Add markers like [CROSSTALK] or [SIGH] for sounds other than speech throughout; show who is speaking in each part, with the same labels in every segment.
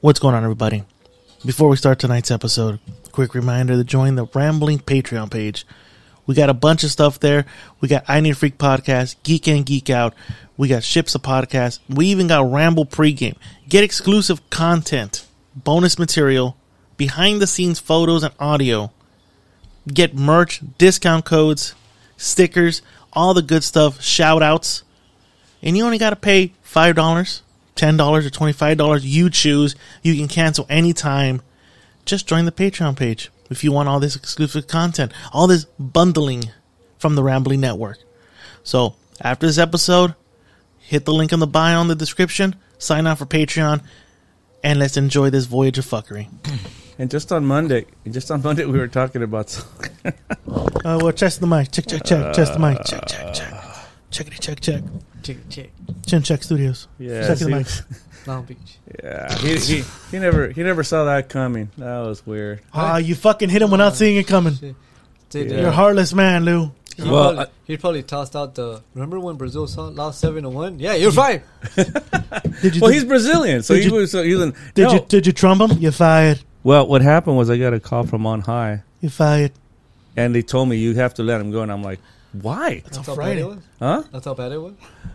Speaker 1: What's going on, everybody? Before we start tonight's episode, quick reminder to join the Rambling Patreon page. We got a bunch of stuff there. We got I Need Freak Podcast, Geek and Geek Out. We got Ships of Podcast. We even got Ramble Pregame. Get exclusive content, bonus material, behind the scenes photos and audio. Get merch, discount codes, stickers, all the good stuff, shout outs. And you only got to pay $5, $10, or $25. You choose. You can cancel anytime just join the Patreon page if you want all this exclusive content, all this bundling from the Rambling Network. So, after this episode, hit the link in the bio in the description, sign up for Patreon, and let's enjoy this voyage of fuckery.
Speaker 2: And just on Monday, just on Monday, [LAUGHS] we were talking about. some-
Speaker 1: Uh, well, test the mic. Check, check, check. Test the mic. Check, check, check.
Speaker 2: Uh.
Speaker 1: Checkity, check, check.
Speaker 3: Chick chick,
Speaker 1: Chin Check Studios.
Speaker 2: yeah,
Speaker 1: Check the
Speaker 2: see-
Speaker 1: mic.
Speaker 3: Long Beach.
Speaker 2: yeah. He, he he never he never saw that coming. That was weird.
Speaker 1: Ah, you fucking hit him without seeing it coming.
Speaker 3: Shit. Dude,
Speaker 2: Yeah.
Speaker 1: You're a heartless man, Lou.
Speaker 3: he,
Speaker 4: Well,
Speaker 3: probably,
Speaker 4: I-
Speaker 3: he probably tossed out the. Remember when Brazil saw, lost seven to one? Yeah,
Speaker 1: Mm.
Speaker 3: you're fine.
Speaker 1: Did you?
Speaker 2: Well, he's Brazilian, so
Speaker 1: did
Speaker 2: he
Speaker 1: you-
Speaker 2: was. So he was
Speaker 1: did
Speaker 2: no.
Speaker 1: you? Did you trump him? You're fired.
Speaker 2: Well, what happened was I got a call from on high,
Speaker 1: You're fired.
Speaker 2: and they told me you have to let him go, and I'm like, why?
Speaker 3: That's
Speaker 1: on
Speaker 3: how bad
Speaker 1: Friday.
Speaker 3: it was.
Speaker 2: Huh?
Speaker 3: That's how bad it was.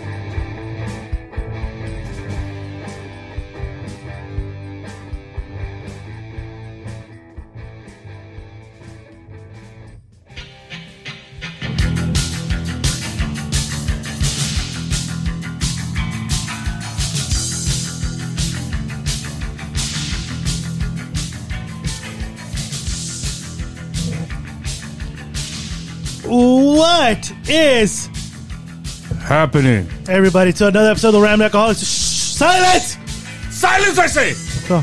Speaker 1: What is
Speaker 2: Happening.
Speaker 1: everybody to another episode of the Ram Alcoholics? Shh, Silence.
Speaker 2: Silence, I say.
Speaker 1: Go.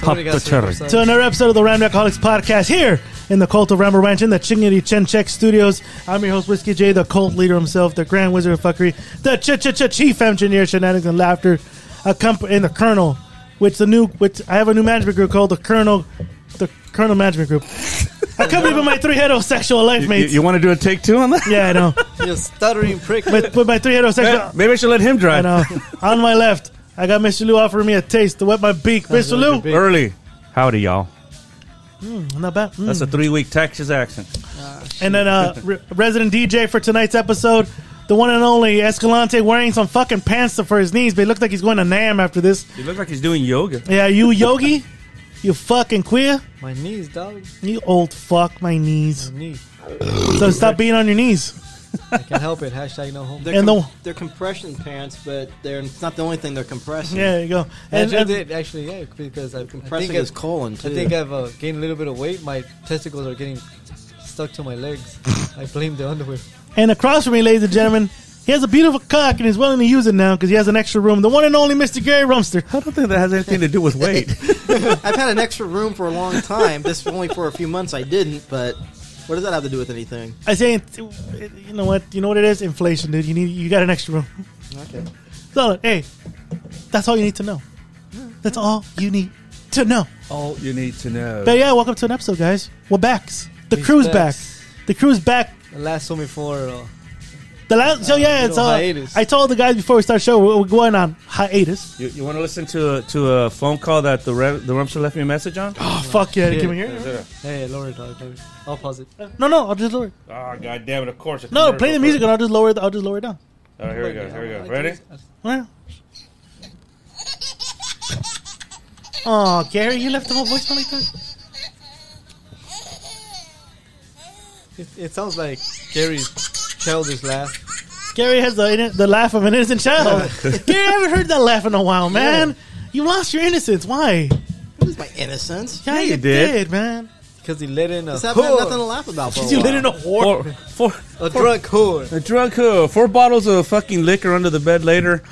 Speaker 3: Somebody got
Speaker 2: the cherry.
Speaker 3: circumcised.
Speaker 1: to another episode of the Ram Alcoholics Podcast here in the cult of Ramble Ranch in the Chingity Chen Check Studios. I'm your host, Whiskey J, the cult leader himself, the grand wizard of fuckery, the ch ch ch chief engineer, shenanigans and laughter, a comp- and the colonel, which the new, which I have a new management group called the Colonel, the Colonel Management Group. Accompanied by my three heterosexual life
Speaker 2: You,
Speaker 1: mates.
Speaker 2: want to do a take two
Speaker 1: [LAUGHS]
Speaker 2: on that?
Speaker 1: yeah, I know.
Speaker 3: You stuttering
Speaker 1: [LAUGHS]
Speaker 3: prick.
Speaker 1: With, with my three heterosexual.
Speaker 2: Maybe I should let him
Speaker 1: I
Speaker 2: drive [LAUGHS]
Speaker 1: know. uh, On my left, I got Mr. Lou offering me a taste to wet my beak. Mr.
Speaker 3: like
Speaker 1: Lou,
Speaker 3: your
Speaker 2: early. Howdy, y'all.
Speaker 1: not bad. Mm.
Speaker 2: That's a three-week Texas action.
Speaker 1: and then uh, re- resident DJ for tonight's episode, the one and only Escalante wearing some fucking pants for his knees, but it looks like he's going to Nam after this.
Speaker 2: He looks like he's doing yoga.
Speaker 1: Yeah, you yogi, you fucking queer,
Speaker 3: My knees, dog.
Speaker 1: you old fuck. My knees.
Speaker 3: My knees.
Speaker 1: So stop being on your knees.
Speaker 3: I can't help it. Hashtag no homo.
Speaker 4: They're,
Speaker 1: And the-
Speaker 4: they're compression pants, but they're it's not the only thing they're compressing.
Speaker 1: Yeah, there you go. And,
Speaker 3: Actually,
Speaker 1: and-
Speaker 3: did- actually, yeah, because I, I
Speaker 4: compressing
Speaker 3: think
Speaker 4: his
Speaker 3: I've-
Speaker 4: colon too.
Speaker 3: I think I've uh, gained a little bit of weight. My testicles are getting stuck to
Speaker 1: [LAUGHS]
Speaker 3: my legs. I blame the underwear.
Speaker 1: and across from me, ladies and gentlemen, he has a beautiful cock and he's willing to use it now because he has an extra room. The one and only Mr. Gary Rumster.
Speaker 2: I don't think that has anything to do with weight.
Speaker 4: I've had an extra room for a long time. This only for a few months I didn't, but what does that have to do with anything?
Speaker 1: I say, it- it- you know what? You know what it is? Inflation, dude. You need. You got an extra room. [LAUGHS]
Speaker 4: Okay.
Speaker 1: So, hey, that's all you need to know. That's all you need to know.
Speaker 2: [LAUGHS] All you need to know.
Speaker 1: But yeah, welcome to an episode, guys. We're back. The
Speaker 3: He's
Speaker 1: crew's back.
Speaker 3: back.
Speaker 1: The crew's back.
Speaker 3: The last one before. Uh,
Speaker 1: The last, so yeah,
Speaker 3: little
Speaker 1: it's, uh,
Speaker 3: hiatus.
Speaker 1: I told the guys before we start the show we're, we're going on hiatus.
Speaker 2: You, you want to listen to a, to a phone call that the Rem, the Rumster left me a message on?
Speaker 1: Oh fuck yeah! Can we hear? it?
Speaker 2: oh
Speaker 3: hey, lower it, dog. Lower it. I'll pause it.
Speaker 1: No, no, I'll just lower. It.
Speaker 2: god damn Ah, it! Of course.
Speaker 1: No, play the music and I'll just lower. It, I'll just lower it down.
Speaker 2: All right, here we go. Here we go. Ready?
Speaker 1: Yeah. Oh, Gary, you left him a voicemail like that.
Speaker 3: It, it sounds like Gary's childish laugh.
Speaker 1: Gary has the inno- the laugh of an innocent [LAUGHS] child. Gary, I haven't heard that laugh in a while, man. You lost your innocence. Why?
Speaker 4: What is my innocence?
Speaker 1: Yeah, you
Speaker 2: you did.
Speaker 1: man.
Speaker 3: Because he let in a
Speaker 4: This happened,
Speaker 3: whore.
Speaker 4: nothing to laugh about. For a
Speaker 1: You
Speaker 4: while.
Speaker 1: lit in a whore.
Speaker 2: Four, four,
Speaker 3: A drunk whore.
Speaker 2: a drunk who? Four bottles of fucking liquor under the bed later,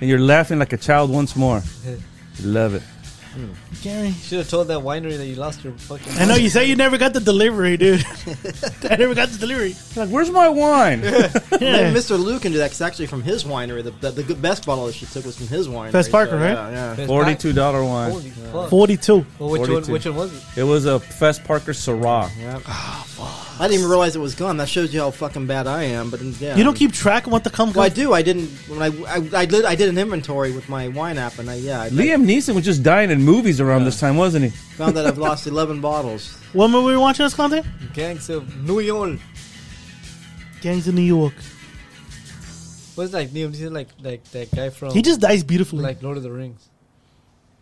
Speaker 2: and you're laughing like a child once more. Love it.
Speaker 1: Gary.
Speaker 3: Should have told that winery that you lost your fucking.
Speaker 1: I know you say you never got the delivery,
Speaker 4: [LAUGHS]
Speaker 1: dude. [LAUGHS] I never got the delivery.
Speaker 2: Like, where's my [LAUGHS] wine?
Speaker 1: Yeah.
Speaker 4: Maybe Mr. Lou can do that 'cause it's actually from his winery. The, the, the good- best bottle that she took was from his winery.
Speaker 1: Best Parker, right?
Speaker 4: Yeah, yeah.
Speaker 3: Best
Speaker 2: Forty-two dollar
Speaker 3: buy.
Speaker 2: wine.
Speaker 3: Holy fuck.
Speaker 1: Forty-two.
Speaker 3: Well, which one?
Speaker 2: 42.
Speaker 3: Which one was it?
Speaker 2: It was a Fest Parker Syrah.
Speaker 4: I didn't even realize it was gone. That shows you how fucking bad I am. But then, yeah,
Speaker 1: You don't keep track of what the come
Speaker 4: Well, I
Speaker 1: comes.
Speaker 4: do. I didn't. When I I, I, lit, I did an inventory with my wine app, and I yeah, I, I
Speaker 2: Liam Neeson was just dying in movies around this time, wasn't he?
Speaker 4: found that I've lost eleven bottles.
Speaker 1: What movie were you watching, Escalante?
Speaker 3: Gangs of New York.
Speaker 1: Gangs of New York.
Speaker 3: What's like Liam Neeson? Like like that guy
Speaker 4: Oh.
Speaker 3: from
Speaker 1: He just dies beautifully.
Speaker 3: like Lord of the Rings.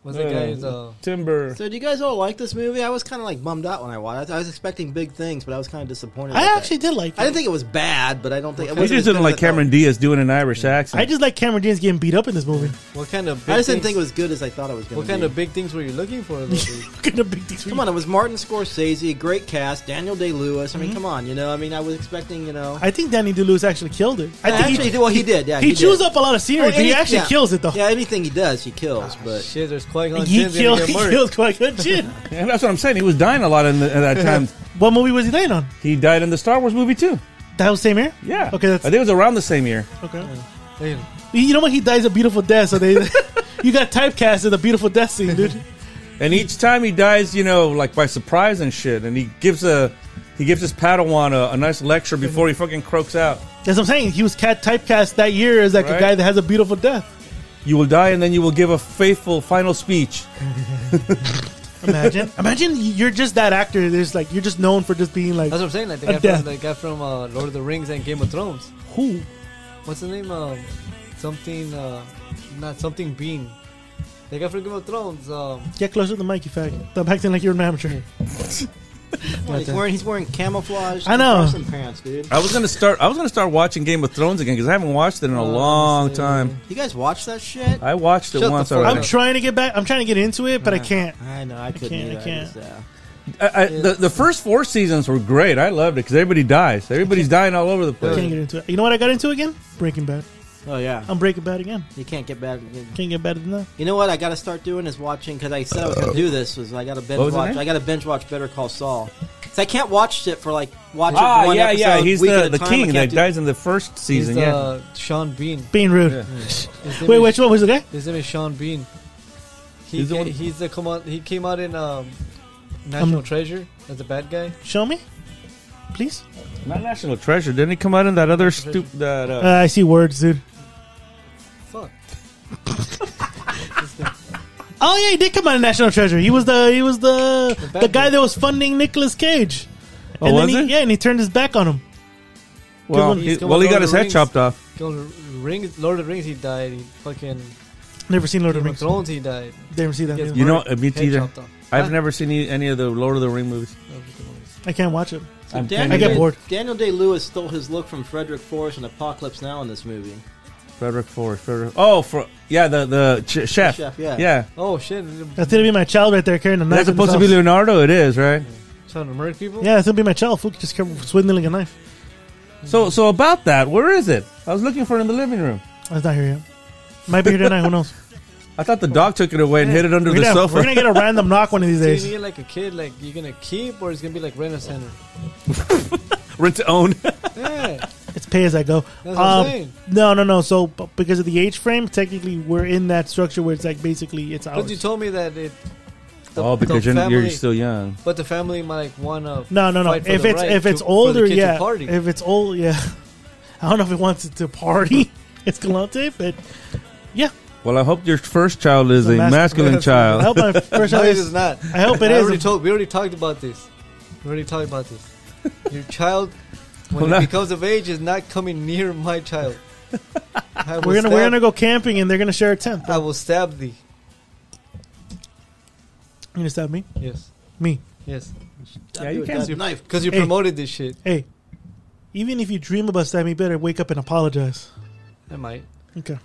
Speaker 3: Was that guy's uh,
Speaker 2: Timber.
Speaker 4: [LAUGHS] So, do you guys all like this movie? I was kind of like bummed out when I watched. it. I was expecting big things, but I was kind of disappointed. with
Speaker 1: I
Speaker 4: it.
Speaker 1: actually did like. It.
Speaker 4: I didn't think it was bad, but I don't think it
Speaker 2: He
Speaker 4: wasn't
Speaker 2: just
Speaker 4: as good
Speaker 2: didn't
Speaker 4: as
Speaker 2: like
Speaker 4: I
Speaker 2: Cameron Diaz doing an Irish accent.
Speaker 1: I just like Cameron Diaz getting beat up in this movie.
Speaker 3: what kind of?
Speaker 4: Thought. I just didn't
Speaker 3: big
Speaker 4: think it was good as I thought it was going
Speaker 3: things-
Speaker 4: to
Speaker 3: What
Speaker 4: be.
Speaker 3: kind of big things were you looking
Speaker 1: [LAUGHS]
Speaker 3: for? Though, [LAUGHS] dude?
Speaker 1: Look at the big things.
Speaker 4: Come on, it was Martin Scorsese, great cast, Daniel Day Lewis. I mean, come on, you know. I mean, I was expecting, you know.
Speaker 1: Mm-hmm. I think Danny DeLuise actually killed it. I
Speaker 4: Yeah,
Speaker 1: think
Speaker 4: actually,
Speaker 1: he,
Speaker 4: did- well, he did. Yeah,
Speaker 1: he, chews
Speaker 4: did.
Speaker 1: up a lot of scenery,
Speaker 4: Oh,
Speaker 1: but he
Speaker 4: any-
Speaker 1: actually
Speaker 4: yeah.
Speaker 1: kills it though. Ah,
Speaker 4: Yeah, anything he does, he kills. But
Speaker 3: Shit, there's Qui Gon
Speaker 1: He
Speaker 3: Jinn's
Speaker 1: killed.
Speaker 3: gonna
Speaker 1: He
Speaker 3: get murdered.
Speaker 1: killed quite good shit.
Speaker 2: and that's what I'm saying. He was dying a lot in, the, in [LAUGHS] that time.
Speaker 1: [LAUGHS] What movie was he dying on?
Speaker 2: he died in the Star Wars movie too.
Speaker 1: That was same year.
Speaker 2: Yeah.
Speaker 1: Okay,
Speaker 2: I
Speaker 1: that's
Speaker 2: think it was around the same year.
Speaker 1: okay.
Speaker 3: Damn.
Speaker 1: You know what? He dies a beautiful death. So they, [LAUGHS] you got typecast in the beautiful death scene, dude.
Speaker 2: And each time he dies, you know, like by surprise and shit. And he gives a he gives his Padawan a, a nice lecture before he fucking croaks out.
Speaker 1: That's what I'm saying. He was cat typecast that year as like a
Speaker 2: Right.
Speaker 1: guy that has a beautiful death.
Speaker 2: You will die, and then you will give a faithful final speech.
Speaker 1: Imagine, [LAUGHS] imagine you're just that actor. There's like you're just known for just being like
Speaker 3: That's what I'm saying. Like the
Speaker 1: A
Speaker 3: guy
Speaker 1: death.
Speaker 3: from, the guy from uh, Lord of the Rings and Game of Thrones.
Speaker 1: who?
Speaker 3: What's his name? Um, something, uh, not something Bean. The guy from Game of Thrones. Um,
Speaker 1: Get closer to the mic, you fag. Stop acting like you're an amateur.
Speaker 4: Well, he's wearing he's wearing camouflage.
Speaker 1: I know.
Speaker 4: compression pants, dude.
Speaker 2: I was gonna start. I was gonna start watching Game of Thrones again because I haven't watched it in a
Speaker 4: Oh,
Speaker 2: long time.
Speaker 4: You guys watch that shit?
Speaker 2: I watched it
Speaker 4: Shut the
Speaker 2: once
Speaker 4: fuck
Speaker 2: already.
Speaker 1: I'm trying to get back. I'm trying to get into it, but I can't.
Speaker 4: I know. I couldn't.
Speaker 1: can't, I
Speaker 4: either.
Speaker 1: can't.
Speaker 4: just, uh,
Speaker 2: I, I, the, the first four seasons were great. I loved it because everybody dies. Everybody's dying all over the
Speaker 1: I
Speaker 2: place.
Speaker 1: can't get into it. You know what I got into again? Breaking Bad.
Speaker 4: oh yeah.
Speaker 1: I'm Breaking Bad again.
Speaker 4: You can't get bad.
Speaker 1: Can't get better than that.
Speaker 4: You know what? I got to start doing is watching because I said I was going to do this. Was I got
Speaker 2: Uh,
Speaker 4: to
Speaker 2: What
Speaker 4: binge
Speaker 2: was the
Speaker 4: watch?
Speaker 2: name?
Speaker 4: I got to binge watch Better Call Saul. 'Cause I can't watch shit for like watch it
Speaker 2: Ah,
Speaker 4: one
Speaker 2: yeah,
Speaker 4: episode.
Speaker 2: yeah. He's
Speaker 4: week at
Speaker 2: the,
Speaker 4: a
Speaker 2: the
Speaker 4: time. I
Speaker 2: king
Speaker 4: can't
Speaker 2: that
Speaker 4: do-
Speaker 2: dies in the first
Speaker 3: he's
Speaker 2: season.
Speaker 3: the,
Speaker 2: Yeah,
Speaker 3: uh, Sean Bean.
Speaker 1: Being rude.
Speaker 2: Yeah.
Speaker 3: His
Speaker 1: [LAUGHS]
Speaker 3: name
Speaker 1: Wait,
Speaker 3: is-
Speaker 1: which one was it?
Speaker 3: His name is Sean Bean. He
Speaker 2: He's the
Speaker 3: ca-
Speaker 2: one-
Speaker 3: he's the come on. He came out in um, National Treasure as a bad guy.
Speaker 1: Show me, please.
Speaker 2: not National Treasure. Didn't he come out in that other stupid? That
Speaker 1: Uh,
Speaker 2: uh,
Speaker 1: I see words, dude.
Speaker 3: Fuck.
Speaker 1: Oh yeah, he did come out of National Treasure. He was the he was the the,
Speaker 3: bad
Speaker 1: guy
Speaker 3: dude.
Speaker 1: that was funding Nicolas Cage.
Speaker 2: Oh,
Speaker 1: and
Speaker 2: was
Speaker 1: then
Speaker 2: it?
Speaker 1: he, Yeah, and he turned his back on him.
Speaker 2: Well,
Speaker 1: Give him-
Speaker 2: he,
Speaker 3: He's
Speaker 2: well, he
Speaker 3: going
Speaker 2: got his
Speaker 3: over
Speaker 2: head
Speaker 3: rings.
Speaker 2: chopped off.
Speaker 3: Lord of Rings, Lord of the Rings, he died. He fucking
Speaker 1: Never seen Lord of
Speaker 3: Game
Speaker 1: the Rings.
Speaker 3: of Thrones, he died.
Speaker 1: Never seen that.
Speaker 3: Yes,
Speaker 1: either.
Speaker 2: You know,
Speaker 3: Murray,
Speaker 2: me
Speaker 3: head
Speaker 2: neither.
Speaker 3: chopped off.
Speaker 2: I've
Speaker 3: Huh?
Speaker 2: never seen e-, any, any of the Lord of the Ring movies.
Speaker 1: I can't watch it.
Speaker 2: I'm
Speaker 1: I get bored.
Speaker 4: Daniel Day Lewis stole his look from Frederick Forrest in Apocalypse Now in this movie.
Speaker 2: Frederick Forrest. Frederick. Oh, for yeah, the the ch- chef.
Speaker 4: Chef, yeah.
Speaker 2: yeah.
Speaker 3: Oh shit!
Speaker 1: That's gonna be my child right there carrying a knife.
Speaker 2: That's
Speaker 1: in his
Speaker 2: supposed to be
Speaker 1: house.
Speaker 2: Leonardo. It is right.
Speaker 3: Trying to murder people.
Speaker 1: Yeah, that's gonna be my child. Fool just kept swindling a knife.
Speaker 2: So so about that, where is it? I was looking for it in the living room.
Speaker 1: That's not here yet. Might be here tonight. Who
Speaker 2: [LAUGHS]
Speaker 1: knows?
Speaker 2: I thought the dog took it away and hid it under
Speaker 1: We're
Speaker 2: the
Speaker 1: gonna,
Speaker 2: sofa.
Speaker 1: we're
Speaker 2: [LAUGHS]
Speaker 1: gonna get a random knock one of these
Speaker 3: So you [LAUGHS]
Speaker 1: days.
Speaker 3: get like a kid, like you're gonna keep, or it's gonna be like rent
Speaker 1: [LAUGHS]
Speaker 3: a center.
Speaker 2: Rent to own.
Speaker 3: Yeah,
Speaker 1: It's pay as I go.
Speaker 3: That's what I'm
Speaker 1: Um,
Speaker 3: saying.
Speaker 1: No, no, no. So b- because of the age frame, technically we're in that structure where it's like basically it's
Speaker 3: But you
Speaker 1: ours.
Speaker 3: told me that it. the-
Speaker 2: oh, because
Speaker 3: the
Speaker 2: you're,
Speaker 3: family,
Speaker 2: you're still young.
Speaker 3: But the family might like wanna.
Speaker 1: No, no, no.
Speaker 3: fight for
Speaker 1: If
Speaker 3: the
Speaker 1: it's
Speaker 3: right
Speaker 1: if it's
Speaker 3: to- for the
Speaker 1: older,
Speaker 3: kid to
Speaker 1: yeah.
Speaker 3: party.
Speaker 1: If it's old, yeah. [LAUGHS] I don't know if it wants it to party. [LAUGHS] It's Escalante, but yeah.
Speaker 2: Well, I hope your first child is
Speaker 1: the
Speaker 2: a
Speaker 1: mas-
Speaker 2: masculine
Speaker 1: I
Speaker 2: child.
Speaker 1: hope
Speaker 2: [LAUGHS]
Speaker 1: my first
Speaker 3: no,
Speaker 1: child
Speaker 3: it
Speaker 1: is-
Speaker 3: is not.
Speaker 1: I
Speaker 3: [LAUGHS]
Speaker 1: hope it
Speaker 3: I
Speaker 1: is.
Speaker 3: Already told, we already talked about this. We already talked about
Speaker 1: [LAUGHS]
Speaker 3: this. Your child, when
Speaker 2: Well, no.
Speaker 3: it becomes of age, is not coming near
Speaker 1: [LAUGHS]
Speaker 3: my child. I will
Speaker 1: We're gonna we're
Speaker 3: stab-
Speaker 1: gonna go camping and they're gonna share a tent.
Speaker 3: I will stab thee.
Speaker 1: You gonna stab me?
Speaker 3: Yes,
Speaker 1: Me.
Speaker 3: yes.
Speaker 2: Yeah, you
Speaker 4: With
Speaker 2: can.
Speaker 4: that knife.
Speaker 3: Because you
Speaker 1: Hey.
Speaker 3: promoted this shit.
Speaker 1: Hey, even if you dream about stabbing, you better wake up and apologize.
Speaker 3: I might.
Speaker 1: Okay.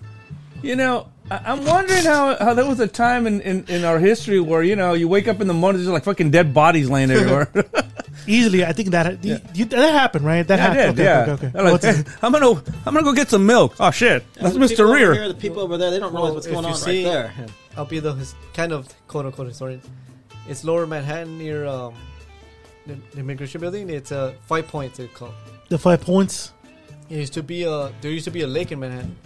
Speaker 2: You know, I, I'm wondering how, how there was a time in, in, in our history where, you know, you wake up in the morning, there's like fucking dead bodies laying everywhere. [LAUGHS]
Speaker 1: Easily, I think that you- you- that happened, right? That
Speaker 2: I
Speaker 1: happened.
Speaker 2: did,
Speaker 1: okay,
Speaker 2: yeah.
Speaker 1: okay, okay.
Speaker 2: They're like,
Speaker 1: What's his-
Speaker 2: "Hey, I'm gonna I'm gonna go get some milk. Oh shit, that's
Speaker 4: The people
Speaker 2: Mr.
Speaker 4: over
Speaker 2: Rear.
Speaker 4: here, the people over there, they don't realize what's
Speaker 3: Well,
Speaker 4: going on
Speaker 3: if
Speaker 4: right
Speaker 3: you see-
Speaker 4: there.
Speaker 3: I'll be the his, kind of quote unquote historian. It's Lower Manhattan near um, the, the immigration building. It's uh, Five Points. It's called.
Speaker 1: The five points.
Speaker 3: It used to be a there used to be a lake in Manhattan,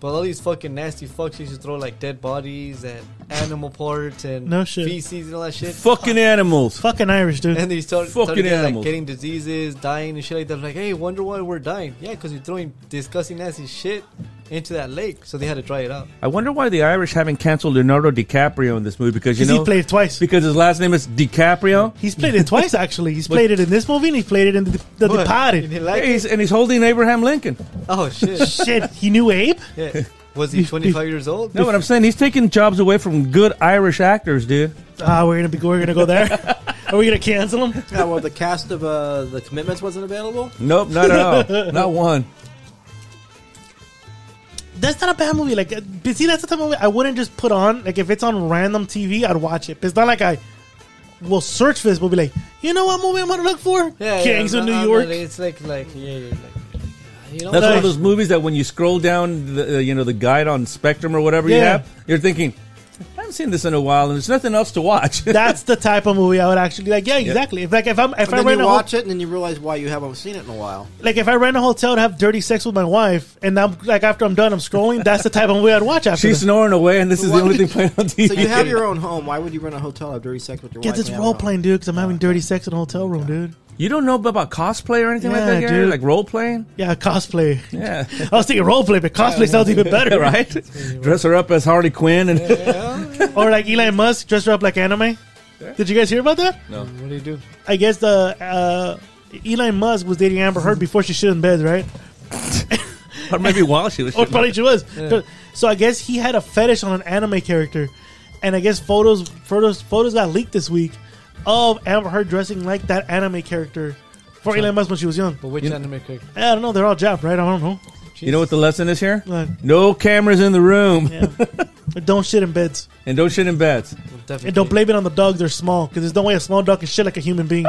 Speaker 3: but all these fucking nasty fucks used to throw like dead bodies and animal parts and
Speaker 1: No shit.
Speaker 3: feces and all that shit.
Speaker 2: Fucking animals.
Speaker 1: Fucking Irish, dude.
Speaker 3: And they start, started
Speaker 2: Fucking
Speaker 3: getting, like,
Speaker 2: animals.
Speaker 3: getting diseases, dying and shit like that. Like, hey, wonder why we're dying? Yeah, because you're throwing disgusting nasty shit into that lake. So they had to dry it out.
Speaker 2: I wonder why the Irish haven't canceled Leonardo DiCaprio in this movie because you
Speaker 1: Because
Speaker 2: know
Speaker 1: he played twice.
Speaker 2: because his last name is DiCaprio.
Speaker 1: He's played it twice, actually.
Speaker 3: [LAUGHS]
Speaker 1: He's played it in this movie and he played it in The, the
Speaker 3: What?
Speaker 1: Departed.
Speaker 3: And he liked
Speaker 2: Yeah,
Speaker 3: it?
Speaker 2: he's, and he's holding Abraham Lincoln.
Speaker 3: Oh shit!
Speaker 1: Shit, he knew Abe?
Speaker 3: yeah.
Speaker 4: [LAUGHS]
Speaker 3: Was he 25 years old?
Speaker 2: No, what I'm saying, he's taking jobs away from good Irish actors, dude.
Speaker 1: Ah, we're gonna be we're gonna go there. [LAUGHS] Are we gonna cancel him?
Speaker 4: Yeah, well, the cast of uh, the Commitments wasn't available.
Speaker 2: Nope, not at all. [LAUGHS] not one.
Speaker 1: That's not a bad movie. Like, uh, but see, that's the type of movie I wouldn't just put on. Like, if it's on random TV, I'd watch it. But it's not like I will search for this movie. Like, you know what movie I'm gonna look for? Gangs of
Speaker 3: no,
Speaker 1: New
Speaker 3: no,
Speaker 1: York.
Speaker 3: no, it's like like yeah, yeah like you know
Speaker 2: That's
Speaker 1: No.
Speaker 2: one of those movies that when you scroll down, the, uh, you know, the guide on Spectrum or whatever you
Speaker 1: Yeah.
Speaker 2: have, you're thinking, I haven't seen this in a while, and there's nothing else to watch.
Speaker 1: That's the type of movie I would actually like. Yeah, exactly. If like if I'm if
Speaker 4: And
Speaker 1: I
Speaker 4: then
Speaker 1: ran
Speaker 4: you
Speaker 1: a
Speaker 4: watch it, and then you realize why you haven't seen it in
Speaker 2: [LAUGHS]
Speaker 4: a while.
Speaker 1: ho- like if I ran a hotel to have dirty sex with my wife, and I'm like after I'm done, I'm scrolling. That's the type of movie I'd watch after.
Speaker 2: She's
Speaker 1: that.
Speaker 2: snoring away, and this is the
Speaker 4: What?
Speaker 2: only thing playing on TV.
Speaker 4: So you have your own home. Why would you rent a hotel have dirty sex with your
Speaker 1: Get
Speaker 4: wife?
Speaker 1: this
Speaker 4: and have
Speaker 1: role
Speaker 4: it on?
Speaker 1: playing, dude. Because I'm having dirty sex in a hotel room, dude.
Speaker 2: You don't know about cosplay or anything like
Speaker 1: Yeah,
Speaker 2: that, Gary?
Speaker 1: dude.
Speaker 2: Like role playing?
Speaker 1: Yeah, cosplay.
Speaker 2: Yeah. [LAUGHS]
Speaker 1: I was thinking role play, but cosplay sounds even better,
Speaker 2: right? Dress her up as Harley Quinn and [LAUGHS]
Speaker 1: Or like Elon Musk dressed her up like anime. Did you guys hear about that?
Speaker 3: what do you do?
Speaker 1: I guess the uh, Elon Musk was dating Amber Heard before she shit in bed, right?
Speaker 2: or maybe while she was
Speaker 1: Or [LAUGHS] probably she was. So I guess he had a fetish on an anime character, and I guess photos photos photos got leaked this week of Amber Heard dressing like that anime character for Elon Musk when she was young.
Speaker 3: But which
Speaker 2: You-
Speaker 3: anime character?
Speaker 1: I don't know. They're all jabbed, right? I don't know.
Speaker 2: You know what the lesson is here?
Speaker 1: What?
Speaker 2: No cameras in the room.
Speaker 1: Yeah. But don't shit in beds,
Speaker 2: And don't shit in beds.
Speaker 3: Definitely.
Speaker 1: and don't blame it on the dog. They're small because there's no way a small dog can shit like a human being.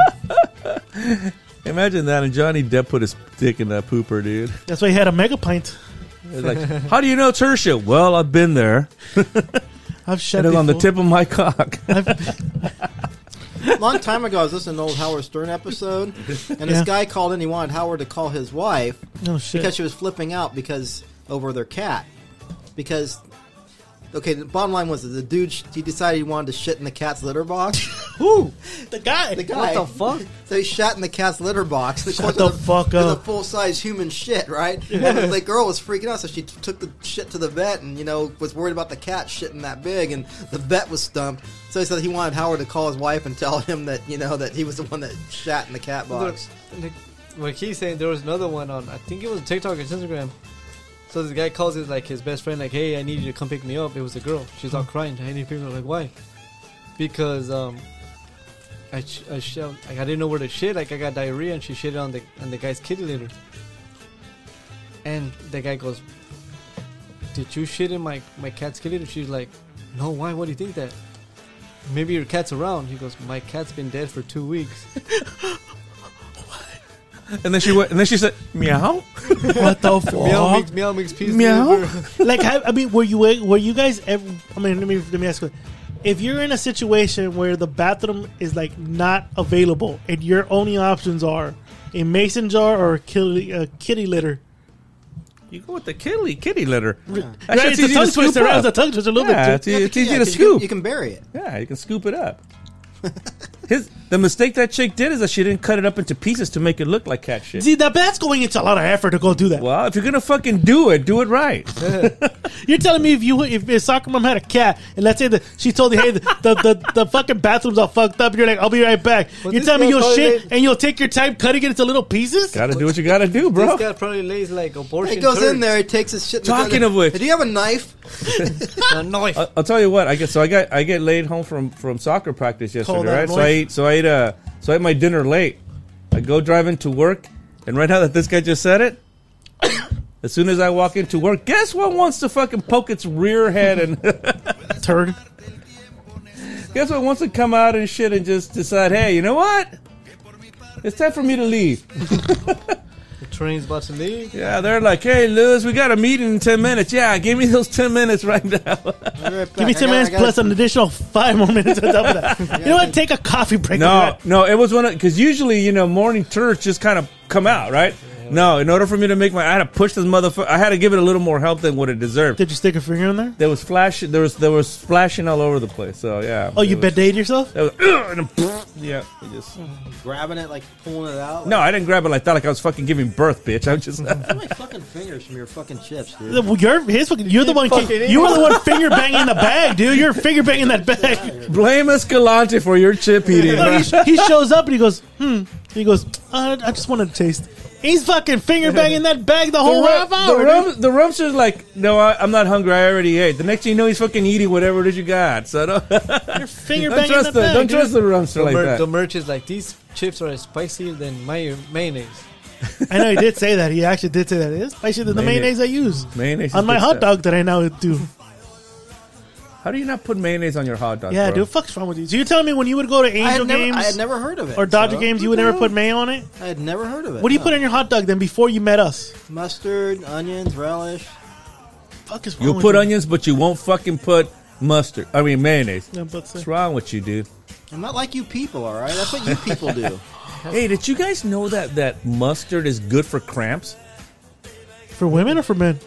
Speaker 2: Imagine that. And Johnny Depp put his dick in that pooper, dude.
Speaker 1: That's why he had a mega pint.
Speaker 2: It's like, how do you know it's her shit? Well, I've been there.
Speaker 1: I've shit
Speaker 2: It is on the
Speaker 1: before.
Speaker 2: tip of my cock.
Speaker 4: long time ago, I was listening to an old Howard Stern episode, and
Speaker 1: Yeah.
Speaker 4: this guy called in. He wanted Howard to call his wife
Speaker 1: No shit.
Speaker 4: because she was flipping out because over their cat. Because, okay, the bottom line was that the dude sh- he decided he wanted to shit in the cat's litter box.
Speaker 1: Who? The guy.
Speaker 4: The
Speaker 3: What
Speaker 4: guy.
Speaker 3: the fuck?
Speaker 4: So he shot in the cat's litter box. Of course,
Speaker 1: the
Speaker 4: it's a-
Speaker 1: fuck
Speaker 4: it's a
Speaker 1: up.
Speaker 4: full size human shit, right? And the girl was freaking out, so she t- took the shit to the vet, and you know was worried about the cat shitting that big, and the vet was stumped. So he said he wanted Howard to call his wife and tell him that you know that he was the one that shat in the cat box.
Speaker 3: Look, what he's saying, there was another one on, I think it was TikTok or Instagram. So this guy calls his like his best friend, like, "Hey, I need you to come pick me up." It was a girl. She's all crying. I need people like, "Why?" Because um, I sh- I, sh- like, I didn't know where to shit. Like I got diarrhea, and she shitted on the on the guy's kitty litter. And the guy goes, "Did you shit in my my cat's kitty litter?" She's like, "No, why? What do you think that?" Maybe your cat's around. He goes, "My cat's been dead for two weeks."
Speaker 2: And then she went, and then she said, "Meow."
Speaker 1: What the
Speaker 2: [LAUGHS]
Speaker 3: Meow
Speaker 1: fuck?
Speaker 3: mix, meow mix, peace.
Speaker 1: Meow.
Speaker 3: liver.
Speaker 1: like, I, I mean, were you were you guys ever? I mean, let me let me ask you. If you're in a situation where the bathroom is like not available and your only options are a mason jar or a kitty, a kitty litter,
Speaker 2: You go with the kitty kitty litter. Actually,
Speaker 1: Right, it's, a tongue twister. That was a tongue twister a little
Speaker 2: yeah,
Speaker 1: bit.
Speaker 2: it's, e-,
Speaker 1: Too.
Speaker 4: Yeah,
Speaker 2: it's easy
Speaker 4: yeah,
Speaker 2: to
Speaker 4: 'cause you can-
Speaker 2: scoop.
Speaker 4: You can bury it.
Speaker 2: yeah, you can scoop
Speaker 1: [LAUGHS]
Speaker 2: it up. His the mistake that chick did is that she didn't cut it up into pieces to make it look like cat shit.
Speaker 1: See, that, but that's going into a lot of effort to go do that.
Speaker 2: Well, if you're gonna fucking do it, do it
Speaker 1: [LAUGHS]
Speaker 2: right.
Speaker 1: You're telling me if you if, if soccer mom had a cat and let's say that she told you, hey, the, the, the, the fucking bathroom's all fucked up, you're like, I'll be right back.
Speaker 3: Well,
Speaker 1: you're
Speaker 3: this
Speaker 1: telling me
Speaker 3: girl
Speaker 1: you'll
Speaker 3: probably
Speaker 1: shit and you'll take your time cutting it into little pieces?
Speaker 2: gotta do what you gotta do, bro.
Speaker 3: This guy probably lays like abortion.
Speaker 4: It goes in
Speaker 3: turds.
Speaker 4: there. It takes his shit. in the
Speaker 2: Talking
Speaker 4: toilet.
Speaker 2: of which-
Speaker 4: do you have a knife?
Speaker 3: [LAUGHS] A knife.
Speaker 2: I- I'll tell you what. I get so I got I get laid home from from soccer practice yesterday,
Speaker 1: Call that
Speaker 2: right? So I
Speaker 1: noise.
Speaker 2: ate so I ate uh so I ate my dinner late. I go driving to work, and right now that this guy just said it, [COUGHS] as soon as I walk into work, guess what wants to fucking poke its rear head and [LAUGHS]
Speaker 1: Turd.
Speaker 2: guess what wants to come out and shit and just decide, hey, you know what? It's time for me to leave.
Speaker 3: The train's about to leave.
Speaker 2: Yeah, they're like, hey, Lewis, we got a meeting in ten minutes. Yeah, give me those ten minutes right [LAUGHS] now.
Speaker 1: Give me 10 minutes plus an additional five more minutes on top of that. you know what? Take a coffee break.
Speaker 2: No, no, it was one of because usually you know morning turds just kind of come out, right? No, in order for me to make my, I had to push this motherfucker. I had to give it a little more help than what it deserved.
Speaker 1: Did you stick a finger in there?
Speaker 2: There was flash, there was there was flashing all over the place. So yeah.
Speaker 1: Oh, you
Speaker 2: It was-
Speaker 1: bedated yourself?
Speaker 2: it was, [CLEARS THROAT] "Ugh," and then, yeah, it just.
Speaker 4: Grabbing it, like pulling it out.
Speaker 2: No, I didn't grab it like that. Like I was fucking giving birth, bitch. I
Speaker 1: [LAUGHS]
Speaker 2: was just. [LAUGHS]
Speaker 4: Get my fucking fingers from your fucking chips, dude.
Speaker 1: Well, You're, his fucking, you're the one
Speaker 3: fucking
Speaker 1: ki-
Speaker 3: idiot.
Speaker 1: you were the one finger banging the bag, dude. You're finger banging that bag.
Speaker 2: Blame Escalante for
Speaker 1: [LAUGHS]
Speaker 2: your chip eating.
Speaker 1: No,
Speaker 2: bro.
Speaker 1: he, sh- he shows up and he goes, hmm. He goes, uh, I just wanted to taste. He's fucking finger banging that bag the whole half hour.
Speaker 2: the,
Speaker 1: dude.
Speaker 2: rum, the rumpster's like, no, I, I'm not hungry. I already ate. The next thing you know, he's fucking eating whatever it is you got. So don't, [LAUGHS]
Speaker 1: You're finger
Speaker 2: don't
Speaker 1: banging
Speaker 2: trust
Speaker 1: that
Speaker 2: the
Speaker 1: bag.
Speaker 2: don't
Speaker 1: dude.
Speaker 2: trust the rumpster
Speaker 3: The,
Speaker 2: like
Speaker 3: mer-
Speaker 2: that.
Speaker 3: the merch is like these chips are spicier than my mayonnaise.
Speaker 1: I know he did say that. He actually did say that. It's spicy than the
Speaker 2: Mayonnaise.
Speaker 1: mayonnaise I use
Speaker 2: Mayonnaise
Speaker 1: on
Speaker 2: is
Speaker 1: my
Speaker 2: good
Speaker 1: hot
Speaker 2: stuff.
Speaker 1: dog that I now do.
Speaker 2: How do you not put mayonnaise on your hot dog?
Speaker 1: Yeah,
Speaker 2: bro?
Speaker 1: dude, fuck's wrong with you? So you're telling me when you would go to
Speaker 4: I
Speaker 1: Angel
Speaker 4: had, never, I had
Speaker 1: games
Speaker 4: never heard of it.
Speaker 1: or Dodger
Speaker 4: so.
Speaker 1: games, you would never put mayo on it?
Speaker 4: I had never heard of it.
Speaker 1: What do you
Speaker 4: no.
Speaker 1: put on your hot dog then before you met us?
Speaker 4: Mustard, onions, relish.
Speaker 1: Fuck is wrong
Speaker 2: You
Speaker 1: with
Speaker 2: put
Speaker 1: you?
Speaker 2: onions, but you won't fucking put mustard. I mean mayonnaise.
Speaker 1: Yeah, but
Speaker 2: What's wrong with you, dude?
Speaker 4: I'm not like you people, all right? That's what you people do.
Speaker 2: Hey, did you guys know that that mustard is good for cramps?
Speaker 1: for women or for [LAUGHS] men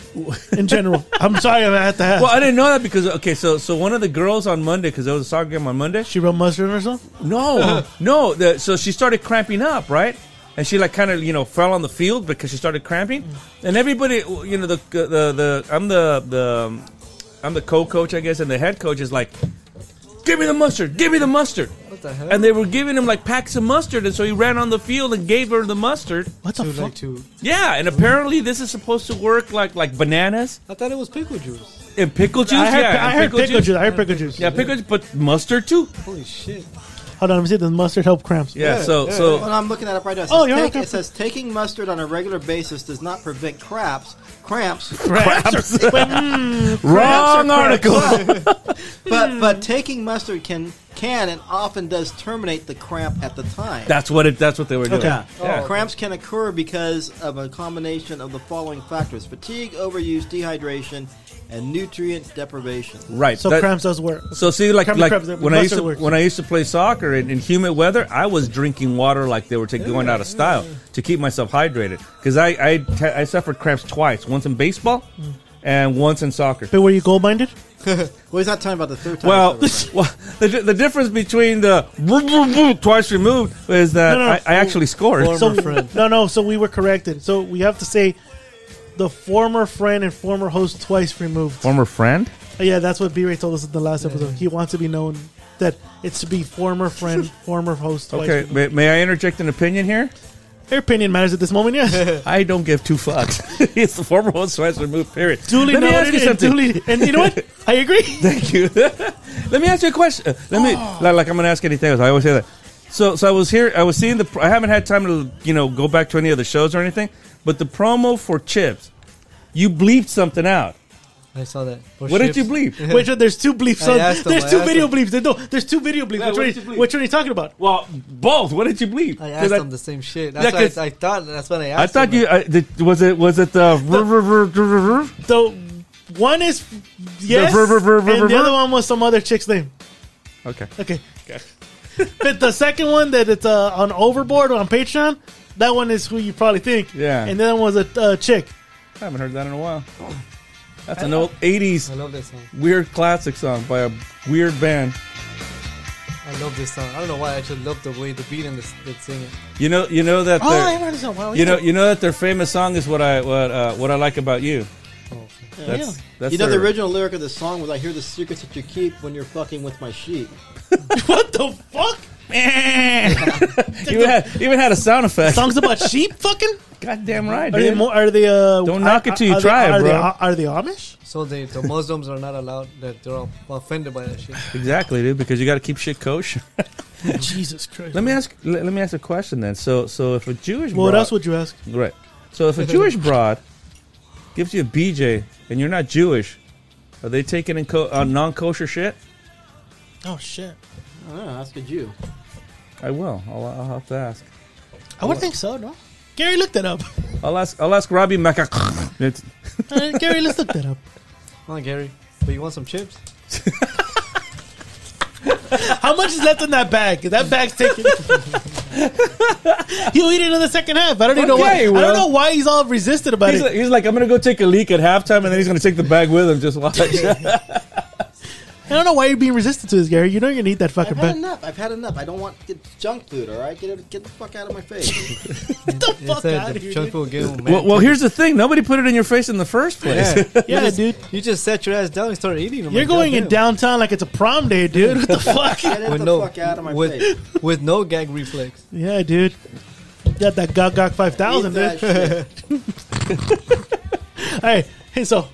Speaker 1: in general? I'm sorry, I had to ask.
Speaker 2: Well, I didn't know that because okay, so so one of the girls on Monday because there was a soccer game on Monday.
Speaker 1: she rubbed mustard in herself.
Speaker 2: No, no. The, so she started cramping up, right? And she like kind of you know fell on the field because she started cramping. And everybody, you know, the the the I'm the the um, I'm the co-coach, I guess, and the head coach is like, "Give me the mustard! Give me the mustard!"
Speaker 3: What the hell?
Speaker 2: And they were giving him like packs of mustard, and so he ran on the field and gave her the mustard.
Speaker 1: What the
Speaker 3: to
Speaker 1: fuck?
Speaker 3: like to.
Speaker 2: Yeah, and apparently this is supposed to work like like bananas
Speaker 3: I thought it was pickle juice.
Speaker 2: and pickle juice.
Speaker 1: I heard,
Speaker 2: yeah,
Speaker 1: I
Speaker 2: and
Speaker 1: heard pickle, juice. I heard pickle juice.
Speaker 2: Yeah, pickle juice, but mustard too.
Speaker 3: Holy shit!
Speaker 1: Hold on, let me see. Does mustard help cramps?
Speaker 2: Yeah,
Speaker 3: Yeah,
Speaker 2: so
Speaker 3: yeah.
Speaker 2: so
Speaker 4: Well, I'm looking at it right now. It says,
Speaker 1: Oh, you're
Speaker 4: take-
Speaker 1: okay.
Speaker 4: it says taking mustard on a regular basis does not prevent cramps,
Speaker 1: [LAUGHS]
Speaker 4: cramps,
Speaker 1: Cramps. But, mm,
Speaker 2: [LAUGHS] wrong article.
Speaker 1: Hmm.
Speaker 4: but but taking mustard can can and often does terminate the cramp at the time. Oh.
Speaker 2: That's what it. That's what they were doing.
Speaker 1: Okay.
Speaker 2: Yeah.
Speaker 4: Cramps can occur because of a combination of the following factors: fatigue, overuse, dehydration, and nutrient deprivation.
Speaker 2: Right.
Speaker 1: so
Speaker 2: that-
Speaker 1: cramps does work.
Speaker 2: So see, like,
Speaker 1: Cramps-
Speaker 2: like
Speaker 1: cramps,
Speaker 2: when I used
Speaker 1: mustard
Speaker 2: to
Speaker 1: works.
Speaker 2: when I used to play soccer in, in humid weather, I was drinking water like they were ta- going out of style to keep myself hydrated because I I t- I suffered cramps twice, once in baseball and once in soccer.
Speaker 1: But were you gold minded?
Speaker 4: Well, he's not talking about the third time.
Speaker 2: Well, [LAUGHS]
Speaker 4: He's talking
Speaker 2: well the, di- the difference between the vroom, vroom, vroom, twice removed is that
Speaker 1: No, no, no.
Speaker 2: I, I actually scored.
Speaker 3: Former
Speaker 1: So
Speaker 3: friend.
Speaker 1: no, no. So we were corrected. So we have to say the former friend and former host twice removed.
Speaker 2: Former friend?
Speaker 1: Yeah, that's what B-Ray told us in the last episode. He wants to be known
Speaker 2: [LAUGHS]
Speaker 1: that it's to be former friend, former host. Twice
Speaker 2: Okay,
Speaker 1: removed.
Speaker 2: may, may I interject an opinion here?
Speaker 1: Her opinion matters at this moment,
Speaker 2: [LAUGHS]
Speaker 1: yes.
Speaker 2: I don't give two fucks. [LAUGHS] it's the former one, so I should move, period.
Speaker 1: Duly
Speaker 2: Let me ask
Speaker 1: noted
Speaker 2: you
Speaker 1: and
Speaker 2: something.
Speaker 1: duly- and you know
Speaker 2: [LAUGHS]
Speaker 1: what? I agree.
Speaker 2: Thank you. [LAUGHS] Let me ask you a question. Uh, Let me like, like I'm gonna ask anything else. I always say that. So so I was here. I was seeing the. pr- I haven't had time to you know go back to any of the shows or anything. But the promo for chips, you bleeped something out.
Speaker 3: I saw that. For
Speaker 2: What did you
Speaker 3: ships.
Speaker 2: bleep?
Speaker 1: Wait, so there's two bleeps.
Speaker 3: I
Speaker 1: On,
Speaker 3: asked him,
Speaker 1: there's
Speaker 3: I
Speaker 1: two
Speaker 3: asked
Speaker 1: video
Speaker 3: him.
Speaker 1: bleeps. There's no- There's two video bleeps.
Speaker 2: Yeah,
Speaker 1: which, one
Speaker 2: what'd
Speaker 1: you-
Speaker 2: you bleep?
Speaker 1: which one are you talking about?
Speaker 2: Well, both. What did you bleep?
Speaker 3: I
Speaker 2: 'Cause
Speaker 3: asked him the same shit. That's
Speaker 2: Yeah,
Speaker 3: why
Speaker 2: 'cause-
Speaker 3: I, I thought. That's when I asked.
Speaker 2: I thought
Speaker 3: him,
Speaker 2: you. I, the, was it? Was it the? rrr, rrr, rrr, rrr, rrr?
Speaker 1: The one is yes,
Speaker 2: ver- ver- ver- ver-
Speaker 1: and the
Speaker 2: ver-
Speaker 1: other one was some other chick's name.
Speaker 2: Okay.
Speaker 1: Okay. but the second one that it's uh, on Overboard on Patreon, that one is who you probably think.
Speaker 2: Yeah.
Speaker 1: And the other one was a uh, chick.
Speaker 2: I haven't heard that in a while. That's an old '80s
Speaker 3: I love this song.
Speaker 2: weird classic song by a weird band.
Speaker 3: I love this song. I don't know why. I just love the way the beat and the, s- the singing.
Speaker 2: You know. You know that.
Speaker 1: Oh,
Speaker 2: they're-
Speaker 1: I heard this one. Wow,
Speaker 2: You know,
Speaker 1: yeah.
Speaker 2: you know that their famous song is what I what uh, what I like about you. That's,
Speaker 1: Yeah.
Speaker 2: that's
Speaker 4: You know the
Speaker 2: their-
Speaker 4: original lyric of this song was, "I hear the secrets that you keep when you're fucking with my sheep."
Speaker 1: [LAUGHS] what the fuck?
Speaker 2: [LAUGHS] you even had, even had a sound effect.
Speaker 1: Songs about sheep? Fucking?
Speaker 2: Goddamn right,
Speaker 1: Are they
Speaker 2: dude.
Speaker 1: more? Are they? Uh,
Speaker 2: Don't knock it till you
Speaker 1: are they-
Speaker 2: try it,
Speaker 1: are They,
Speaker 2: bro.
Speaker 1: are they Amish?
Speaker 3: So they,
Speaker 2: [LAUGHS]
Speaker 3: the Muslims are not allowed. That they're all offended by that shit.
Speaker 2: exactly, dude. Because you got to keep shit kosher.
Speaker 1: [LAUGHS]
Speaker 2: [LAUGHS]
Speaker 1: Jesus Christ!
Speaker 2: let me ask. Let, let me ask a question then. So, so if a Jewish
Speaker 1: What
Speaker 2: broad,
Speaker 1: else would you ask?
Speaker 2: right? So if a Jewish broad gives you a BJ and you're not Jewish, are they taking in co- uh, non kosher shit?
Speaker 1: Oh shit!
Speaker 4: I don't know. Ask a Jew.
Speaker 2: I will. I'll, I'll have to ask.
Speaker 1: I would think so. No, Gary, look that up.
Speaker 2: I'll ask. I'll ask Robbie Mecca. [LAUGHS] It's-
Speaker 1: [LAUGHS] Uh, Gary, let's look that up.
Speaker 3: Come on, Gary. But you want some chips?
Speaker 1: How much is left in that bag? That bag's [LAUGHS] taken. He'll eat it in the second half. I don't even know why.
Speaker 2: Okay,
Speaker 1: I
Speaker 2: well.
Speaker 1: don't know why he's all resistant about
Speaker 2: He's
Speaker 1: it.
Speaker 2: like, he's like, I'm gonna go take a leak at halftime, and then he's gonna take the bag with him. Just [LAUGHS] watch.
Speaker 1: I don't know why you're being resistant to this, Gary. You know you're gonna eat that fucking [LAUGHS]
Speaker 4: I've had
Speaker 1: bag.
Speaker 4: enough. I've had enough. I don't want to get junk food. All right, get it, get the fuck out of my face.
Speaker 1: [LAUGHS] Get the
Speaker 3: It
Speaker 1: fuck
Speaker 3: said
Speaker 1: out
Speaker 3: the
Speaker 1: of here,
Speaker 3: junk
Speaker 1: dude.
Speaker 3: food game, man.
Speaker 2: well, well, here's the thing: nobody put it in your face in the first place.
Speaker 3: [LAUGHS] Yeah.
Speaker 1: Yeah, dude.
Speaker 3: you just sat your ass down and started eating them.
Speaker 1: You're
Speaker 3: Like,
Speaker 1: going in
Speaker 3: goddamn.
Speaker 1: downtown like it's a prom day, dude. What
Speaker 2: [LAUGHS]
Speaker 1: the fuck?
Speaker 4: Get it
Speaker 3: With
Speaker 4: the
Speaker 3: no,
Speaker 4: fuck out of my
Speaker 3: with, [LAUGHS]
Speaker 4: face.
Speaker 3: with no gag reflex.
Speaker 1: yeah, dude. Got that Gog Gog five
Speaker 4: Eat
Speaker 1: thousand, dude.
Speaker 4: that
Speaker 1: [LAUGHS]
Speaker 4: shit.
Speaker 1: Hey, hey, so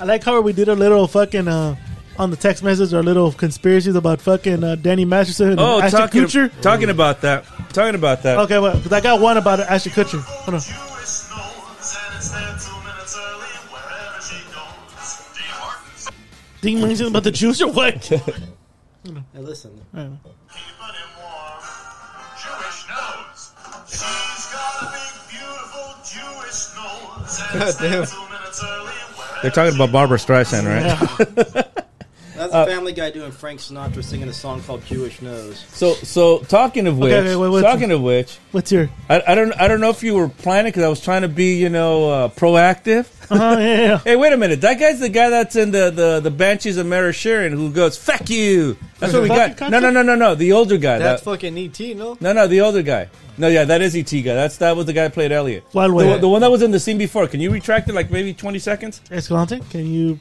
Speaker 1: I like how we did a little fucking uh, on the text message, our little conspiracies about fucking uh, Danny Masterson and
Speaker 2: Oh,
Speaker 1: Ashton
Speaker 2: talking,
Speaker 1: Kutcher.
Speaker 2: talking about that, talking about that.
Speaker 1: Okay, well, 'cause I got one about Ashton Kutcher. Hold on. Dean Martin's about the juice or what?
Speaker 4: Hey, listen.
Speaker 3: Goddamn.
Speaker 2: They're talking about Barbara Streisand, right?
Speaker 4: That's
Speaker 3: Uh,
Speaker 4: a Family Guy doing Frank Sinatra singing a song called Jewish Nose.
Speaker 2: So, so talking of which,
Speaker 1: okay, wait, what's-
Speaker 2: talking of which,
Speaker 1: What's your?
Speaker 2: I, I don't, I don't know if you were planning because I was trying to be, you know, uh, proactive.
Speaker 1: Uh, yeah, yeah, yeah.
Speaker 2: hey, wait a minute, that guy's the guy that's in the the, the Banshees of Marishirin who goes "fuck you." That's what we got. No, no, no, no, no. The older guy.
Speaker 3: That's
Speaker 2: that-
Speaker 3: fucking ET, no?
Speaker 2: No, no, the older guy. No, yeah, that is ET guy. That's that was the guy that played Elliot.
Speaker 1: Wild
Speaker 2: The,
Speaker 1: Way.
Speaker 2: one- the one that was in the scene before. Can you retract it like maybe twenty seconds?
Speaker 1: Escalante, can you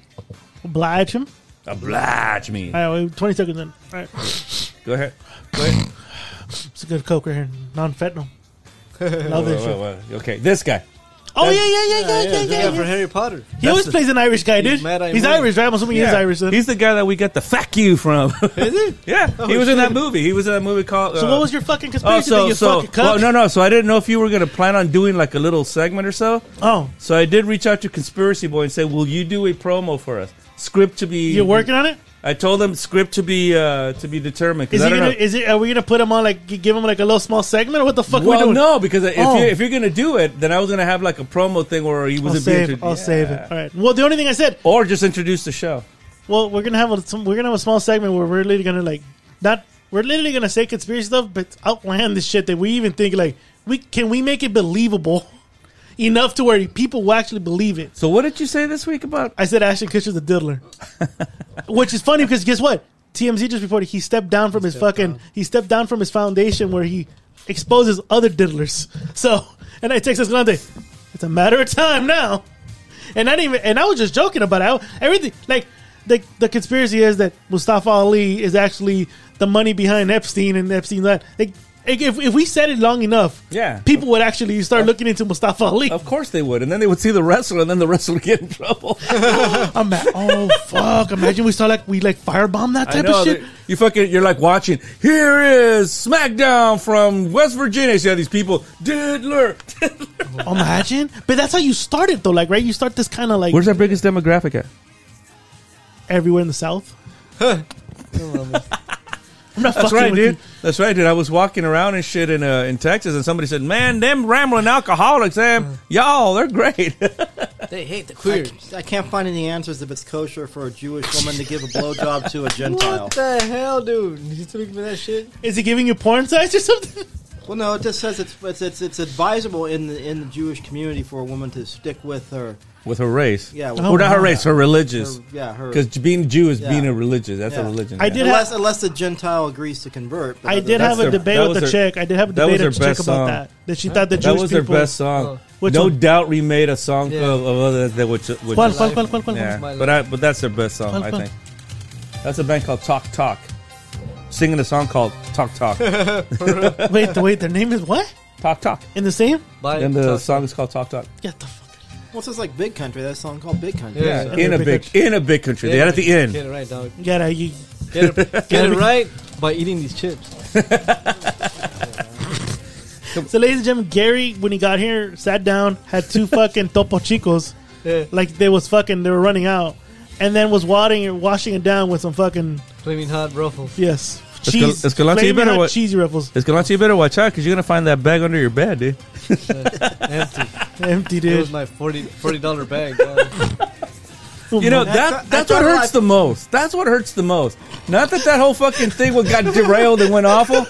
Speaker 1: oblige him?
Speaker 2: Oblige me.
Speaker 1: All right, wait, 20 seconds in. All right.
Speaker 2: Go ahead. Go ahead.
Speaker 1: It's a good Coke right here. Non-fentanyl. Love
Speaker 2: Wait,
Speaker 1: this
Speaker 2: wait,
Speaker 1: shit.
Speaker 2: wait, wait. Okay, this guy.
Speaker 1: Oh, yeah, yeah, yeah, yeah, yeah,
Speaker 3: the
Speaker 1: yeah.
Speaker 3: guy
Speaker 1: yeah,
Speaker 3: for Harry Potter.
Speaker 1: He always
Speaker 2: That's the-
Speaker 1: plays an Irish guy, dude.
Speaker 3: mad-eye
Speaker 1: He's
Speaker 3: Mooney.
Speaker 1: Irish, right? I'm assuming he is Irish. Then.
Speaker 2: He's the guy that we got the "fuck you" from.
Speaker 3: Is it?
Speaker 2: [LAUGHS] yeah, he was in that movie. He was in that movie called.
Speaker 1: Oh, so
Speaker 2: uh,
Speaker 1: what was your fucking
Speaker 2: Oh,
Speaker 1: conspiracy thing,
Speaker 2: so
Speaker 1: you
Speaker 2: so
Speaker 1: fucking cunt?
Speaker 2: well, no, no. So I didn't know if you were gonna plan on doing like a little segment or so.
Speaker 1: Oh,
Speaker 2: So I did reach out to Conspiracy Boy and say, "Will you do a promo for us? Script to be
Speaker 1: you're working on it?
Speaker 2: I told him script to be uh, to be determined. 'cause
Speaker 1: Is
Speaker 2: I
Speaker 1: he
Speaker 2: don't
Speaker 1: gonna,
Speaker 2: know.
Speaker 1: is it? Are we gonna put him on like g- give him like a little small segment or what the fuck are we
Speaker 2: Well,
Speaker 1: doing?
Speaker 2: no, because if,
Speaker 1: Oh.
Speaker 2: you, if you're gonna do it, then I was gonna have like a promo thing where he was
Speaker 1: I'll
Speaker 2: a
Speaker 1: save. I'll save it. All right. Well, the only thing I said.
Speaker 2: or just introduce the show.
Speaker 1: Well, we're gonna have a, some. We're gonna have a small segment where we're literally gonna like not. We're literally gonna say conspiracy stuff, but outlandish shit that we even think like we can we make it believable [LAUGHS] enough to where people will actually believe it.
Speaker 2: So what did you say this week about?
Speaker 1: I said Ashton Kutcher's a [LAUGHS] diddler, which is funny because guess what? TMZ just reported he stepped down from his fucking he stepped down from his foundation where he exposes other diddlers. [LAUGHS] So, and I text Escalante, it's a matter of time now. And I didn't even, and I was just joking about it. I- everything like the the conspiracy is that Mustafa Ali is actually the money behind Epstein and Epstein's that. Like, Like, if, if we said it long enough,
Speaker 2: Yeah.
Speaker 1: people would actually start looking into Mustafa Ali.
Speaker 2: Of course they would, and then they would see the wrestler, and then the wrestler would get in
Speaker 1: [LAUGHS]
Speaker 2: trouble.
Speaker 1: [GASPS] I'm like, oh fuck! Imagine we start like we like firebomb that
Speaker 2: I
Speaker 1: type
Speaker 2: know
Speaker 1: of shit.
Speaker 2: that- you fucking you're like watching. Here is SmackDown from West Virginia. You see all these people, diddler.
Speaker 1: Imagine, but that's how you start it though. Like, right? You start this kind of like
Speaker 2: Where's our biggest demographic at?
Speaker 1: everywhere in the South. I'm not
Speaker 2: That's
Speaker 1: fucking
Speaker 2: right,
Speaker 1: with
Speaker 2: dude.
Speaker 1: you.
Speaker 2: That's right, dude. I was walking around and shit in uh, in Texas, and somebody said, "Man, them rambling alcoholics, them y'all, they're great." [LAUGHS]
Speaker 3: They hate the
Speaker 4: I,
Speaker 3: queers.
Speaker 4: I can't find any answers if it's kosher for a Jewish woman to give a blowjob
Speaker 3: [LAUGHS]
Speaker 4: to a Gentile.
Speaker 3: What the hell, dude? You speaking for that shit?
Speaker 1: Is he giving you porn size or
Speaker 2: [LAUGHS]
Speaker 1: something?
Speaker 4: Well, no, it just says it's it's it's, it's advisable in the in the Jewish community for a woman to stick with her.
Speaker 2: With her race,
Speaker 4: Yeah,
Speaker 1: Oh,
Speaker 2: or not her
Speaker 1: wow.
Speaker 2: race, her religious.
Speaker 4: her- yeah, her.
Speaker 2: Because being Jew is
Speaker 4: Yeah.
Speaker 2: being a religious. That's a
Speaker 4: Yeah.
Speaker 2: religion.
Speaker 1: I
Speaker 2: yeah.
Speaker 1: did
Speaker 4: Unless unless the Gentile agrees to convert.
Speaker 1: I
Speaker 4: but other-
Speaker 1: did
Speaker 2: That's
Speaker 1: have a
Speaker 2: their-
Speaker 1: debate
Speaker 2: that
Speaker 1: with
Speaker 2: was
Speaker 1: the
Speaker 2: their-
Speaker 1: chick. I did have a
Speaker 2: that was
Speaker 1: debate
Speaker 2: their
Speaker 1: with the chick
Speaker 2: best
Speaker 1: about
Speaker 2: song.
Speaker 1: that. That she thought the
Speaker 2: That
Speaker 1: Jewish
Speaker 2: was their
Speaker 1: people.
Speaker 2: best song.
Speaker 1: Which
Speaker 2: no
Speaker 1: one?
Speaker 2: doubt, remade a song
Speaker 3: Oh. Yeah.
Speaker 2: of, of other than which. which
Speaker 1: Cuál,
Speaker 2: is-
Speaker 1: cuál, cuál, cuál, cuál?
Speaker 2: Yeah,
Speaker 3: My
Speaker 2: but I, but that's their best
Speaker 1: Fun,
Speaker 2: song, I
Speaker 1: fun.
Speaker 2: think. That's a band called Talk Talk, singing a song called Talk
Speaker 3: [LAUGHS]
Speaker 2: Talk,
Speaker 1: Wait, the wait, their name is what?
Speaker 2: Talk Talk,
Speaker 1: In the same?
Speaker 3: Bye.
Speaker 2: and the
Speaker 3: Talk-
Speaker 2: song is called Talk Talk.
Speaker 1: Get the fuck.
Speaker 4: Well, it's just like Big Country. That song called Big Country.
Speaker 3: Yeah.
Speaker 4: so-
Speaker 2: in a big, in a big country. They had at the
Speaker 3: get
Speaker 2: end.
Speaker 3: Get it right, dog.
Speaker 1: You gotta you.
Speaker 3: Get it,
Speaker 2: [LAUGHS]
Speaker 3: get it right by eating these chips.
Speaker 1: So, ladies and gentlemen, Gary, when he got here, sat down, had
Speaker 2: [LAUGHS]
Speaker 1: two fucking topo chicos,
Speaker 3: Yeah.
Speaker 1: like they was fucking, they were running out, and then was wadding and washing it down with some fucking
Speaker 3: Flaming
Speaker 2: [LAUGHS]
Speaker 3: hot ruffles.
Speaker 1: yes
Speaker 2: Escal-
Speaker 1: cheese,
Speaker 2: Escalante, you
Speaker 1: flaming
Speaker 2: better
Speaker 1: hot
Speaker 2: what-
Speaker 1: cheesy ruffles,
Speaker 2: It's Galante. You better watch out because you're gonna find that bag under your bed, dude.
Speaker 3: Empty.
Speaker 1: empty
Speaker 3: It was
Speaker 1: dude.
Speaker 3: my 40 dollar bag. dog.
Speaker 2: [LAUGHS] You know
Speaker 4: That's-
Speaker 2: that that's
Speaker 4: that's
Speaker 2: what
Speaker 4: all
Speaker 2: hurts
Speaker 4: I-
Speaker 2: the most. That's what hurts the most. Not that that whole fucking thing what got derailed and went
Speaker 4: [LAUGHS]
Speaker 2: awful,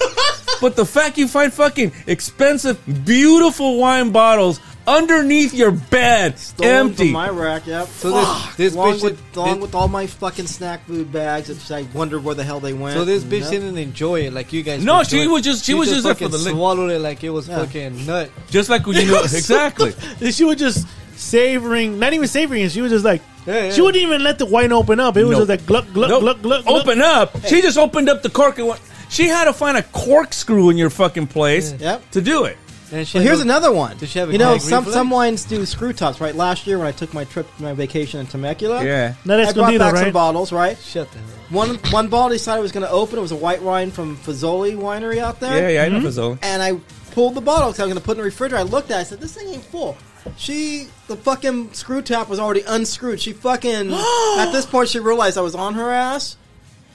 Speaker 2: but the fact you find fucking expensive, beautiful wine bottles underneath your bed,
Speaker 4: Stolen
Speaker 2: empty.
Speaker 4: from my rack. Yep.
Speaker 3: So this- this
Speaker 4: along
Speaker 3: bitch
Speaker 4: with,
Speaker 3: did-
Speaker 4: along
Speaker 3: did-
Speaker 4: with all my fucking snack food bags. It's, I wonder where the hell they went.
Speaker 3: So this
Speaker 4: you
Speaker 3: bitch
Speaker 4: know?
Speaker 3: didn't enjoy it like you guys.
Speaker 2: No,
Speaker 3: were
Speaker 2: she
Speaker 3: doing.
Speaker 2: was just- she was just there for
Speaker 3: fucking
Speaker 2: the lick.
Speaker 3: swallowed it like it was
Speaker 4: Yeah.
Speaker 3: fucking nut.
Speaker 2: Just like when you know
Speaker 4: [LAUGHS]
Speaker 2: exactly.
Speaker 1: She was just savoring, not even savoring it. She was just like,
Speaker 3: Yeah, yeah.
Speaker 1: she wouldn't even let the wine open up. It was
Speaker 2: Nope.
Speaker 1: just like gluck gluck
Speaker 2: Nope.
Speaker 1: gluck gluck. gluck.
Speaker 2: Open up. She just opened up the cork and went. She had to find a corkscrew in your fucking place
Speaker 4: Yep.
Speaker 2: to do it.
Speaker 3: And she
Speaker 4: Well, here's
Speaker 3: had
Speaker 4: another one.
Speaker 3: Did she have a
Speaker 4: you know,
Speaker 3: gag
Speaker 4: some
Speaker 3: reflex?
Speaker 4: some wines do screw tops, right? Last year when I took my trip, my vacation in Temecula,
Speaker 2: Yeah.
Speaker 1: Not
Speaker 4: I brought
Speaker 1: escondido,
Speaker 4: back some
Speaker 1: right?
Speaker 4: bottles, right?
Speaker 3: Shut the hell.
Speaker 4: One one bottle decided I was going to open. It was a white wine from Fazoli Winery out there.
Speaker 2: Yeah, yeah, I know Fazoli.
Speaker 4: and I pulled the bottle because I was going to put it in the refrigerator. I looked at it. I said, this thing ain't full. She, the fucking screw top was already unscrewed. She [GASPS] fucking, at this point, she realized I was on her ass.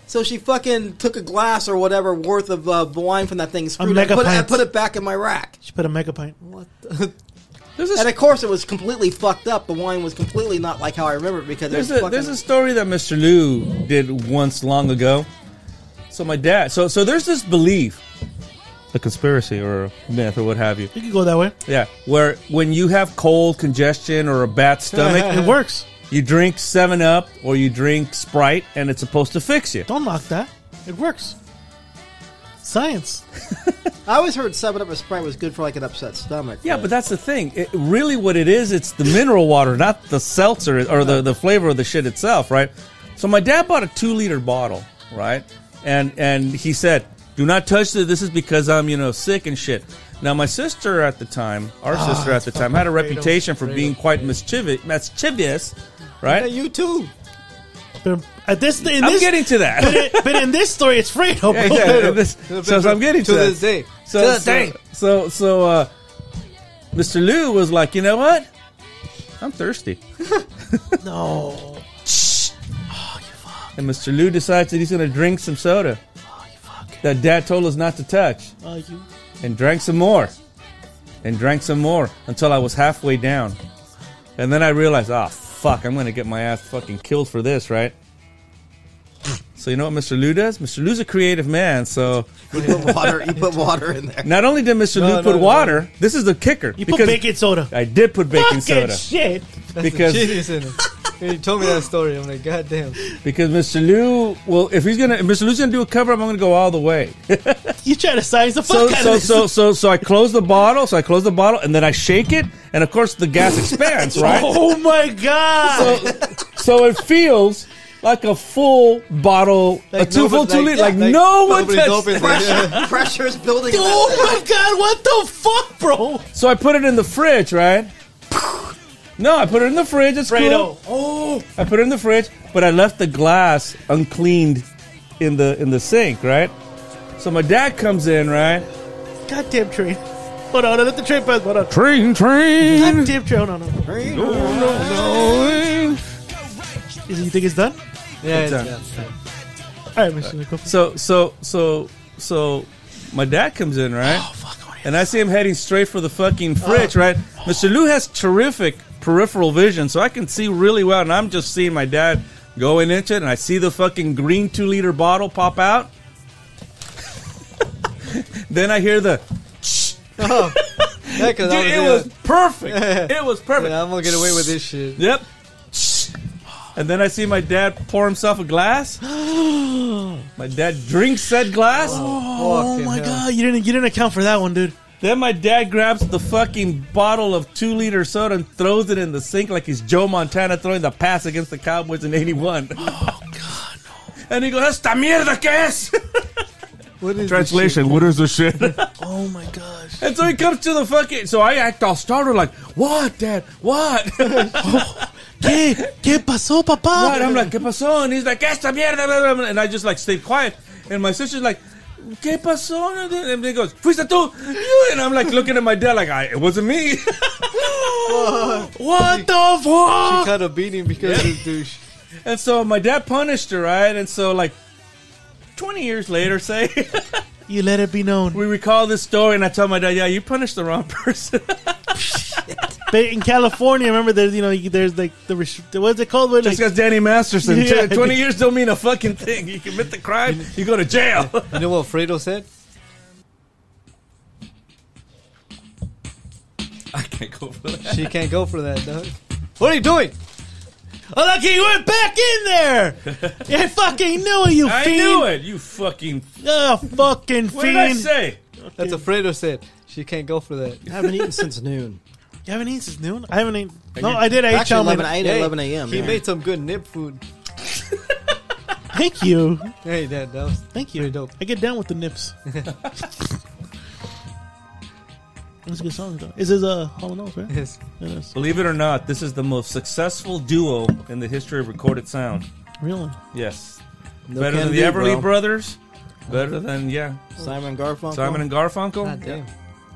Speaker 4: So she fucking took a glass or whatever worth of uh, wine from that thing, screwed it,
Speaker 1: mega
Speaker 4: and put, it, and
Speaker 1: pints.
Speaker 4: put it back in my rack.
Speaker 1: She put a mega pint.
Speaker 2: There's a
Speaker 4: [LAUGHS] And of course, it was completely fucked up. The wine was completely not like how I remember it because
Speaker 2: There's
Speaker 4: it was
Speaker 2: a
Speaker 4: fucking,
Speaker 2: there's a story that Mr. Liu did once long ago. So my dad. So so there's this belief, a conspiracy or a myth or what have you.
Speaker 1: You could go that way.
Speaker 2: Yeah, where when you have cold congestion or a bad
Speaker 1: [LAUGHS]
Speaker 2: stomach,
Speaker 1: It works.
Speaker 2: you drink Seven Up or you drink Sprite, and it's supposed to fix you.
Speaker 1: Don't knock that. It works. Science.
Speaker 4: I always heard Seven Up a Sprite was good for like an upset stomach.
Speaker 2: Yeah, but that's the thing. It, really, what it is, it's the mineral water, not the seltzer or the, the flavor of the shit itself, right? So my dad bought a two liter bottle, right? And and he said, "Do not touch this. This is because I'm you know sick and shit." Now my sister at the time, our sister at the time, had a reputation for being quite mischievous, mischievous, right?
Speaker 4: you too.
Speaker 1: But at this, in
Speaker 2: I'm
Speaker 1: this,
Speaker 2: getting to [LAUGHS] that.
Speaker 1: [LAUGHS] but in this story, it's Fredo. bro.
Speaker 2: Yeah, exactly. [LAUGHS] This- so, so I'm getting to,
Speaker 3: To
Speaker 2: that.
Speaker 3: this day.
Speaker 2: So,
Speaker 3: To this
Speaker 2: so,
Speaker 3: day.
Speaker 2: so, so, uh, Mr. Liu was like, you know what? I'm thirsty.
Speaker 1: [LAUGHS] No.
Speaker 2: Oh, And Mr. Liu decides that he's going to drink some soda that dad told us not to touch.
Speaker 1: Oh, you.
Speaker 2: And drank some more. And drank some more until I was halfway down. And then I realized, ah, fuck, I'm going to get my ass fucking killed for this, right? So you know what Mr. Liu does? Mr. Liu's a creative man, so
Speaker 4: You put water. You put water in [LAUGHS] there.
Speaker 2: Not only did Mr.
Speaker 3: No,
Speaker 2: Liu
Speaker 3: no,
Speaker 2: put
Speaker 3: no.
Speaker 2: water, this is the kicker.
Speaker 1: You put baking soda.
Speaker 2: I did put
Speaker 1: Fucking
Speaker 2: baking soda
Speaker 1: shit.
Speaker 3: That's
Speaker 2: Because-
Speaker 3: because genius
Speaker 2: [LAUGHS]
Speaker 3: in it. When you told me that story, I'm like, God damn.
Speaker 2: because Mr. Liu. Well, if he's gonna, if Mr. Liu's gonna do a cover, I'm gonna go all the way.
Speaker 1: You try to science the
Speaker 2: So
Speaker 1: fuck out
Speaker 2: so
Speaker 1: of this. [LAUGHS]
Speaker 2: so so so I close the bottle. So I close the bottle and then I shake it, and of course the gas expands, right?
Speaker 1: Oh my Oh god.
Speaker 2: So, so it feels like a full bottle, a two full two liter. Like, no one touched. it.
Speaker 3: it.
Speaker 4: Pressure's [LAUGHS] building.
Speaker 1: Oh my god, what the fuck, bro?
Speaker 2: So I put it in the fridge, right? No, I put it in the fridge. It's cool.
Speaker 1: Fredo.
Speaker 2: Oh, I put it in the fridge, but I left the glass uncleaned in the in the sink, right? So my dad comes in, right?
Speaker 1: Goddamn train. Hold on, let the train pass. Hold on.
Speaker 2: Train, train.
Speaker 1: Goddamn train. Hold on. Hold on. Is- You think it's done?
Speaker 3: [LAUGHS]
Speaker 2: [LAUGHS]
Speaker 3: Yeah, it's,
Speaker 2: done.
Speaker 3: yeah.
Speaker 1: All right, Mr. Nicole.
Speaker 2: So so so so my dad comes in, right? and I see him heading straight for the fucking fridge, right? Mr. Lou has terrific peripheral vision, so I can see really well, and I'm just seeing my dad going into it, and I see the fucking green two liter bottle pop out. [LAUGHS] then I hear the
Speaker 3: Yeah, because
Speaker 2: dude, it was perfect. [LAUGHS] It was perfect.
Speaker 3: Yeah, I'm gonna get away with this shit.
Speaker 2: Yep. And then I see my dad pour himself a [GASPS] glass. my dad drinks said glass.
Speaker 1: Oh my god, you didn't you didn't account for that one, [LAUGHS] dude.
Speaker 2: Then my dad grabs the fucking bottle of two liter soda and throws it in the sink like he's Joe Montana throwing the pass against the Cowboys in '81. Oh God! [LAUGHS] No. And he goes, "Esta mierda que es."
Speaker 3: What is
Speaker 2: [LAUGHS] Translation: What is this [LAUGHS] shit?
Speaker 1: Oh my gosh.
Speaker 2: and so he comes to the fucking. So I act all startled, like, "What, Dad? What?" [LAUGHS]
Speaker 1: ¿Qué? ¿Qué pasó, papá?
Speaker 2: What? [LAUGHS] I'm like, ¿qué pasó? And he's like, esta mierda, blah, blah," and I just like stayed quiet. And my sister's like, ¿qué pasó? And he goes, fuiste tú, you. And I'm like looking at my dad like, I, it wasn't me. [LAUGHS]
Speaker 1: what the fuck?
Speaker 3: Kind of beating because of this douche.
Speaker 2: and so my dad punished her, right? And so like 20 years later, say, [LAUGHS]
Speaker 1: You let it be known.
Speaker 2: we recall this story and I tell my dad, yeah, you punished the wrong [LAUGHS] person.
Speaker 1: [LAUGHS] But in California, remember there's you know you- there's like the res- what's it called? Where, like,
Speaker 2: Just because Danny Masterson,
Speaker 1: Yeah.
Speaker 2: 20 years don't mean a fucking thing. You commit the crime, you go to jail.
Speaker 3: You know what Fredo said?
Speaker 2: I can't go for that.
Speaker 3: She can't go for that, dog. What are you doing?
Speaker 1: oh, look, you went back in [LAUGHS] there. I fucking knew it, you
Speaker 2: I
Speaker 1: fiend.
Speaker 2: knew it, you fucking.
Speaker 1: Oh, fucking
Speaker 2: What
Speaker 1: fiend.
Speaker 2: did I say?
Speaker 3: That's what Fredo said. She can't go for that.
Speaker 4: I haven't eaten since noon.
Speaker 1: You haven't eaten since noon. I haven't eaten. No,
Speaker 2: you-
Speaker 1: I did. I ate
Speaker 4: Actually,
Speaker 1: chow
Speaker 4: 11, I
Speaker 1: mein.
Speaker 4: ate at
Speaker 3: Hey,
Speaker 4: 11 a.m.
Speaker 3: He
Speaker 4: man.
Speaker 3: made some good nip food.
Speaker 1: Thank you.
Speaker 3: Hey, Dad, that was
Speaker 1: Thank
Speaker 3: pretty
Speaker 1: you.
Speaker 3: dope.
Speaker 1: I get down with the nips. That's a good song though. This is uh, Hall and Oates, right?
Speaker 3: [LAUGHS] Yes.
Speaker 1: It is.
Speaker 2: Believe it or not, this is the most successful duo in the history of recorded sound.
Speaker 1: Really?
Speaker 2: Yes.
Speaker 4: No
Speaker 2: better
Speaker 4: can
Speaker 2: than the
Speaker 4: do,
Speaker 2: Everly
Speaker 4: bro.
Speaker 2: Brothers. Better than, yeah,
Speaker 4: Simon Garfunkel.
Speaker 2: Simon and Garfunkel.
Speaker 3: God damn.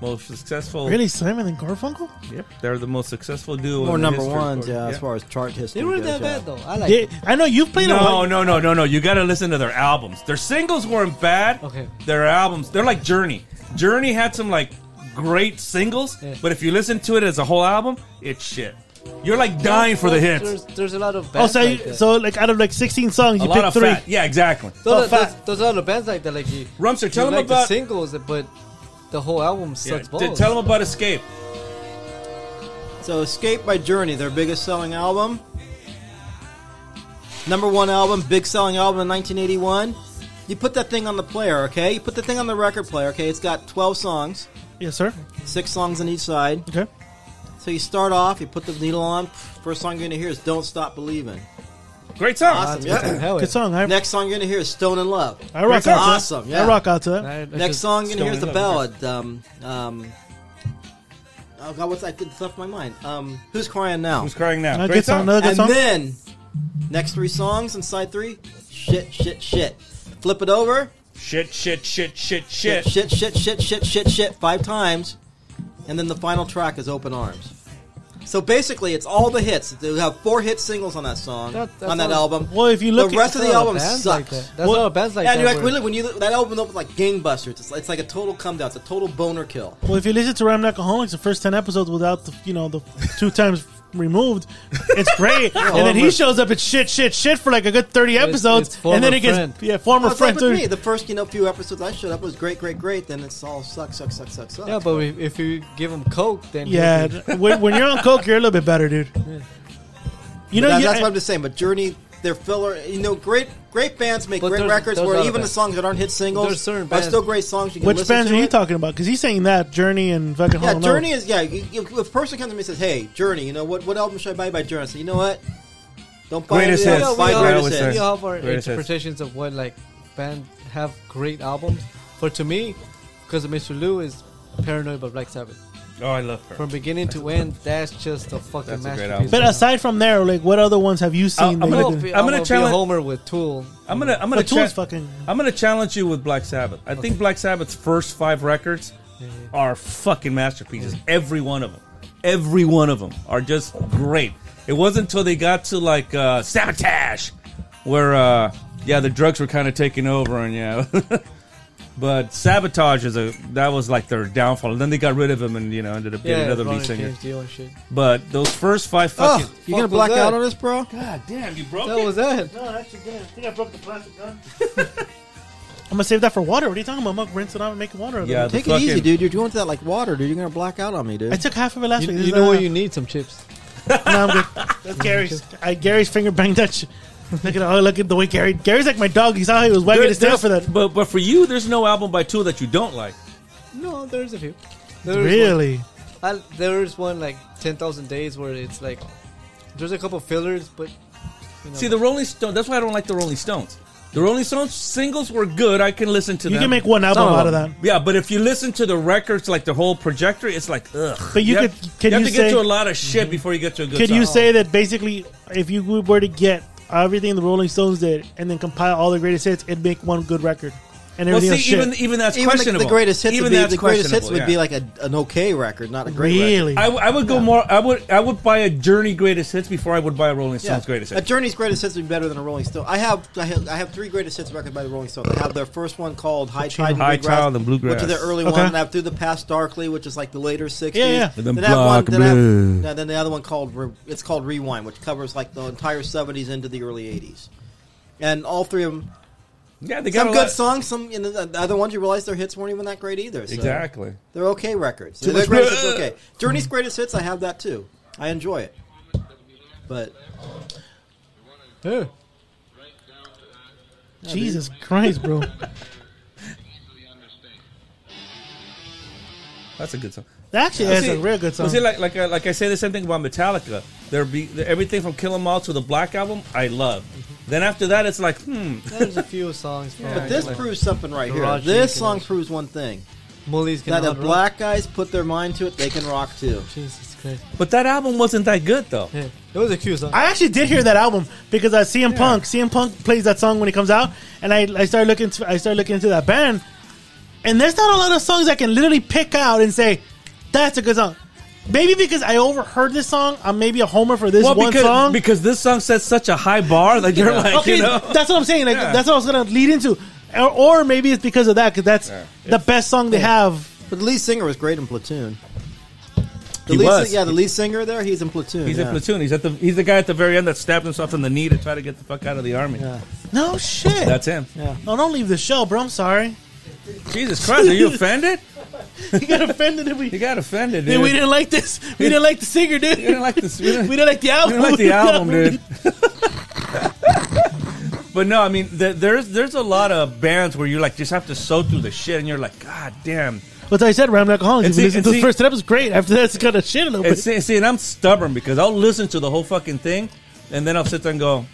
Speaker 2: Most successful.
Speaker 1: Really, Simon and Garfuncle?
Speaker 2: Yep. They're the most successful duo in
Speaker 4: Or
Speaker 2: the
Speaker 4: number
Speaker 2: history of
Speaker 4: ones,
Speaker 2: recorded-
Speaker 4: yeah, as far as chart history.
Speaker 3: They weren't that
Speaker 4: goes, yeah.
Speaker 3: bad, though. I like
Speaker 1: Yeah, I know you've played a
Speaker 2: No,
Speaker 1: lot.
Speaker 2: no, no, no, no. You got to listen to their albums. Their singles weren't bad.
Speaker 3: Okay.
Speaker 2: Their albums, they're like Journey. Journey had some like great singles,
Speaker 3: Yeah.
Speaker 2: but if you listen to it as a whole album, it's shit. You're like dying for the
Speaker 3: There's-
Speaker 2: hits.
Speaker 3: There's, there's a lot of
Speaker 1: Oh,
Speaker 3: bands
Speaker 1: so,
Speaker 3: like
Speaker 1: you-
Speaker 3: that.
Speaker 1: so like out of like 16 songs,
Speaker 2: A
Speaker 1: you
Speaker 2: lot
Speaker 1: picked
Speaker 2: of
Speaker 1: three.
Speaker 2: fat. Yeah, exactly.
Speaker 1: Oh,
Speaker 3: there's, there's,
Speaker 1: fat.
Speaker 3: there's a lot of bands like that. Like you,
Speaker 2: Rumster, tell
Speaker 3: you
Speaker 2: them
Speaker 3: like
Speaker 2: about
Speaker 3: the singles, but the whole album
Speaker 2: Yeah,
Speaker 3: sucks
Speaker 2: t-
Speaker 3: balls.
Speaker 2: tell them about Escape.
Speaker 4: So, Escape by Journey, their biggest selling album. Number one album, big selling album in 1981. You put that thing on the player, okay? You put the thing on the record player, okay? It's got 12 songs,
Speaker 1: Yes, sir.
Speaker 4: six songs on each side.
Speaker 1: Okay.
Speaker 4: So, you start off, you put the needle on. First song you're going to hear is Don't Stop Believing.
Speaker 2: Great song.
Speaker 4: Awesome. Yeah.
Speaker 3: Hell
Speaker 1: Good
Speaker 3: yeah.
Speaker 1: song. I,
Speaker 4: Next song you're going to hear is Stone in Love.
Speaker 1: I rock out to
Speaker 2: Great
Speaker 4: song.
Speaker 1: that.
Speaker 4: Awesome, yeah.
Speaker 1: I rock out to that.
Speaker 3: I- I
Speaker 4: Next
Speaker 3: just-
Speaker 4: song
Speaker 2: Stone
Speaker 4: you're going to hear is
Speaker 2: in
Speaker 4: the
Speaker 2: Love,
Speaker 4: ballad. Um, um, oh, God, what's that good stuff in my mind? Um, Who's Crying Now?
Speaker 2: Who's crying now?
Speaker 1: Another
Speaker 2: Great
Speaker 1: good song.
Speaker 2: song.
Speaker 1: Another good
Speaker 4: and
Speaker 1: song.
Speaker 4: then next three songs in side three, shit, shit, shit. Flip it over,
Speaker 2: Shit, shit, shit, shit,
Speaker 4: shit,
Speaker 2: shit.
Speaker 4: shit, shit, shit, shit, shit, shit, five times, and then the final track is Open Arms. So basically, it's all the hits. They have four hit singles on that song,
Speaker 3: That- that's
Speaker 4: on that
Speaker 3: all-
Speaker 4: album.
Speaker 1: Well, if you
Speaker 4: the
Speaker 1: look at-
Speaker 4: rest of
Speaker 3: There's
Speaker 4: the
Speaker 3: a lot
Speaker 4: album
Speaker 3: bands
Speaker 4: sucks.
Speaker 3: Like that. There's a lot of bands like
Speaker 4: and you're
Speaker 3: that.
Speaker 4: like,
Speaker 3: where-
Speaker 4: really, when you that album opens like gangbusters, it's, it's like a total come down. It's a total boner kill.
Speaker 1: Well, if you listen to Ram Alcoholics, the first 10 episodes without the, you know, the two times removed, it's great.
Speaker 3: [LAUGHS]
Speaker 1: and then he
Speaker 3: Former-
Speaker 1: shows up at shit, shit, shit for like a good 30 episodes.
Speaker 3: it's
Speaker 1: and then
Speaker 3: former
Speaker 1: it gets,
Speaker 3: friend.
Speaker 1: yeah, former
Speaker 4: Well, Oh, it's like
Speaker 1: friend.
Speaker 4: with me. The first you know few episodes I showed up was great, great, great. Then it's all sucks, sucks, sucks, sucks, sucks.
Speaker 3: yeah, but we, if you give them coke, then
Speaker 1: yeah.
Speaker 3: [LAUGHS] he'll be-
Speaker 1: when, when you're on Coke, you're a little bit better, dude. You know,
Speaker 4: That-
Speaker 1: you,
Speaker 4: that's what I'm just saying. But Journey, their filler, you know, great great bands make
Speaker 3: But
Speaker 4: great
Speaker 3: there's-
Speaker 4: records
Speaker 3: there's
Speaker 4: where
Speaker 3: other
Speaker 4: even the
Speaker 3: bands.
Speaker 4: songs that aren't hit singles
Speaker 3: There's certain
Speaker 4: are
Speaker 3: bands.
Speaker 4: still great songs. You can
Speaker 1: which
Speaker 4: listen
Speaker 1: bands
Speaker 4: to
Speaker 1: are you
Speaker 4: it.
Speaker 1: talking about? Because he's saying that Journey and fucking Hall
Speaker 4: Yeah,
Speaker 1: and
Speaker 4: Journey
Speaker 1: Oates.
Speaker 4: is yeah. You, you, if a person comes to me and says, "Hey, Journey, you know what? What album should I buy by Journey?" I say, "You know what? Don't buy
Speaker 2: Greatest
Speaker 4: it.
Speaker 2: hits.
Speaker 4: Buy
Speaker 2: Yeah,
Speaker 4: greatest
Speaker 2: I would
Speaker 3: we
Speaker 2: say.
Speaker 4: hits.
Speaker 3: all have our
Speaker 2: Greatest hits.
Speaker 3: interpretations of what like band have great albums. For to me, because of Mr. Lou is Paranoid by Black Sabbath.
Speaker 2: Oh, I love her.
Speaker 3: From beginning to end, that's just a fucking
Speaker 2: That's a great
Speaker 3: masterpiece.
Speaker 2: album.
Speaker 1: But aside from there, like, what other ones have you seen?
Speaker 2: I'm
Speaker 1: that
Speaker 3: I'm
Speaker 1: you
Speaker 3: gonna,
Speaker 1: didn't-
Speaker 3: be,
Speaker 2: I'm
Speaker 3: I'm
Speaker 2: gonna
Speaker 3: gonna
Speaker 2: challenge-
Speaker 3: challenge Homer with Tool.
Speaker 2: I'm gonna I'm gonna
Speaker 1: But Tool's
Speaker 2: cha-
Speaker 1: fucking.
Speaker 2: I'm gonna challenge you with Black Sabbath. I think Black Sabbath's first five records are fucking masterpieces. Every one of them, every one of them are just great. It wasn't until they got to like uh, Sabotage, where uh, yeah, the drugs were kind of taking over, and yeah. [LAUGHS] But sabotage is a that was like their downfall. And then they got rid of him, and you know ended up getting
Speaker 3: Yeah,
Speaker 2: another lead
Speaker 3: Ronnie
Speaker 2: singer.
Speaker 3: James Dio and shit.
Speaker 2: But those first five
Speaker 4: Oh,
Speaker 2: fucking
Speaker 4: you gonna
Speaker 3: fuck
Speaker 4: black
Speaker 3: was that?
Speaker 4: out on this, bro?
Speaker 2: god damn, you broke
Speaker 3: That was that.
Speaker 1: No, I actually didn't. I think I broke the plastic gun. [LAUGHS] I'm gonna save that for water. What are you talking about? I'm gonna rinse it out and make water. of it.
Speaker 2: Yeah, the
Speaker 4: Take it easy,
Speaker 2: fucking-
Speaker 4: dude. You're going to that like water, dude. You're gonna black out on me, dude.
Speaker 1: I took half of it last
Speaker 3: You,
Speaker 1: week.
Speaker 3: you
Speaker 1: This is
Speaker 3: know
Speaker 1: not
Speaker 3: what
Speaker 2: uh,
Speaker 1: enough.
Speaker 3: you need? Some chips.
Speaker 1: No, I'm good. That's Gary's. I, Gary's finger banged that. Sh- look at oh, look at the way Gary. Gary's like my dog. You saw how he was wagging
Speaker 2: There-
Speaker 1: his tail
Speaker 2: there's-
Speaker 1: for that.
Speaker 2: But but for you, there's no album by Tool that you don't like.
Speaker 3: No, there's a few. There's
Speaker 1: Really?
Speaker 3: One, I, there's one like Ten Thousand Days where it's like there's a couple fillers, but you know,
Speaker 2: See the Rolling Stones. That's why I don't like the Rolling Stones. The Rolling Stones singles were good. I can listen to
Speaker 1: You
Speaker 2: them.
Speaker 1: can make one album
Speaker 4: Some of
Speaker 1: out of that.
Speaker 4: them.
Speaker 2: Yeah, but if you listen to the records, like the whole trajectory, it's like ugh.
Speaker 1: But you
Speaker 2: have-
Speaker 1: could- can
Speaker 2: you have
Speaker 1: you
Speaker 2: to get
Speaker 1: say-
Speaker 2: to a lot of shit before you get to a good
Speaker 1: Could
Speaker 2: song.
Speaker 1: you say that basically, if you were to get everything the Rolling Stones did and then compile all the greatest hits, it'd make one good record, and
Speaker 2: well,
Speaker 1: everything
Speaker 2: see,
Speaker 1: else
Speaker 2: even
Speaker 1: shit.
Speaker 2: even that's
Speaker 4: Even the,
Speaker 2: questionable.
Speaker 4: the greatest hits
Speaker 2: even
Speaker 4: would be
Speaker 2: that's
Speaker 4: the greatest hits would
Speaker 2: questionable,
Speaker 4: be
Speaker 2: yeah.
Speaker 4: like a, an okay record, not a great record.
Speaker 1: really.
Speaker 2: I, w- I would go more. I would I would buy a Journey greatest hits before I would buy a Rolling Stones greatest
Speaker 4: A
Speaker 2: hits.
Speaker 4: Journey's greatest hits would be better than a Rolling Stone. I have I have, I have three greatest hits records by the Rolling Stones. I have their first one called High Tide and
Speaker 2: High
Speaker 4: Bluegrass,
Speaker 2: Tide and Bluegrass.
Speaker 4: which is their early
Speaker 1: Okay.
Speaker 4: one. And I have Through the Past Darkly, which is like the later sixties.
Speaker 1: Yeah, yeah.
Speaker 2: And then
Speaker 4: I have
Speaker 2: Black
Speaker 4: then, I have-
Speaker 2: Blue.
Speaker 4: no, then the other one called Re- it's called Rewind, which covers like the entire seventies into the early eighties. And all three of them,
Speaker 2: yeah, they got
Speaker 4: some
Speaker 2: a
Speaker 4: good
Speaker 2: lot-
Speaker 4: songs. Some you know, the the other ones you realize their hits weren't even that great either. So
Speaker 2: Exactly.
Speaker 4: they're okay records.
Speaker 2: Too
Speaker 4: They're
Speaker 2: much
Speaker 4: greatest hits,
Speaker 2: bleh.
Speaker 4: okay. Journey's greatest hits, I have that too. I enjoy it, but
Speaker 3: yeah.
Speaker 1: Jesus Christ, bro.
Speaker 2: That's a good song.
Speaker 1: Actually, that's a
Speaker 2: See,
Speaker 1: real good song.
Speaker 2: well, see, like like I- like I say the same thing about Metallica. There be the- everything from Kill 'Em All to the Black Album. I love.
Speaker 1: Mm-hmm.
Speaker 2: Then after that, it's like hmm.
Speaker 3: there's a few songs. From
Speaker 4: But this proves something right here.
Speaker 3: Garage
Speaker 4: This
Speaker 3: Chic
Speaker 4: song
Speaker 3: and-
Speaker 4: proves one thing:
Speaker 3: Mully's gonna
Speaker 4: that if
Speaker 3: have
Speaker 4: black guys put their mind to it, they can rock too.
Speaker 3: Jesus Christ.
Speaker 2: But that album wasn't that good though.
Speaker 3: Yeah, it was a cute song.
Speaker 1: I actually did hear that album because I CM Punk. CM Punk plays that song when it comes out, and I, I started looking. To, I started looking into that band, and there's not a lot of songs I can literally pick out and say that's a good song. Maybe because I overheard this song, I'm maybe a homer for this
Speaker 2: Well,
Speaker 1: one
Speaker 2: because
Speaker 1: song.
Speaker 2: because this song sets such a high bar that you're like
Speaker 1: okay,
Speaker 2: you know.
Speaker 1: that's what I'm saying. Like
Speaker 2: Yeah.
Speaker 1: that's what I was gonna lead into, or, or maybe it's because of that because that's the best song they have.
Speaker 4: But the lead singer was great in Platoon. The
Speaker 2: He
Speaker 4: lead
Speaker 2: was.
Speaker 4: sing- yeah, the lead singer there, he's in Platoon.
Speaker 2: He's
Speaker 4: yeah.
Speaker 2: in platoon. He's at the he's the guy at the very end that stabbed himself in the knee to try to get the fuck out of the army.
Speaker 1: No shit.
Speaker 2: That's him.
Speaker 4: Yeah.
Speaker 1: no, don't leave the show, bro. I'm sorry. [LAUGHS]
Speaker 2: Jesus Christ, are you offended?
Speaker 1: You got offended if
Speaker 2: [LAUGHS]
Speaker 1: we.
Speaker 2: You got offended, dude.
Speaker 1: Dude, we didn't like this. We didn't like the singer, dude.
Speaker 2: You didn't like this. We didn't,
Speaker 1: We didn't like the
Speaker 2: We
Speaker 1: album.
Speaker 2: didn't like the album, dude. but no, I mean, th- there's there's a lot of bands where you like just have to sew through the shit, and you're like, God damn.
Speaker 1: But I said, Ram Alcoholics.
Speaker 2: And
Speaker 1: If you
Speaker 2: see-
Speaker 1: listen
Speaker 2: and
Speaker 1: to the
Speaker 2: see-
Speaker 1: first step, it's great. After that, it's kind of shit a little
Speaker 2: And
Speaker 1: bit.
Speaker 2: see, see, and I'm stubborn because I'll listen to the whole fucking thing, and then I'll sit there and go,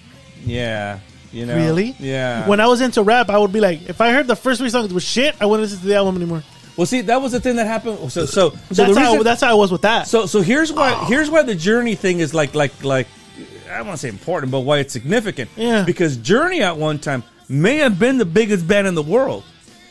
Speaker 2: Yeah, you know,
Speaker 1: Really?
Speaker 2: Yeah.
Speaker 1: When I was into rap, I would be like, if I heard the first three songs was shit, I wouldn't listen to the album anymore.
Speaker 2: well, see, that was the thing that happened. So, so, so the
Speaker 1: that's, how,
Speaker 2: reason-
Speaker 1: that's how I was with that.
Speaker 2: So so here's why here's why the journey thing is like like like I don't want to say important, but why it's significant.
Speaker 1: Yeah.
Speaker 2: Because Journey at one time may have been the biggest band in the world,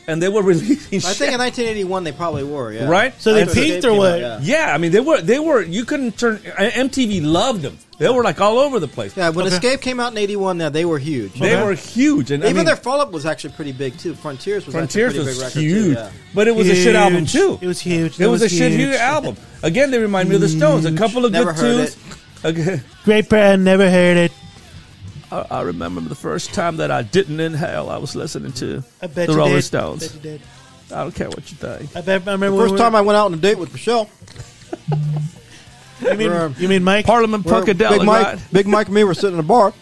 Speaker 2: and they were [LAUGHS] releasing.
Speaker 4: I
Speaker 2: shit,
Speaker 4: think in 1981 they probably were. Yeah.
Speaker 2: right.
Speaker 1: So they
Speaker 2: And
Speaker 4: After the
Speaker 1: peaked
Speaker 4: tape
Speaker 1: or
Speaker 4: came
Speaker 1: what?
Speaker 4: out, yeah.
Speaker 2: Yeah, I mean they were they were you couldn't turn uh, MTV loved them. They were like all over the place.
Speaker 4: Yeah, when
Speaker 1: Okay.
Speaker 4: Escape came out in 81, now they were huge.
Speaker 2: They
Speaker 1: Okay.
Speaker 2: were huge, and I
Speaker 4: Even
Speaker 2: mean,
Speaker 4: their follow up was actually pretty big too. Frontiers was
Speaker 2: Frontiers
Speaker 4: actually a pretty
Speaker 2: was
Speaker 4: big record,
Speaker 2: huge,
Speaker 4: Too, yeah.
Speaker 2: but it was a shit album
Speaker 1: Huge.
Speaker 2: too.
Speaker 1: It was huge.
Speaker 2: It
Speaker 1: That
Speaker 2: was, a shit huge album. Again, they remind me of the Stones. A couple of
Speaker 4: Never
Speaker 2: good
Speaker 4: heard
Speaker 2: tunes. Okay.
Speaker 1: Great band, never heard it.
Speaker 2: I, I remember the first time that I didn't inhale. I was listening to
Speaker 1: I bet
Speaker 2: the
Speaker 1: you
Speaker 2: Rolling
Speaker 1: did. I
Speaker 2: Stones.
Speaker 1: bet you did.
Speaker 2: I don't care what you think.
Speaker 1: I bet. I remember
Speaker 4: First time I went out on a date with Michelle.
Speaker 1: I, you mean
Speaker 4: Where-
Speaker 1: you mean Mike?
Speaker 2: Parliament
Speaker 4: Where Big
Speaker 2: Funkadelic,
Speaker 4: Mike,
Speaker 2: right?
Speaker 4: [LAUGHS] Big Mike and me were sitting in a bar,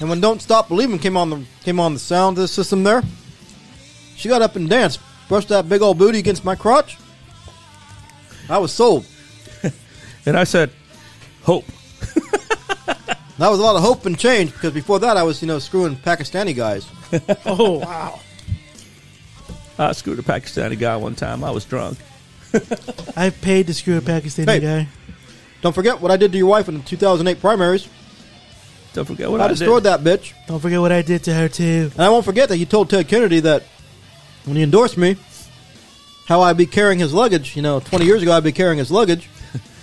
Speaker 4: and when "Don't Stop Believing" came on the came on the sound system there, she got up and danced, brushed that big old booty against my crotch. I was sold.
Speaker 2: And I said, "Hope."
Speaker 4: That was a lot of hope and change because before that I was, you know, screwing Pakistani guys.
Speaker 1: Oh wow!
Speaker 2: I screwed a Pakistani guy one time. I was drunk.
Speaker 1: I paid to screw a Pakistani
Speaker 4: Hey.
Speaker 1: guy.
Speaker 4: Don't forget what I did to your wife in the 2008 primaries.
Speaker 2: Don't forget what
Speaker 4: I,
Speaker 2: I,
Speaker 4: destroyed
Speaker 2: did.
Speaker 4: that bitch.
Speaker 1: Don't forget what I did to her too.
Speaker 4: And I won't forget that you told Ted Kennedy that when he endorsed me, how I'd be carrying his luggage. You know, 20 years ago, I'd be carrying his luggage.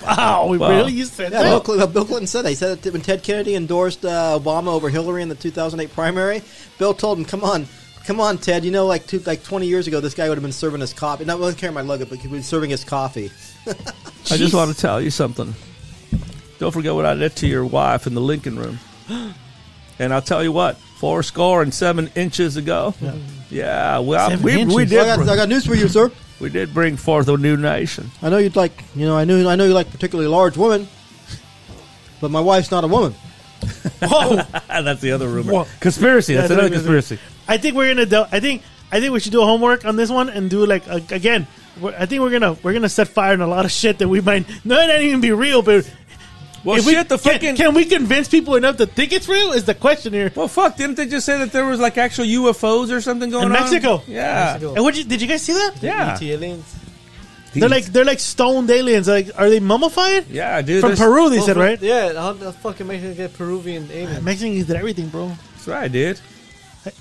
Speaker 1: Wow, we
Speaker 2: Wow.
Speaker 1: "Oh, really used to.
Speaker 4: Yeah, Bill, Clinton, Bill Clinton said that. He said that when Ted Kennedy endorsed uh, Obama over Hillary in the 2008 primary, Bill told him, "Come on, come on, Ted. You know, like two, like 20 years ago, this guy would have been serving his coffee. Not wasn't carrying my luggage, but he was serving his coffee.
Speaker 2: I just want to tell you something. Don't forget what I did to your wife in the
Speaker 1: [GASPS]
Speaker 2: Lincoln room. And I'll tell you what, four score and seven inches ago. Yeah, well,
Speaker 1: Seven
Speaker 2: we,
Speaker 1: inches.
Speaker 2: we
Speaker 1: Well,
Speaker 2: did
Speaker 4: I, got, I
Speaker 2: bring,
Speaker 4: got news for you, sir.
Speaker 2: we did bring forth a new nation.
Speaker 4: I know you'd like, you know, I knew, I know you like particularly large women, but my wife's not a woman.
Speaker 1: Whoa!
Speaker 2: That's the other rumor.
Speaker 1: Whoa.
Speaker 2: Conspiracy. That's
Speaker 1: That's
Speaker 2: another
Speaker 1: another-
Speaker 2: conspiracy.
Speaker 1: I think we're gonna do. I think I think we should do homework on this one and do like a, again. We're, I think we're gonna we're gonna set fire on a lot of shit that we might [LAUGHS] not not even be real, but
Speaker 2: Well,
Speaker 1: if we,
Speaker 2: Oh, shit, the
Speaker 1: can,
Speaker 2: fucking.
Speaker 1: can we convince people enough to think it's real? Is the question here?
Speaker 2: well, fuck! Didn't they just say that there was like actual UFOs or something going
Speaker 1: In
Speaker 2: on
Speaker 1: Mexico.
Speaker 2: Yeah,
Speaker 3: Mexico.
Speaker 1: And what you, did you guys see that?
Speaker 2: yeah.
Speaker 3: ET aliens.
Speaker 1: They're like they're like stoned aliens. Like, are they mummified
Speaker 2: yeah, dude.
Speaker 1: from
Speaker 2: there's-
Speaker 1: Peru? They
Speaker 3: Oh,
Speaker 1: said
Speaker 3: for-
Speaker 1: right.
Speaker 3: Yeah, how the fucking Mexicans get Peruvian
Speaker 4: [LAUGHS]
Speaker 3: aliens?
Speaker 1: Mexicans did everything, bro.
Speaker 2: That's right, dude.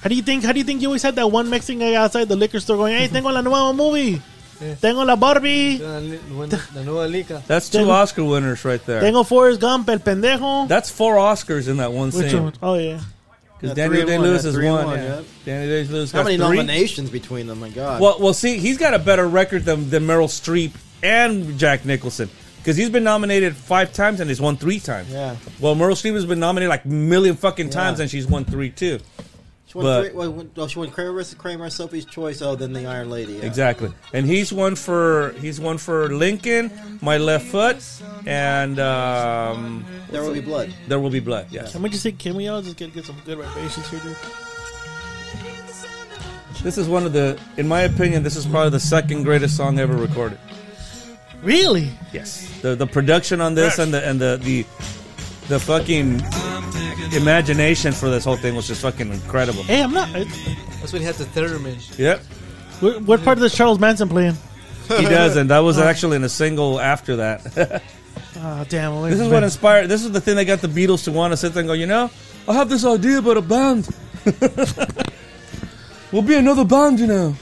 Speaker 1: How do you think? How do you think you always had that one Mexican guy outside the liquor store going, "Hey, tengo la nueva movie,
Speaker 3: Yeah.
Speaker 1: tengo la Barbie,
Speaker 3: La when- la nueva liga.
Speaker 2: That's two
Speaker 1: Then-
Speaker 2: Oscar winners right there.
Speaker 1: tengo Forrest Gump, el pendejo."
Speaker 2: That's four Oscars in that one
Speaker 1: Which
Speaker 2: scene.
Speaker 1: one? Oh yeah.
Speaker 2: Because
Speaker 4: Yeah,
Speaker 2: Daniel
Speaker 4: three
Speaker 2: Day
Speaker 4: and
Speaker 2: Lewis
Speaker 4: one,
Speaker 2: is
Speaker 4: yeah, three and
Speaker 2: one.
Speaker 4: one,
Speaker 2: yeah.
Speaker 4: yeah.
Speaker 2: Danny Day Lewis
Speaker 4: How
Speaker 2: got
Speaker 4: many
Speaker 2: three.
Speaker 4: nominations between them? My God.
Speaker 2: Well, well, see, he's got a better record than, than Meryl Streep and Jack Nicholson because he's been nominated five times and he's won three times.
Speaker 4: Yeah.
Speaker 2: Well, Meryl Streep has been nominated like a million fucking times and she's won three too.
Speaker 4: she won,
Speaker 2: but-
Speaker 4: three, well, won- oh, she won Kramer, Kramer, Sophie's Choice. Oh, then the Iron Lady. yeah.
Speaker 2: Exactly. And he's one for he's one for Lincoln, My Left Foot, and um,
Speaker 4: There will be blood.
Speaker 2: There Will Be Blood. Yeah.
Speaker 1: Can we just say, can we all just get, get some good vibrations here, dude?
Speaker 2: This is one of the, in my opinion, this is probably the second greatest song ever recorded.
Speaker 1: Really?
Speaker 2: Yes. The the production on this and the and the the the fucking imagination for this whole thing was just fucking
Speaker 4: [LAUGHS]
Speaker 2: incredible.
Speaker 1: Hey, I'm not. I,
Speaker 3: That's when he had the theremin.
Speaker 2: Yep.
Speaker 1: what, what part of this Charles Manson playing?
Speaker 2: He does, and that
Speaker 4: [LAUGHS]
Speaker 2: was actually in a single after that. this
Speaker 1: Ah, damn. I
Speaker 2: is what inspired. This is the thing that got the Beatles to want to sit there and go. You know, I have this idea about a
Speaker 4: [LAUGHS]
Speaker 2: band. we'll be another band, you know.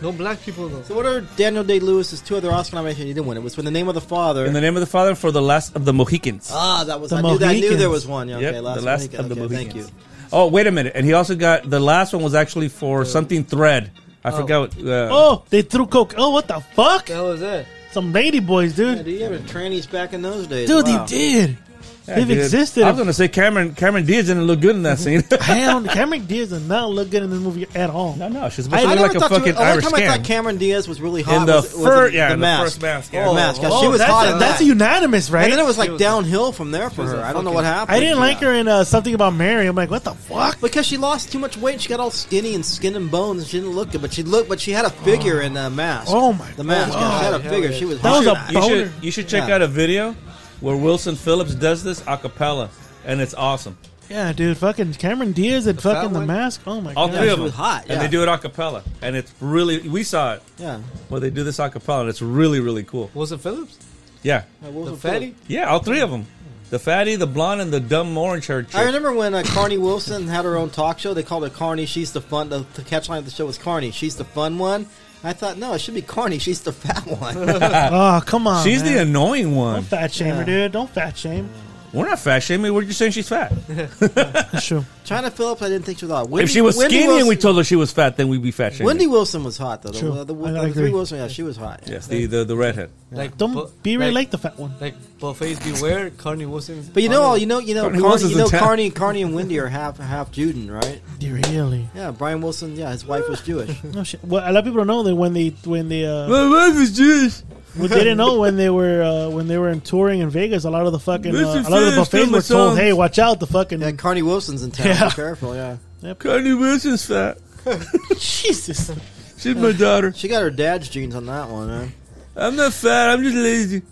Speaker 3: No black people though.
Speaker 4: So what are Daniel Day Lewis's two other Oscar nominations? He didn't win. It was for the name of the father.
Speaker 2: In the name of the Father for the last of the Mohicans.
Speaker 4: ah, that was.
Speaker 1: The
Speaker 4: I knew, that, I knew
Speaker 1: Mohicans.
Speaker 4: there was one. Yeah, okay,
Speaker 2: Yep,
Speaker 4: last
Speaker 2: the last
Speaker 4: Mohican.
Speaker 2: of the
Speaker 4: okay, Thank you.
Speaker 2: Mohicans. Oh, wait a minute. And he also got the last one was actually for something thread. I
Speaker 3: Oh.
Speaker 2: forgot. What, uh,
Speaker 1: Oh, they threw coke. Oh, what the fuck?
Speaker 3: The hell is that?
Speaker 1: Some lady boys,
Speaker 4: Yeah,
Speaker 1: dude.
Speaker 4: do you have a trannies back in those days?
Speaker 1: Dude,
Speaker 4: wow.
Speaker 1: he did.
Speaker 2: Yeah,
Speaker 1: They've
Speaker 2: dude.
Speaker 1: existed.
Speaker 2: I was gonna say Cameron Cameron Diaz didn't look good in that
Speaker 4: [LAUGHS]
Speaker 2: scene.
Speaker 1: Damn, Cameron Diaz does not look good in this movie at all.
Speaker 2: no, no, she's
Speaker 4: I,
Speaker 2: supposed to
Speaker 4: never
Speaker 2: look like a
Speaker 4: thought
Speaker 2: fucking
Speaker 4: she, was- the only
Speaker 2: Irish
Speaker 4: time I
Speaker 2: can.
Speaker 4: thought Cameron Diaz was really hot
Speaker 2: In the
Speaker 4: was, was
Speaker 2: fir-
Speaker 4: in
Speaker 2: yeah,
Speaker 4: the,
Speaker 2: in the
Speaker 4: mask.
Speaker 2: first mask, yeah.
Speaker 4: The
Speaker 2: Oh,
Speaker 4: mask. Yeah, she
Speaker 1: Oh,
Speaker 4: was
Speaker 1: that's
Speaker 4: hot.
Speaker 1: a-
Speaker 4: in
Speaker 1: that's
Speaker 4: that.
Speaker 1: a unanimous, right?
Speaker 4: And then it was
Speaker 3: She
Speaker 4: like
Speaker 3: was-
Speaker 4: downhill from there for
Speaker 3: was
Speaker 4: her.
Speaker 3: a
Speaker 4: I don't know
Speaker 3: fucking-
Speaker 4: what happened.
Speaker 1: I didn't like
Speaker 4: Yeah.
Speaker 1: her in uh, something about Mary. I'm like, what the fuck?
Speaker 4: because she lost too much weight. She got all skinny and skin and bones, and she didn't look good. But she looked, but she had a figure in the mask.
Speaker 1: Oh my
Speaker 4: The mask. yeah, she had a
Speaker 3: God.
Speaker 4: figure. She was.
Speaker 1: That was
Speaker 4: hot.
Speaker 1: a-
Speaker 2: you should
Speaker 1: Boner.
Speaker 2: you should check
Speaker 4: Yeah.
Speaker 2: out a video where Wilson Phillips does this a cappella, and it's awesome.
Speaker 1: Yeah, dude, fucking Cameron Diaz and
Speaker 3: fat
Speaker 1: fucking the
Speaker 3: one?
Speaker 1: mask. Oh my
Speaker 2: All
Speaker 1: god.
Speaker 2: three
Speaker 4: she
Speaker 2: of them
Speaker 4: was hot,
Speaker 2: and
Speaker 4: yeah.
Speaker 2: they do it a cappella, and it's really we saw it
Speaker 4: Yeah.
Speaker 2: where they do this a cappella, and it's really really cool.
Speaker 3: Wilson Phillips?
Speaker 2: Yeah,
Speaker 3: The fatty?
Speaker 2: yeah, all three of them. The fatty, the blonde, and the dumb orange haired chick.
Speaker 4: I remember when uh, Carney Wilson had her own talk show. They called her Carney. She's the fun. The, the catchline of the show was Carney. She's the fun one. I thought, no, it should be Carney. She's the fat
Speaker 1: [LAUGHS]
Speaker 4: one. [LAUGHS]
Speaker 1: Oh, come on.
Speaker 2: She's the
Speaker 1: man.
Speaker 2: annoying one.
Speaker 1: Don't fat shame her, dude. Don't fat shame.
Speaker 2: We're not fat shaming. We're just saying she's fat.
Speaker 1: That's true.
Speaker 4: China Phillips, I didn't think she was hot. Wendy,
Speaker 2: if she was
Speaker 4: Wendy
Speaker 2: skinny and we
Speaker 4: Wilson,
Speaker 2: told her she was fat, then we'd be fat shaming.
Speaker 4: Wendy Wilson was hot though.
Speaker 1: True.
Speaker 4: The, the, the,
Speaker 1: I- I
Speaker 4: the
Speaker 1: agree.
Speaker 4: three Wilson, yeah, she was hot.
Speaker 2: Yes, the, the, the redhead.
Speaker 3: Like
Speaker 1: Don't
Speaker 3: bu-
Speaker 1: be really like
Speaker 3: like
Speaker 1: the fat one.
Speaker 3: like buffets beware, Carney Wilson.
Speaker 4: But you know, all you know, you know,
Speaker 2: Carney
Speaker 4: Carney,
Speaker 2: Wilson's
Speaker 4: you know,
Speaker 2: in town.
Speaker 4: Carney, Carney and Wendy are half half Juden, right?
Speaker 1: Really?
Speaker 4: Yeah, Brian Wilson. Yeah, his wife
Speaker 2: [LAUGHS]
Speaker 4: was Jewish.
Speaker 1: No shit. Well, a lot of people don't know that when they when they uh,
Speaker 2: My wife is Jewish.
Speaker 1: well, they didn't know when they were uh, when they were in touring in Vegas. A lot of the fucking uh,
Speaker 2: Listen,
Speaker 1: a lot of the buffets
Speaker 2: fans, tell my
Speaker 1: were told,
Speaker 2: sons.
Speaker 1: "Hey, watch out!" The fucking
Speaker 4: Yeah, Carney Wilson's in town.
Speaker 1: Yeah.
Speaker 4: Be careful. Yeah,
Speaker 2: Kanye West is fat.
Speaker 1: [LAUGHS] Jesus.
Speaker 2: She's
Speaker 4: [LAUGHS]
Speaker 2: my daughter.
Speaker 4: she got her dad's genes on that one. Huh?
Speaker 2: I'm not fat. I'm just lazy.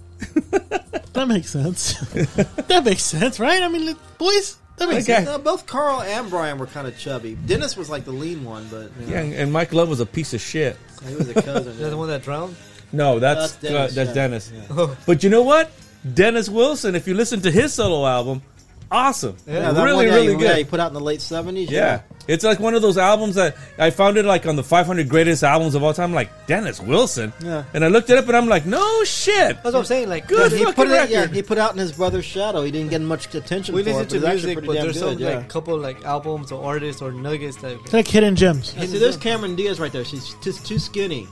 Speaker 1: That makes sense. [LAUGHS] that makes sense, right? I mean, li- boys, that makes
Speaker 2: Okay.
Speaker 1: sense.
Speaker 4: No, both Carl and Brian were kind of chubby. Dennis was like the lean one, but you know,
Speaker 2: Yeah, and, and Mike Love was a piece of shit.
Speaker 4: he was a
Speaker 3: [LAUGHS]
Speaker 4: cousin.
Speaker 3: Is that the one that drowned?
Speaker 2: No, that's
Speaker 4: That's Dennis,
Speaker 2: uh, that's
Speaker 4: yeah.
Speaker 2: Dennis.
Speaker 3: Oh,
Speaker 2: But you know what? Dennis Wilson, if you listen to his solo album, awesome.
Speaker 4: Yeah, that
Speaker 2: really,
Speaker 4: one, yeah,
Speaker 2: really
Speaker 4: he-
Speaker 2: good.
Speaker 4: Yeah, he put out in the late seventies.
Speaker 2: Yeah. It's like one of those albums that I found it like on the 500 greatest albums of all time. Like Dennis Wilson.
Speaker 4: Yeah.
Speaker 2: And I looked it up and I'm like, no shit.
Speaker 3: that's what I'm saying. Like,
Speaker 2: Good.
Speaker 4: And he
Speaker 2: fucking
Speaker 4: put it, yeah,
Speaker 2: record.
Speaker 4: he put out in his brother's shadow. He didn't get much attention.
Speaker 3: we
Speaker 4: for
Speaker 3: listen
Speaker 4: it,
Speaker 3: to
Speaker 4: but it's actually
Speaker 3: music,
Speaker 4: pretty
Speaker 3: but
Speaker 4: damn
Speaker 3: there's
Speaker 4: good,
Speaker 3: some
Speaker 4: yeah.
Speaker 3: like couple like albums or artists or nuggets that
Speaker 1: It's like hidden gems.
Speaker 4: Yeah, see, there's Cameron Diaz right there. She's just too skinny.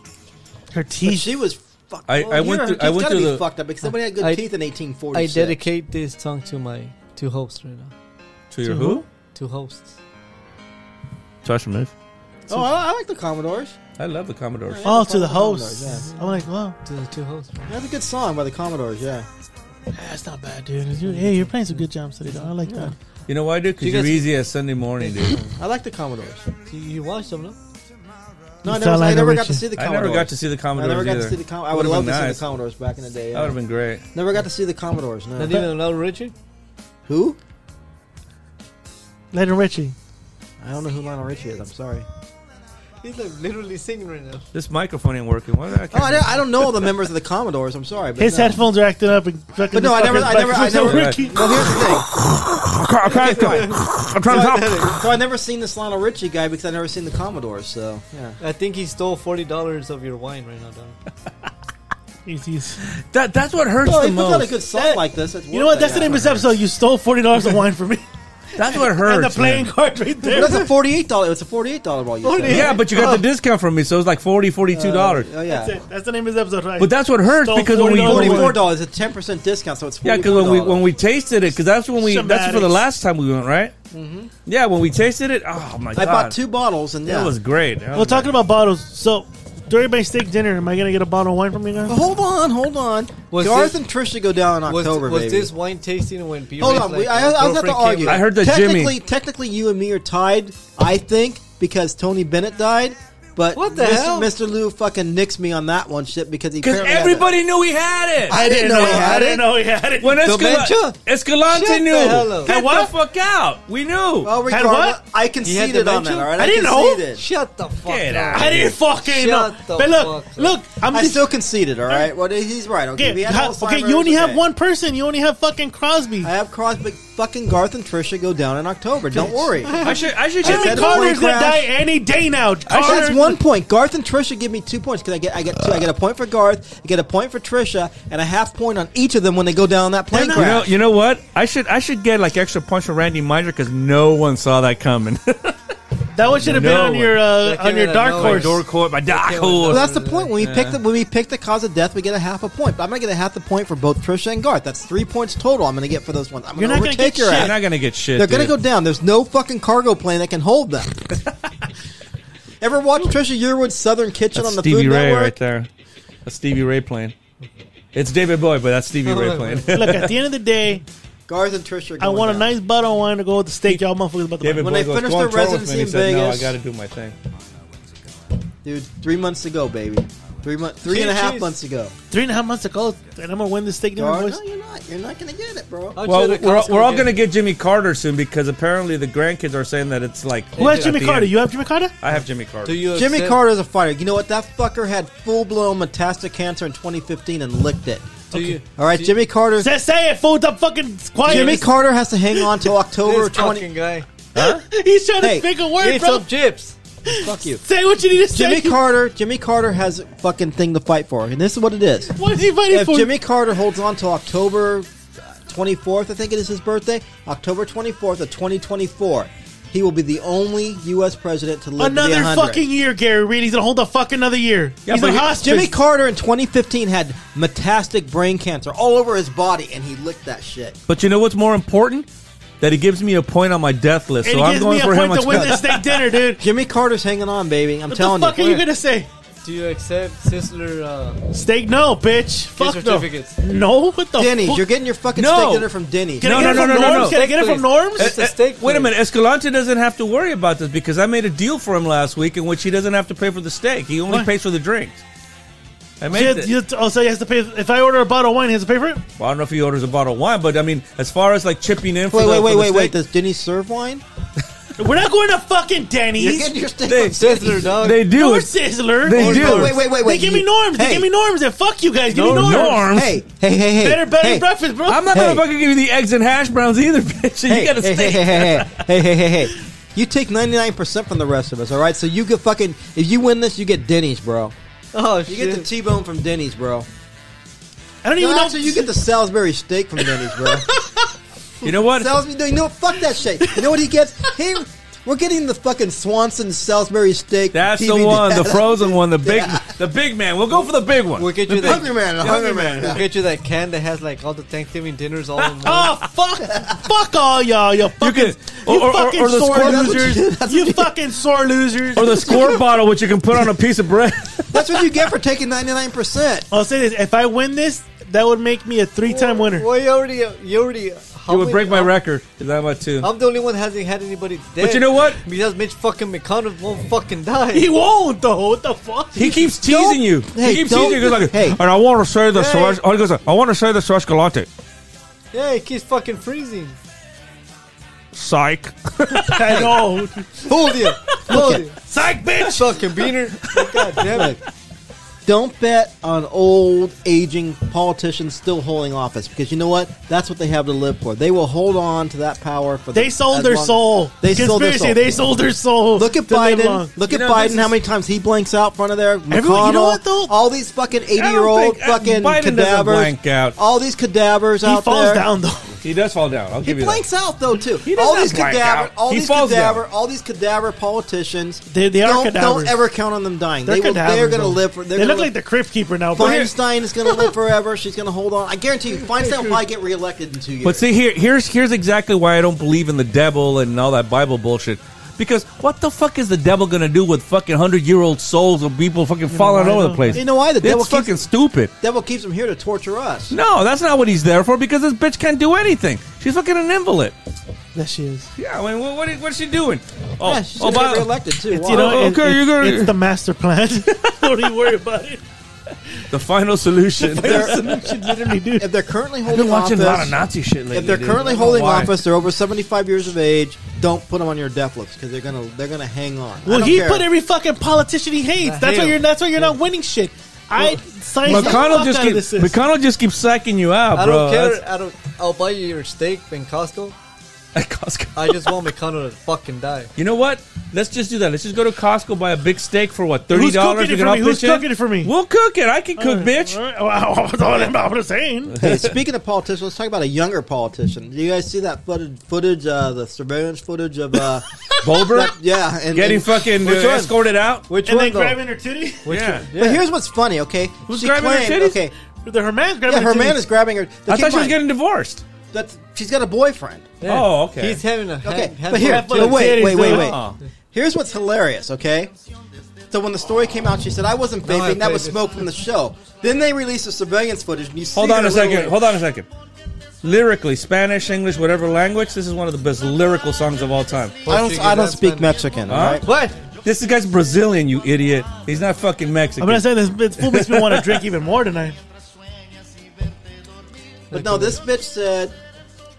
Speaker 1: Her
Speaker 4: But
Speaker 1: teeth.
Speaker 4: she was oh, fucked.
Speaker 2: I- I went through- I went
Speaker 4: gotta
Speaker 2: through
Speaker 4: be
Speaker 2: the-
Speaker 4: fucked up because somebody had good
Speaker 3: I-
Speaker 4: teeth in 1840.
Speaker 3: I dedicate this song to my two hosts right now.
Speaker 2: To your who?
Speaker 3: Two hosts.
Speaker 2: Tosh and Miff.
Speaker 4: Oh, I, I like the Commodores.
Speaker 2: I love the Commodores.
Speaker 1: Oh, to the
Speaker 4: Commodores,
Speaker 1: hosts. I'm like, wow,
Speaker 3: To the two hosts.
Speaker 4: That's a good song by the Commodores. Yeah,
Speaker 1: that's not bad, dude. You- hey, you're playing some good jams today, though. I like that.
Speaker 2: You know why, dude? Because
Speaker 3: You
Speaker 2: you are
Speaker 3: guys-
Speaker 2: easy as Sunday morning, dude.
Speaker 4: I like the Commodores.
Speaker 3: You, you watched them, no?
Speaker 4: No, I
Speaker 1: You
Speaker 4: never,
Speaker 1: fell
Speaker 4: I
Speaker 1: in
Speaker 4: never
Speaker 1: with
Speaker 4: got to
Speaker 1: you.
Speaker 4: see the
Speaker 2: I
Speaker 4: Commodores.
Speaker 2: never got to see the
Speaker 4: I
Speaker 2: Commodores
Speaker 4: never got
Speaker 2: either.
Speaker 4: to see the Com- I
Speaker 2: Would've
Speaker 4: would love
Speaker 2: been
Speaker 4: to see
Speaker 2: nice.
Speaker 4: the Commodores back in the day.
Speaker 2: That would have
Speaker 4: Yeah.
Speaker 2: been great.
Speaker 4: Never got to see the Commodores. No.
Speaker 3: Not even Little Richard?
Speaker 4: Who?
Speaker 1: Later, Richie.
Speaker 4: I don't know who Lionel Richie is. I'm sorry.
Speaker 3: He's like literally singing right now.
Speaker 2: This microphone ain't working. Why did I
Speaker 4: Oh, I don't,
Speaker 2: can't-
Speaker 4: I don't know all the members of the Commodores. I'm sorry. But
Speaker 1: His
Speaker 4: no.
Speaker 1: headphones are acting up. And fucking
Speaker 4: But no, I never- I never- I never-
Speaker 1: Richie.
Speaker 4: Well, here's the thing.
Speaker 2: I'm trying
Speaker 4: [LAUGHS]
Speaker 2: I'm
Speaker 4: So
Speaker 2: trying
Speaker 4: I, so I never seen this Lionel Richie guy because I never seen the Commodores. So yeah,
Speaker 3: I think he stole forty dollars of your wine right now, Don.
Speaker 1: He's- he's-
Speaker 2: That, that's what hurts
Speaker 4: well,
Speaker 2: the
Speaker 4: he puts out a
Speaker 2: most.
Speaker 4: good song like this. That's
Speaker 1: You know what? That's the name of this episode. You stole forty dollars of wine from me,
Speaker 2: That's
Speaker 4: [LAUGHS]
Speaker 2: what hurts.
Speaker 1: and the playing
Speaker 2: man.
Speaker 1: card right
Speaker 4: But
Speaker 1: there.
Speaker 4: that's a forty-eight dollar. It's a forty-eight dollar ball. You said.
Speaker 1: $48.
Speaker 2: Yeah, but you got the discount from me, so it was like 40 $42. dollars.
Speaker 4: Oh
Speaker 1: [LAUGHS] That's
Speaker 4: yeah,
Speaker 1: it. That's the name of this episode, right?
Speaker 2: But that's what hurts
Speaker 1: Stole
Speaker 2: because when we
Speaker 1: $40
Speaker 2: when we-
Speaker 4: forty-four dollars. A ten percent discount. So it's
Speaker 2: yeah,
Speaker 4: forty-four
Speaker 2: because when we when we tasted it, because that's when we that's for the
Speaker 1: Somatics.
Speaker 2: last time we went, right? Mm-hmm. Yeah, when we tasted it, oh my
Speaker 4: I
Speaker 2: god,
Speaker 4: bought two bottles and yeah.
Speaker 2: That was great. That
Speaker 1: well,
Speaker 2: was
Speaker 1: talking about bottles. So during my steak dinner, am I gonna get a bottle of wine from you guys?
Speaker 4: But hold on, hold on.
Speaker 3: Was
Speaker 4: Garth
Speaker 3: this-
Speaker 4: and Trisha go down in
Speaker 3: Was,
Speaker 4: October,
Speaker 3: was
Speaker 4: baby.
Speaker 3: this wine tasting when B
Speaker 4: Hold on, we, I, I was at to argue.
Speaker 2: I heard that
Speaker 4: technically,
Speaker 2: Jimmy-
Speaker 4: Technically, you and me are tied. I think because Tony Bennett died. But
Speaker 3: What the
Speaker 4: Mr.
Speaker 3: hell?
Speaker 4: Mr. Lou fucking nicks me on that one shit because he
Speaker 2: because
Speaker 4: apparently had a-
Speaker 2: everybody knew we had it.
Speaker 4: I
Speaker 3: Oh,
Speaker 4: didn't know he
Speaker 1: I
Speaker 4: had
Speaker 1: didn't
Speaker 4: it.
Speaker 1: know he had it. [LAUGHS]
Speaker 2: when Escala-
Speaker 3: Dementia?
Speaker 2: Escalante
Speaker 3: Shut the
Speaker 2: knew,
Speaker 3: hell up.
Speaker 2: get
Speaker 1: Had what?
Speaker 2: the fuck out. We knew.
Speaker 4: Well,
Speaker 1: Had
Speaker 4: regardless,
Speaker 1: what?
Speaker 4: Oh, I
Speaker 3: had
Speaker 4: conceded on that.
Speaker 3: dementia?
Speaker 4: All right,
Speaker 1: I didn't know. [LAUGHS]
Speaker 4: conceded.
Speaker 3: Shut the fuck
Speaker 2: Get
Speaker 3: up.
Speaker 2: out.
Speaker 1: I didn't fucking know.
Speaker 3: Shut the
Speaker 1: But look,
Speaker 3: fuck up.
Speaker 1: look, I'm
Speaker 4: I
Speaker 1: just
Speaker 4: still conceded. All right. Well, he's right. Okay.
Speaker 1: [LAUGHS] okay.
Speaker 4: we had
Speaker 1: how-
Speaker 4: Alzheimer's,
Speaker 1: okay, you only have
Speaker 4: okay.
Speaker 1: one person. You only have fucking Crosby.
Speaker 4: I have Crosby. Fucking Garth and Trisha go down in October. Don't
Speaker 1: [LAUGHS]
Speaker 4: worry.
Speaker 2: I should I should
Speaker 1: Jimmy
Speaker 2: just
Speaker 4: said it.
Speaker 1: Carter's
Speaker 4: plane
Speaker 1: gonna die
Speaker 4: crash.
Speaker 1: any day now. Carter,
Speaker 4: That's one point. Garth and Trisha give me two points because I get I get two. I get a point for Garth. I get a point for Trisha, and a half point on each of them when they go down that plane
Speaker 1: They're
Speaker 2: you
Speaker 1: not-
Speaker 2: know
Speaker 4: crash.
Speaker 2: you know what I should I should get like extra points for Randy Meisner because no one saw that coming.
Speaker 1: That one should have
Speaker 2: No
Speaker 1: been on
Speaker 2: one.
Speaker 1: your uh,
Speaker 3: That came
Speaker 1: on your
Speaker 3: out of
Speaker 1: dark
Speaker 3: nowhere.
Speaker 1: horse.
Speaker 2: [LAUGHS] [LAUGHS] Door court, my dark
Speaker 3: That
Speaker 2: horse.
Speaker 4: Well,
Speaker 3: was-
Speaker 4: that's the point. When we pick
Speaker 2: Mm, Yeah.
Speaker 4: the when we pick the cause of death, we get a half a point. But I'm gonna get a half a point for both Trisha and Garth. That's three points total. I'm gonna get for those ones. I'm
Speaker 1: You're not
Speaker 4: gonna
Speaker 1: gonna
Speaker 4: overtake
Speaker 1: get
Speaker 4: your
Speaker 1: shit.
Speaker 4: ass.
Speaker 2: You're not gonna get shit.
Speaker 4: They're going to
Speaker 2: dude.
Speaker 4: go down. There's no fucking cargo plane that can
Speaker 1: [LAUGHS]
Speaker 4: hold them. Ever watch Trisha Yearwood's Southern Kitchen
Speaker 2: That's
Speaker 4: on the
Speaker 2: Stevie
Speaker 4: Food
Speaker 2: Ray
Speaker 4: Network?
Speaker 2: right there. That's Stevie Ray playing. It's David Bowie, but that's Stevie
Speaker 4: [LAUGHS]
Speaker 2: Ray playing.
Speaker 1: Look, at the end of the day,
Speaker 4: Garth and Trisha. Are
Speaker 1: I
Speaker 4: going
Speaker 1: want a
Speaker 4: down.
Speaker 1: nice bottle of wine to go with the steak. Y'all motherfuckers about to
Speaker 2: [LAUGHS] David
Speaker 4: When
Speaker 2: Bowie
Speaker 4: they
Speaker 2: goes,
Speaker 4: finished
Speaker 2: "Go on
Speaker 4: their
Speaker 2: tour with me," and he
Speaker 4: residency
Speaker 2: said,
Speaker 4: in
Speaker 2: "No, I
Speaker 4: Vegas-
Speaker 2: got to do my thing.
Speaker 4: dude. Three months ago, baby. Three months, three and a
Speaker 3: Cheese,
Speaker 4: half
Speaker 3: cheese.
Speaker 4: months ago.
Speaker 1: Three and a half months ago, and I'm gonna win this steak dinner,
Speaker 4: Garth,
Speaker 1: Oh, boys.
Speaker 4: no, you're not. You're not going to get it, bro.
Speaker 3: I'll
Speaker 2: Well,
Speaker 3: show the
Speaker 2: we're, all-
Speaker 3: Costco
Speaker 2: we're all
Speaker 3: again.
Speaker 2: going to get Jimmy Carter soon because apparently the grandkids are saying that it's like.
Speaker 1: Who has
Speaker 2: at
Speaker 1: Jimmy
Speaker 2: the
Speaker 1: Carter?
Speaker 2: end.
Speaker 1: You have Jimmy Carter?
Speaker 2: I have Jimmy Carter.
Speaker 3: Do you
Speaker 4: Jimmy
Speaker 3: accept-
Speaker 4: Carter's a fighter. You know what? That fucker had full blown metastatic cancer in 2015 and licked it.
Speaker 3: Do you?
Speaker 4: All right, Jimmy Carter.
Speaker 1: Say, say it, fool. Stop fucking quiet.
Speaker 4: Jimmy
Speaker 1: He's-
Speaker 4: Carter has to hang on till October
Speaker 3: This
Speaker 4: 20.
Speaker 3: fucking guy.
Speaker 1: [LAUGHS] He's trying
Speaker 4: Hey,
Speaker 1: to pick a
Speaker 3: Eat
Speaker 1: word, bro.
Speaker 3: some chips.
Speaker 4: Fuck you.
Speaker 1: Say what you need to
Speaker 4: Jimmy
Speaker 1: say.
Speaker 4: Carter. Jimmy Carter has a fucking thing to fight for, and this is what it is.
Speaker 1: What is he fighting
Speaker 4: if
Speaker 1: for?
Speaker 4: Jimmy Carter holds on till October 24th, I think it is his birthday, October 24th of 2024, he will be the only U.S. president to live to be
Speaker 1: another
Speaker 4: 100.
Speaker 1: fucking year, Gary Reed. He's gonna hold a fuck another year.
Speaker 2: Yeah,
Speaker 1: He's
Speaker 2: but
Speaker 1: a
Speaker 2: he-
Speaker 1: hostage.
Speaker 4: Jimmy Carter in 2015 had metastatic brain cancer all over his body, and he licked that shit.
Speaker 2: but you know what's more important? That he gives me a point on my death list,
Speaker 1: and
Speaker 2: so
Speaker 1: he
Speaker 2: I'm
Speaker 1: gives
Speaker 2: going
Speaker 1: me a
Speaker 2: for him.
Speaker 1: point
Speaker 2: on Eh,
Speaker 1: to win
Speaker 2: top.
Speaker 1: this steak dinner,
Speaker 4: [LAUGHS]
Speaker 1: dude.
Speaker 4: Jimmy Carter's hanging on, baby.
Speaker 1: What
Speaker 4: I'm
Speaker 1: the
Speaker 4: telling
Speaker 1: fuck
Speaker 4: you.
Speaker 1: are you gonna say?
Speaker 3: Do you accept Sizzler? Uh,
Speaker 1: Steak? No, bitch. Fuck no.
Speaker 3: certificates.
Speaker 1: No, what the
Speaker 4: Denny's,
Speaker 1: fuck?
Speaker 4: you're getting your fucking
Speaker 2: No.
Speaker 4: steak dinner from Denny's.
Speaker 1: Can
Speaker 2: No,
Speaker 1: I get
Speaker 2: no,
Speaker 1: it
Speaker 2: no,
Speaker 1: from
Speaker 2: no, no,
Speaker 1: Norms?
Speaker 2: no.
Speaker 1: Can I get it from
Speaker 3: Please.
Speaker 1: Norms?
Speaker 3: It's a steak
Speaker 2: Wait a
Speaker 3: place.
Speaker 2: minute, Escalante doesn't have to worry about this because I made a deal for him last week in which he doesn't have to pay for the steak. He only
Speaker 1: Why?
Speaker 2: pays for the drinks. I
Speaker 1: She
Speaker 2: made
Speaker 1: had-
Speaker 2: it.
Speaker 1: you have to- oh, so he has to pay. If I order a bottle of wine, he has to pay for it.
Speaker 2: Well, I don't know if he orders a bottle of wine, but I mean, as far as like chipping in for
Speaker 4: Wait,
Speaker 2: the,
Speaker 4: wait,
Speaker 2: for
Speaker 4: wait,
Speaker 2: the
Speaker 4: wait, wait.
Speaker 2: steak-
Speaker 4: Does Denny serve wine?
Speaker 1: We're not going to fucking
Speaker 4: You're
Speaker 1: Denny's.
Speaker 4: getting your steak
Speaker 2: They-
Speaker 4: on
Speaker 3: Sizzler,
Speaker 4: Denny's.
Speaker 3: dog.
Speaker 2: They do.
Speaker 1: Or
Speaker 2: it.
Speaker 1: Sizzler.
Speaker 2: They
Speaker 1: Or-
Speaker 2: do.
Speaker 4: Wait, wait, wait,
Speaker 1: They
Speaker 4: wait.
Speaker 1: give me
Speaker 4: You-
Speaker 1: norms. They
Speaker 4: Hey.
Speaker 1: give me norms. They fuck you guys. Give me
Speaker 2: No
Speaker 1: norms.
Speaker 2: norms.
Speaker 4: Hey, hey, hey, hey.
Speaker 1: Better bed
Speaker 4: hey.
Speaker 1: and breakfast, bro.
Speaker 2: I'm not
Speaker 4: Hey.
Speaker 2: gonna fucking give you the eggs and hash browns either, [LAUGHS] bitch.
Speaker 4: Hey,
Speaker 2: you gotta
Speaker 4: hey,
Speaker 2: stay.
Speaker 4: hey, hey, hey, hey, hey, hey, hey. You take 99% from the rest of us, all right? So you get fucking. If you win this, you get Denny's, bro.
Speaker 3: Oh
Speaker 4: You
Speaker 3: shit!
Speaker 4: get the T-bone from Denny's, bro.
Speaker 1: I don't even
Speaker 4: No,
Speaker 1: know.
Speaker 4: actually, you get the Salisbury steak from Denny's, bro.
Speaker 2: You know what?
Speaker 4: Salisbury, no, you know, what? fuck that shit. You know what he gets? He, we're getting the fucking Swanson Salisbury steak.
Speaker 2: That's the
Speaker 4: TBD.
Speaker 2: one, the frozen one, the big, the big man. We'll go for the big one.
Speaker 3: We'll get you
Speaker 2: The
Speaker 3: that.
Speaker 4: Hungry man, the hungry man.
Speaker 3: We'll get you that can that has like all the Thanksgiving dinners all in one.
Speaker 1: [LAUGHS] Oh fuck! fuck all y'all, you
Speaker 2: big-
Speaker 1: fucking,
Speaker 2: you can, or,
Speaker 1: you
Speaker 2: or,
Speaker 1: fucking
Speaker 2: or, the
Speaker 1: sore
Speaker 2: score
Speaker 4: That's what
Speaker 1: losers,
Speaker 4: you- that's
Speaker 1: you
Speaker 4: what you-
Speaker 1: fucking sore losers.
Speaker 2: or the [LAUGHS] score bottle, which you can put on a piece of bread.
Speaker 4: That's what you get for taking 99%.
Speaker 1: I'll say this: if I win this, that would make me a three-time winner.
Speaker 3: Well, you already, you already.
Speaker 2: [LAUGHS] you would break my record. Is that about two?
Speaker 3: I'm the only one hasn't had anybody dead.
Speaker 2: But you know what?
Speaker 3: Because Mitch fucking McConnell won't fucking die.
Speaker 1: He won't though. What the fuck?
Speaker 2: He keeps teasing you.
Speaker 4: hey,
Speaker 2: he keeps
Speaker 4: don't-
Speaker 2: teasing you. He goes like,
Speaker 4: hey.
Speaker 2: and I want to say the
Speaker 3: Hey.
Speaker 2: Swash. Oh, he goes, I want to say the Swash Galante.
Speaker 3: yeah, he keeps fucking freezing.
Speaker 2: Psych. [LAUGHS]
Speaker 1: I know.
Speaker 3: Hold you, hold you,
Speaker 1: Psych, bitch.
Speaker 3: fucking [LAUGHS] beaner. God damn it!
Speaker 4: Don't bet on old, aging politicians still holding office because you know what? That's what they have to live for. They will hold on to that power for.
Speaker 1: They
Speaker 4: the-
Speaker 1: sold
Speaker 4: as
Speaker 1: their
Speaker 4: long-
Speaker 1: soul.
Speaker 4: They sold their
Speaker 1: Conspiracy,
Speaker 4: soul.
Speaker 1: They sold their soul.
Speaker 4: Look at
Speaker 1: to live long.
Speaker 4: Biden. Look
Speaker 2: You
Speaker 4: at
Speaker 2: know,
Speaker 4: Blanks
Speaker 2: this
Speaker 4: how
Speaker 2: is-
Speaker 4: many times he blanks out front of there.
Speaker 1: Everyone- you know
Speaker 4: McConnell,
Speaker 1: what, though?
Speaker 4: All these fucking eighty-year-old
Speaker 2: don't
Speaker 1: uh,
Speaker 2: think-
Speaker 4: fucking
Speaker 2: Biden doesn't
Speaker 4: cadavers.
Speaker 2: blank out.
Speaker 4: All these cadavers
Speaker 1: He
Speaker 4: out
Speaker 1: falls
Speaker 4: there.
Speaker 1: down though.
Speaker 2: He does fall down. I'll
Speaker 4: He
Speaker 2: give you that.
Speaker 4: blanks out though too.
Speaker 2: He does
Speaker 4: all
Speaker 2: not
Speaker 4: these
Speaker 2: blank
Speaker 4: cadaver,
Speaker 2: out.
Speaker 4: all
Speaker 2: He
Speaker 4: these
Speaker 2: falls down.
Speaker 4: cadaver, all these cadaver politicians.
Speaker 1: They- they are
Speaker 4: don't,
Speaker 1: cadavers.
Speaker 4: Don't ever count on them dying.
Speaker 1: They're
Speaker 4: they will,
Speaker 1: cadavers,
Speaker 4: they're going to
Speaker 1: though.
Speaker 4: live for. They're
Speaker 1: They
Speaker 4: gonna
Speaker 1: look like the Crypt Keeper now. bro.
Speaker 4: Feinstein is going to live forever. She's going to hold on. I guarantee you, Feinstein will probably get reelected in two years.
Speaker 2: But see here, here's here's exactly why I don't believe in the devil and all that Bible bullshit. Because what the fuck is the devil gonna do with fucking hundred year old souls of people fucking falling
Speaker 1: why,
Speaker 2: all
Speaker 1: though?
Speaker 2: over the place?
Speaker 4: You know why? The
Speaker 2: it's
Speaker 4: devil keeps-
Speaker 2: fucking stupid.
Speaker 4: devil keeps him here to torture us.
Speaker 2: No, that's not what he's there for. Because this bitch can't do anything. She's fucking an invalid.
Speaker 1: That she is.
Speaker 2: Yeah, I mean, what, what, what's she doing? Oh,
Speaker 4: Yeah, she's
Speaker 2: oh,
Speaker 4: going to
Speaker 2: by,
Speaker 4: get reelected too.
Speaker 1: It's,
Speaker 4: Wow.
Speaker 1: you know,
Speaker 2: Oh,
Speaker 1: it-
Speaker 2: okay,
Speaker 1: it-
Speaker 2: you got it.
Speaker 1: it's the master plan. [LAUGHS] don't even worry about
Speaker 4: [LAUGHS]
Speaker 1: it.
Speaker 2: the final solution.
Speaker 4: They're-
Speaker 1: She literally do.
Speaker 4: if they're currently
Speaker 2: I've been
Speaker 4: holding
Speaker 2: watching
Speaker 4: office,
Speaker 2: a lot of Nazi shit lately.
Speaker 4: if they're
Speaker 2: dude.
Speaker 4: currently
Speaker 2: I don't know
Speaker 4: holding
Speaker 2: why.
Speaker 4: office, they're over seventy-five years of age. Don't put them on your death list because they're going to they're going to hang on. I
Speaker 1: Well,
Speaker 4: don't
Speaker 1: he
Speaker 4: care.
Speaker 1: put every fucking politician he hates. that's why
Speaker 3: hate
Speaker 1: you're.
Speaker 3: him.
Speaker 1: That's why you're not winning shit. I science the
Speaker 2: McConnell
Speaker 1: fuck
Speaker 2: just
Speaker 1: out of
Speaker 2: keep,
Speaker 1: this is.
Speaker 2: McConnell just keeps sacking you out,
Speaker 3: I
Speaker 2: bro.
Speaker 3: don't care.
Speaker 2: That's-
Speaker 3: I don't. I'll buy you your steak in Costco.
Speaker 2: at Costco.
Speaker 3: I just [LAUGHS] want McConnell to fucking die.
Speaker 2: You know what? Let's just do that. Let's just go to Costco, buy a big steak for what thirty
Speaker 1: Who's
Speaker 2: dollars.
Speaker 1: cooking it for me? Who's cooking it for me?
Speaker 2: We'll cook it. I can cook, bitch.
Speaker 1: Wow, [LAUGHS] that's all I'm- I'm saying.
Speaker 4: Hey, speaking of politicians, let's talk about a younger politician. Do you guys see that footage? Footage, uh, the surveillance footage
Speaker 2: [LAUGHS]
Speaker 4: of uh,
Speaker 2: Bulber
Speaker 4: that- yeah, and
Speaker 2: getting
Speaker 4: and-
Speaker 2: fucking uh,
Speaker 4: Which one?
Speaker 2: escorted out.
Speaker 3: Which
Speaker 1: And
Speaker 3: one
Speaker 1: then
Speaker 3: though?
Speaker 1: grabbing her titty. [LAUGHS]
Speaker 2: yeah.
Speaker 4: But here's what's funny, okay?
Speaker 2: Who's grabbing her titties?
Speaker 4: okay,
Speaker 1: The her man's grabbing
Speaker 4: yeah, her
Speaker 1: titty.
Speaker 4: man is grabbing her.
Speaker 2: I thought she was getting divorced.
Speaker 4: That's, she's got a boyfriend.
Speaker 3: Yeah.
Speaker 2: Oh, okay.
Speaker 3: He's having a.
Speaker 4: Okay,
Speaker 3: hand- hand-
Speaker 4: but here,
Speaker 1: have
Speaker 4: but
Speaker 1: both
Speaker 4: wait,
Speaker 1: titties,
Speaker 4: wait, wait,
Speaker 1: dude.
Speaker 4: wait.
Speaker 2: Oh.
Speaker 4: Here's what's hilarious, okay? So when the story came out, she said I wasn't
Speaker 3: No, I
Speaker 4: vaping. that
Speaker 3: played
Speaker 4: was
Speaker 3: it.
Speaker 4: smoke from the show. Then they released the surveillance footage, and you see
Speaker 2: Hold on
Speaker 4: her
Speaker 2: a second.
Speaker 4: literally-
Speaker 2: Hold on a second. Lyrically, Spanish, English, whatever language, this is one of the best lyrical songs of all time.
Speaker 4: I don't, I don't
Speaker 3: Portuguese,
Speaker 4: speak
Speaker 3: that's
Speaker 4: Mexican.
Speaker 2: Huh?
Speaker 4: All right?
Speaker 3: What?
Speaker 2: This guy's Brazilian, you idiot. He's not fucking Mexican.
Speaker 1: I'm gonna say this. This fool makes me want to drink even more
Speaker 4: [LAUGHS]
Speaker 1: tonight.
Speaker 4: But no, this bitch said,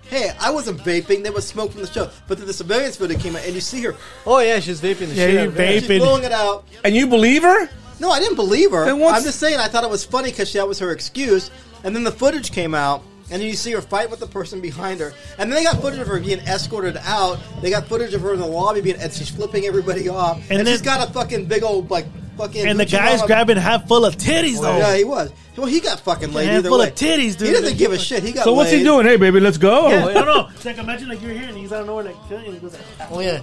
Speaker 4: "Hey, I wasn't vaping. There was smoke from the show." But then the surveillance footage came out, and you see her.
Speaker 3: Oh yeah, she's vaping the
Speaker 1: Yeah,
Speaker 3: shit.
Speaker 1: you
Speaker 3: out of it.
Speaker 1: vape.
Speaker 4: She's
Speaker 1: Vaping.
Speaker 4: blowing it out.
Speaker 2: and you believe her?
Speaker 4: No, I didn't believe her.
Speaker 2: Then what's-
Speaker 4: I'm just saying I thought it was funny because that was her excuse. And then the footage came out, and then you see her fight with the person behind her. And then they got footage of her being escorted out. They got footage of her in the lobby being, and she's flipping everybody off.
Speaker 1: And
Speaker 4: And,
Speaker 1: then-
Speaker 4: she's got a fucking big old like fucking.
Speaker 1: And the
Speaker 4: Gucci
Speaker 1: guy's
Speaker 4: mama-
Speaker 1: grabbing half full of titties though.
Speaker 4: Yeah, he was. Well, he got fucking laid either
Speaker 1: handful
Speaker 4: way.
Speaker 1: of titties, dude.
Speaker 4: He doesn't give a shit. He got.
Speaker 2: So what's he
Speaker 4: laid.
Speaker 2: doing? Hey, baby, let's go.
Speaker 1: Yeah, I don't know. It's like imagine like you're here and he's out of nowhere like killing. Goes like,
Speaker 3: Oh yeah,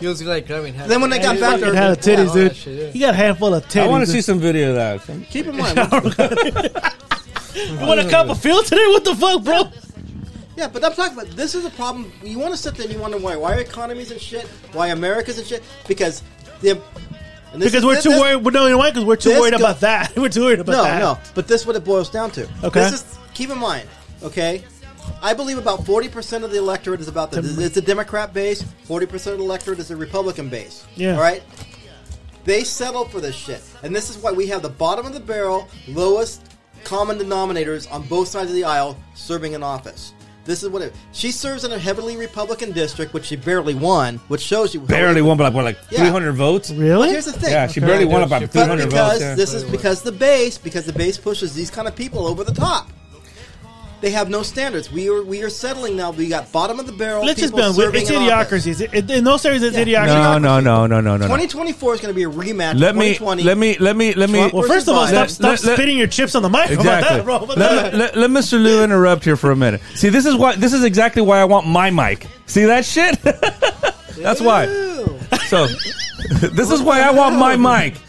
Speaker 3: he was like grabbing. hands.
Speaker 4: Then when they got
Speaker 3: He
Speaker 4: back
Speaker 3: fucking
Speaker 4: there-
Speaker 3: had
Speaker 1: had
Speaker 3: a
Speaker 1: of titties,
Speaker 3: all that
Speaker 1: dude.
Speaker 3: shit, yeah.
Speaker 1: He got a handful of titties.
Speaker 2: I want to see some video of that.
Speaker 4: Keep
Speaker 1: [LAUGHS]
Speaker 4: in mind.
Speaker 1: You want a cup of feel today? What the fuck, bro?
Speaker 4: yeah, but I'm talking about this is a problem. You want to sit there and you wonder why why economies and shit, why America's and shit, because the. and this
Speaker 1: Because
Speaker 4: is-
Speaker 1: we're
Speaker 4: this-
Speaker 1: too
Speaker 4: this-
Speaker 1: worried. No, you know why? Because we're too
Speaker 4: This
Speaker 1: worried
Speaker 4: go-
Speaker 1: about that. [LAUGHS] We're too worried about
Speaker 4: no,
Speaker 1: that.
Speaker 4: no. But this is what it boils down to.
Speaker 1: Okay.
Speaker 4: This is keep in mind. Okay. I believe about forty percent of the electorate is about the. It's a Democrat base. Forty percent of the electorate is a Republican base.
Speaker 1: Yeah.
Speaker 4: All right. They settle for this shit. And this is why we have the bottom of the barrel, lowest common denominators on both sides of the aisle serving in office. This is what it, she serves in a heavily Republican district, which she barely won, which shows you
Speaker 2: barely won by like, what, like
Speaker 4: Yeah.
Speaker 2: 300 votes.
Speaker 4: But
Speaker 1: Really?
Speaker 4: here's the thing.
Speaker 2: Yeah, she barely won by
Speaker 3: But
Speaker 4: But
Speaker 2: 300
Speaker 4: because
Speaker 2: votes. yeah.
Speaker 4: this is because the base, because the base pushes these kind of people over the top. They have no standards. We are we are settling now. We got bottom of the barrel.
Speaker 1: Let's just
Speaker 4: people
Speaker 1: be honest.
Speaker 4: serving
Speaker 1: It's
Speaker 4: in office.
Speaker 1: idiocracy. It's, it, in those areas, it's
Speaker 4: Yeah.
Speaker 1: idiocracy.
Speaker 2: no, no, no, no, no, no, no.
Speaker 4: 2024 is going to be a rematch. of
Speaker 2: Let me,
Speaker 4: 2020.
Speaker 2: let me, let me, let me.
Speaker 4: Trump
Speaker 1: Well, first of all,
Speaker 4: Let-
Speaker 1: stop, stop
Speaker 2: let- let-
Speaker 1: spitting your chips on the mic. How about
Speaker 2: Exactly.
Speaker 1: that, bro? How about
Speaker 2: let,
Speaker 1: that?
Speaker 2: let, let Mr. Lou interrupt here for a minute. See, this is why. This is exactly why I want my mic. See that shit? [LAUGHS] That's why. So, [LAUGHS] this is why I want my mic.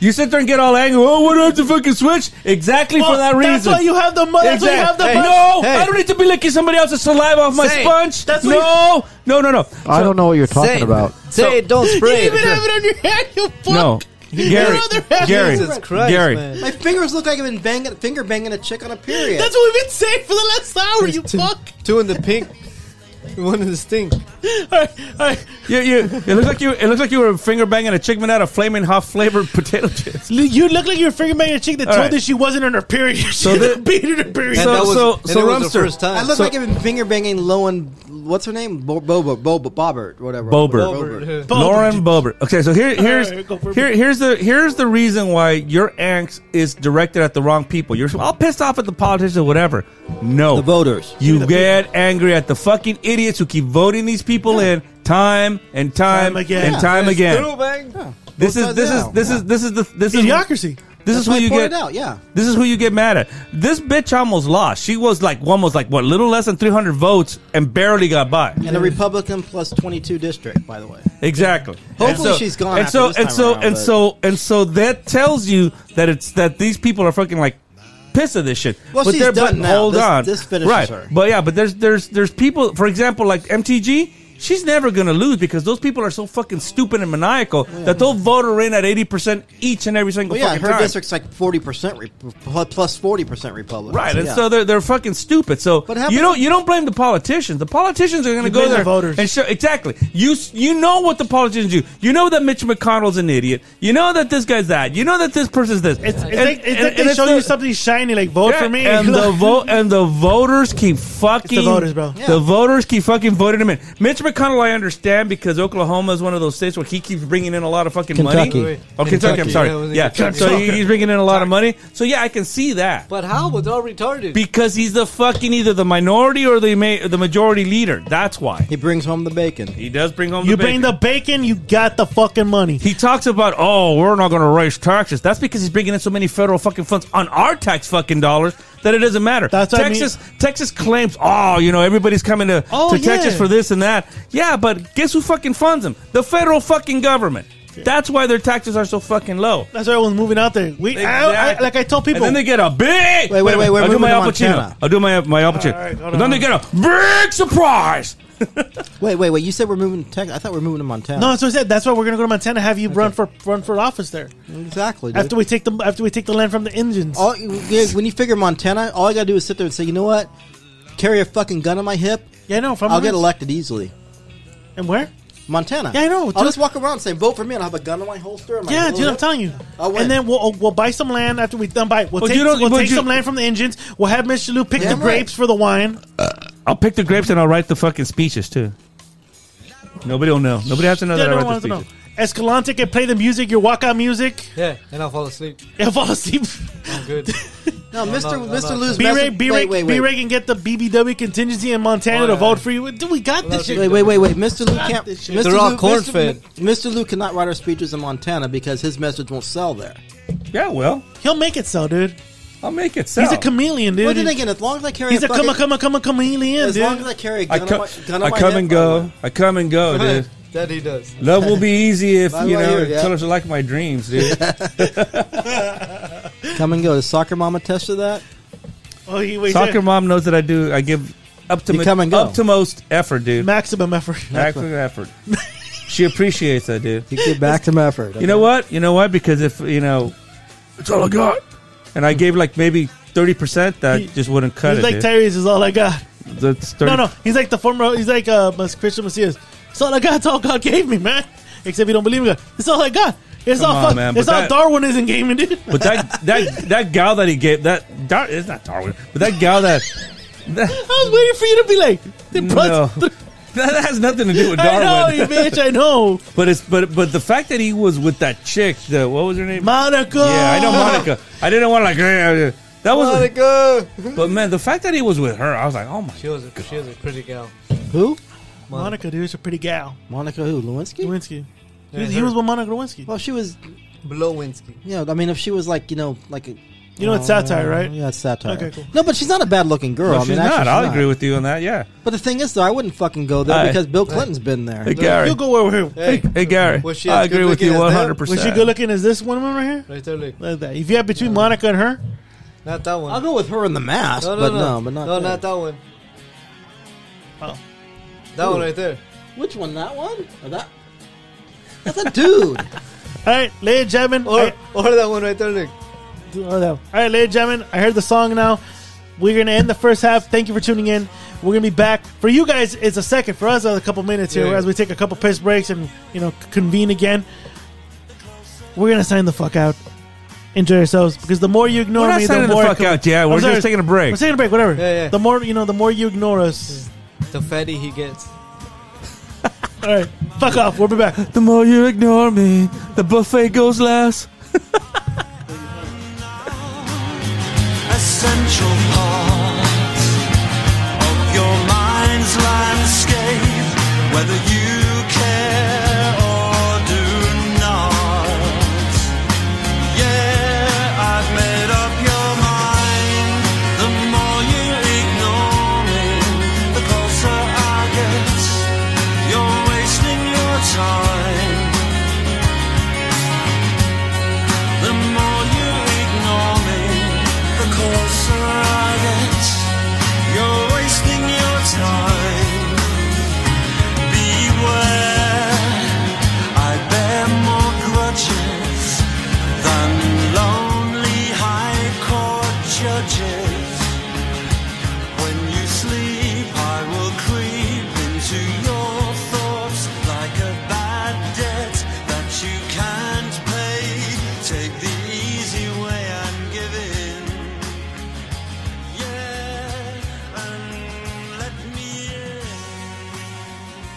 Speaker 2: You sit there and get all angry. Oh, what do I have to fucking switch? Exactly for
Speaker 1: Well,
Speaker 2: that
Speaker 1: That's
Speaker 2: reason.
Speaker 1: why you have the money. That's why you have the
Speaker 2: Exactly.
Speaker 1: money.
Speaker 2: No,
Speaker 5: Hey.
Speaker 2: I don't need to be licking somebody else's saliva off my
Speaker 5: Say it.
Speaker 2: sponge.
Speaker 1: That's what
Speaker 2: no, no, no, no.
Speaker 5: I don't know what you're talking Say, about. Say it,
Speaker 4: [LAUGHS]
Speaker 5: don't spray
Speaker 1: You even
Speaker 5: it.
Speaker 1: have it on your hand, you fuck.
Speaker 2: No, Gary,
Speaker 1: You're on the-
Speaker 2: Gary,
Speaker 3: Jesus Christ,
Speaker 2: Gary.
Speaker 3: man.
Speaker 4: My fingers look like I've been banging, finger banging a chick on a period.
Speaker 1: That's what we've been saying for the last hour, you
Speaker 3: Two-
Speaker 1: fuck.
Speaker 3: Two in the pink, one in the stink.
Speaker 1: All right, all right.
Speaker 2: You, you, it looks like you. It looks like you were finger banging a chicken out of flaming hot flavored potato chips.
Speaker 1: L- You look like you're finger banging a chick that
Speaker 2: All
Speaker 1: told
Speaker 2: right.
Speaker 1: us she wasn't in her period. [LAUGHS]
Speaker 2: So
Speaker 1: she
Speaker 2: the-
Speaker 1: was beating her period.
Speaker 3: And
Speaker 2: So-
Speaker 3: that was,
Speaker 2: so-
Speaker 3: and
Speaker 2: so
Speaker 3: it was the
Speaker 2: Rumster.
Speaker 3: first time.
Speaker 4: I look
Speaker 2: So-
Speaker 4: like I've been finger banging Lowen. What's her name? Bo- Bobo, Bobo, Bobbert, whatever.
Speaker 2: Bobert.
Speaker 3: Over-
Speaker 1: Bobert.
Speaker 2: Lauren Bobert. Okay, so here, here's
Speaker 1: right, go for it.
Speaker 2: here, here's the here's the reason why your angst is directed at the wrong people. You're all pissed off at the politicians or whatever. No,
Speaker 4: The voters.
Speaker 2: You get angry at the fucking idiots who keep voting these people in time and time,
Speaker 1: Time again.
Speaker 2: and time
Speaker 3: It's
Speaker 2: again.
Speaker 3: through, bang.
Speaker 2: This is
Speaker 4: sides
Speaker 2: this is
Speaker 4: down.
Speaker 2: this is this is the this is
Speaker 1: Idiocracy.
Speaker 2: This
Speaker 4: That's
Speaker 2: is who
Speaker 4: why I
Speaker 2: you
Speaker 4: pointed
Speaker 2: get.
Speaker 4: out. Yeah.
Speaker 2: This is who you get mad at. This bitch almost lost. She was like almost like what, little less than three hundred votes, and barely got by.
Speaker 4: And a Republican plus 22 district, by the way.
Speaker 2: Exactly.
Speaker 4: Hopefully
Speaker 2: And so-
Speaker 4: she's gone
Speaker 2: And
Speaker 4: after
Speaker 2: so
Speaker 4: this
Speaker 2: and
Speaker 4: time
Speaker 2: so
Speaker 4: around,
Speaker 2: and
Speaker 4: but-
Speaker 2: so and so that tells you that it's that these people are fucking like pissed at this shit.
Speaker 4: Well, she's
Speaker 2: they're-
Speaker 4: done now.
Speaker 2: Hold
Speaker 4: This-
Speaker 2: on,
Speaker 4: this finishes
Speaker 2: right?
Speaker 4: her.
Speaker 2: But yeah, but there's there's there's people. For example, like MTG. She's never gonna lose because those people are so fucking stupid and maniacal that they'll vote her in at eighty percent each and every single
Speaker 4: Well, yeah,
Speaker 2: fucking
Speaker 4: her
Speaker 2: time.
Speaker 4: district's like 40% re- pl- plus 40% Republican.
Speaker 2: Right, and
Speaker 4: yeah.
Speaker 2: so they're they're fucking stupid. So
Speaker 4: But how
Speaker 2: you
Speaker 4: about-
Speaker 2: don't you don't blame the politicians. The politicians are going to
Speaker 1: You
Speaker 2: go
Speaker 1: blame the
Speaker 2: there
Speaker 1: voters.
Speaker 2: and show exactly. You s- you know what the politicians do. You know that Mitch McConnell's an idiot. You know that this guy's that. You know that this person's this.
Speaker 1: It's, it's
Speaker 2: And-
Speaker 1: like, it's
Speaker 2: and-
Speaker 1: like they
Speaker 2: and it's
Speaker 1: show
Speaker 2: the-
Speaker 1: you something shiny, like vote
Speaker 2: yeah,
Speaker 1: for me. [LAUGHS]
Speaker 2: And the vote and the voters keep fucking
Speaker 1: voters, bro.
Speaker 4: Yeah.
Speaker 2: The voters keep fucking voting him in. Mitch McConnell, I understand because Oklahoma is one of those states where he keeps bringing in a lot of fucking
Speaker 5: Kentucky.
Speaker 2: money. Oh, Kentucky. I'm
Speaker 3: Kentucky.
Speaker 2: sorry.
Speaker 3: Yeah, it was in
Speaker 2: Yeah,
Speaker 3: Kentucky.
Speaker 2: so he- he's bringing in a lot of money. So yeah, I can see that.
Speaker 3: But how? But they're all retarded.
Speaker 2: Because he's the fucking either the minority or the ma- the majority leader. That's why
Speaker 4: he brings home the bacon.
Speaker 2: he does bring home.
Speaker 1: you
Speaker 2: the bacon.
Speaker 1: bring the bacon, you got the fucking money.
Speaker 2: He talks about oh we're not going to raise taxes. That's because he's bringing in so many federal fucking funds on our tax fucking dollars that it doesn't matter.
Speaker 1: That's what I mean.
Speaker 2: Texas Texas claims oh you know everybody's coming to
Speaker 1: Oh,
Speaker 2: to Texas
Speaker 1: yeah.
Speaker 2: for this and that. Yeah, but guess who fucking funds them? The federal fucking government. That's why their taxes are so fucking low.
Speaker 1: That's why everyone's moving out there. We, I, I,
Speaker 2: Exactly.
Speaker 1: like I told people,
Speaker 2: And then they get a big.
Speaker 4: Wait, wait, wait, we're
Speaker 2: I'll do
Speaker 4: moving
Speaker 2: my
Speaker 4: to
Speaker 2: Al Pacino.
Speaker 4: Montana.
Speaker 2: I'll do my my Al Pacino.
Speaker 1: All right, hold
Speaker 2: and then
Speaker 1: on.
Speaker 2: they get a big surprise. [LAUGHS]
Speaker 4: Wait, wait, wait. You said we're moving to Texas. I thought we were moving to Montana.
Speaker 1: no, that's what I said. That's why we're gonna go to Montana. Have you run for run for office there
Speaker 4: Exactly. Dude.
Speaker 1: after we take the after we take the land from the Indians?
Speaker 4: all, yeah, when you figure Montana, all I got to do is sit there and say, you know what? Carry a fucking gun on my hip.
Speaker 1: yeah, no, from
Speaker 4: I'll get elected easily.
Speaker 1: And where?
Speaker 4: Montana.
Speaker 1: Yeah, I know,
Speaker 4: I'll
Speaker 1: dude.
Speaker 4: just walk around saying, vote for me, and I'll have a gun in my holster. and my
Speaker 1: Yeah, dude,
Speaker 4: little-
Speaker 1: I'm telling you.
Speaker 4: I'll win.
Speaker 1: And then we'll oh, we'll buy some land after we done buy. We'll
Speaker 2: Well,
Speaker 1: take,
Speaker 2: you don't-
Speaker 1: we'll
Speaker 2: but
Speaker 1: take
Speaker 2: you-
Speaker 1: some land from the engines. We'll have Mr. Lou pick
Speaker 4: Yeah,
Speaker 1: the
Speaker 4: right.
Speaker 1: grapes for the wine.
Speaker 2: I'll pick the grapes and I'll write the fucking speeches too. Nobody will know. Nobody has to know
Speaker 1: Yeah,
Speaker 2: that
Speaker 1: no
Speaker 2: I
Speaker 1: one
Speaker 2: write
Speaker 1: wants
Speaker 2: the
Speaker 1: to know.
Speaker 2: speeches.
Speaker 1: Escalante can play the music, your walkout music,
Speaker 3: yeah, and I'll fall asleep.
Speaker 1: and fall
Speaker 4: [LAUGHS]
Speaker 1: asleep.
Speaker 2: [LAUGHS]
Speaker 3: I'm good.
Speaker 4: No,
Speaker 3: I'm
Speaker 4: Mr.
Speaker 3: not- I'm
Speaker 4: Mr.
Speaker 3: not-
Speaker 4: Lou's
Speaker 1: B Ray,
Speaker 4: message-
Speaker 1: B Ray,
Speaker 4: Wait, wait,
Speaker 1: B Ray
Speaker 4: wait.
Speaker 1: can get the BBW contingency in Montana
Speaker 3: Oh,
Speaker 1: to
Speaker 3: yeah.
Speaker 1: vote for you. Dude, we got
Speaker 3: Well,
Speaker 1: this shit.
Speaker 4: Wait, wait, wait, wait. Mr. Lou can't. Mr.
Speaker 3: They're all
Speaker 4: Lou, Mr.
Speaker 3: corn-fed.
Speaker 4: Mr. Lou cannot write our speeches in Montana because his message won't sell there.
Speaker 2: Yeah, well,
Speaker 1: He'll make it so, dude.
Speaker 2: I'll make it. Sell.
Speaker 1: He's a chameleon, dude.
Speaker 4: But then again, as long as I carry
Speaker 1: He's
Speaker 4: a
Speaker 1: a
Speaker 4: fucking,
Speaker 1: come, come, come, chameleon,
Speaker 4: as long as
Speaker 1: dude.
Speaker 4: I carry a
Speaker 2: I,
Speaker 4: gun, on
Speaker 2: co-
Speaker 4: my, gun
Speaker 2: I
Speaker 4: on my
Speaker 2: come
Speaker 4: hip,
Speaker 2: and
Speaker 4: I'll
Speaker 2: go.
Speaker 4: win.
Speaker 2: I come and
Speaker 4: [LAUGHS]
Speaker 2: go, dude.
Speaker 3: that he does.
Speaker 2: Love will be easy if
Speaker 4: Bye
Speaker 2: you
Speaker 4: bye
Speaker 2: know
Speaker 4: here, yeah.
Speaker 2: colors are like my
Speaker 1: [LAUGHS]
Speaker 2: dreams, dude.
Speaker 4: Come and go. Does soccer mom attest to that?
Speaker 1: Oh, he waits
Speaker 2: Soccer
Speaker 1: there.
Speaker 2: mom knows that I do. I give up to
Speaker 4: You come and go.
Speaker 2: up to most effort, dude.
Speaker 1: maximum effort.
Speaker 2: Maximum effort. she appreciates that, dude.
Speaker 4: You get back to effort.
Speaker 2: You know what? You know why? Because if you know, it's all I got. And I gave like maybe thirty percent. That
Speaker 1: He-
Speaker 2: just wouldn't cut
Speaker 1: He's
Speaker 2: it.
Speaker 1: like
Speaker 2: dude.
Speaker 1: Terry's is all I got.
Speaker 2: That's 30
Speaker 1: No, no, he's like the former. He's like uh, Mas- Christian Macias. It's all I got. It's all God gave me, man. Except you don't believe in God. It's all I got. It's
Speaker 2: Come
Speaker 1: not
Speaker 2: on,
Speaker 1: fuck,
Speaker 2: man,
Speaker 1: It's
Speaker 2: but
Speaker 1: not
Speaker 2: that-
Speaker 1: Darwinism gaming, dude.
Speaker 2: But that that that gal that he gave that Dar- it's not Darwin, but that gal that
Speaker 1: [LAUGHS] I [LAUGHS]
Speaker 2: that,
Speaker 1: was waiting for you to be like, the
Speaker 2: no,
Speaker 1: plus-
Speaker 2: that has nothing to do with
Speaker 1: I
Speaker 2: Darwin.
Speaker 1: know, you bitch. I know.
Speaker 2: [LAUGHS] But it's but but the fact that he was with that chick, the what was her name?
Speaker 1: Monica.
Speaker 2: yeah, I know Monica. I didn't want to like eh, eh, eh. that was.
Speaker 3: Monica.
Speaker 2: But man, the fact that he was with her, I was like, oh my.
Speaker 3: She was a, she was a pretty gal.
Speaker 4: Who?
Speaker 1: [LAUGHS] Monica, dude, is a pretty gal.
Speaker 4: Monica who? Lewinsky?
Speaker 1: Lewinsky.
Speaker 3: Yeah,
Speaker 1: he, he
Speaker 3: her.
Speaker 1: was with Monica Lewinsky.
Speaker 4: Well, she was.
Speaker 3: Blowinski.
Speaker 4: You know, I mean, if she was like, you know, like a. uh,
Speaker 1: You know, it's
Speaker 2: Oh,
Speaker 1: satire, right?
Speaker 4: Yeah, it's satire.
Speaker 1: Okay, cool.
Speaker 4: No, but she's not a bad looking girl.
Speaker 2: No,
Speaker 4: I mean,
Speaker 2: she's
Speaker 4: actually,
Speaker 2: not.
Speaker 4: she's
Speaker 2: I'll
Speaker 4: not.
Speaker 2: agree with you on that. Yeah.
Speaker 4: But the thing is, though, I wouldn't fucking go there
Speaker 2: Aye.
Speaker 4: because Bill Clinton's been there.
Speaker 2: Hey
Speaker 1: You'll
Speaker 2: Gary.
Speaker 1: go over here.
Speaker 3: Hey,
Speaker 2: Hey Gary.
Speaker 3: Was she as
Speaker 2: I agree with
Speaker 3: good-looking
Speaker 2: you
Speaker 3: as
Speaker 2: one
Speaker 3: them?
Speaker 2: hundred
Speaker 1: Was
Speaker 2: percent.
Speaker 1: she good looking as this one woman right here?
Speaker 3: Right there, look.
Speaker 1: Like that. If you had between Monica and her,
Speaker 3: Not that one.
Speaker 4: I'll go with her in the mask,
Speaker 3: no, no,
Speaker 4: but
Speaker 3: no,
Speaker 4: no, but not.
Speaker 3: No,
Speaker 4: there.
Speaker 3: not that one.
Speaker 1: Oh.
Speaker 3: That one right there.
Speaker 4: Which one? That one? Or that? That's
Speaker 1: [LAUGHS]
Speaker 4: a dude.
Speaker 1: all right, ladies and gentlemen.
Speaker 3: Or
Speaker 1: I-
Speaker 3: or that one right there, look.
Speaker 1: Oh, no. All right, ladies and gentlemen, I heard the song now. We're going to end the first half. Thank you for tuning in. We're going to be back. For you guys, it's a second. For us, it's a couple minutes here
Speaker 3: Yeah.
Speaker 1: as we take a couple piss breaks and, you know, convene again. We're going to sign the fuck out. Enjoy yourselves because the more you ignore
Speaker 2: We're not
Speaker 1: me, the
Speaker 2: signing the
Speaker 1: more I
Speaker 2: fuck
Speaker 1: come-
Speaker 2: out, yeah.
Speaker 1: I'm
Speaker 2: We're
Speaker 1: sorry.
Speaker 2: just taking a break.
Speaker 1: We're taking a break, whatever.
Speaker 3: Yeah, yeah.
Speaker 1: The more you know, the more you ignore us.
Speaker 3: The fatty he gets.
Speaker 1: All right, fuck off. We'll be back.
Speaker 2: The more you ignore me, the buffet goes last.
Speaker 6: essential parts of your mind's landscape, whether you care or do not. Yeah, I've made up your mind. The more you ignore me, the closer I get. You're wasting your time. The more you ignore me, the closer I get. You're wasting your time. Beware, I bear more grudges than lonely high court judges. When you sleep, I will creep into your thoughts like a bad debt that you can't pay. Take the easy way and give in. Yeah, and let me in.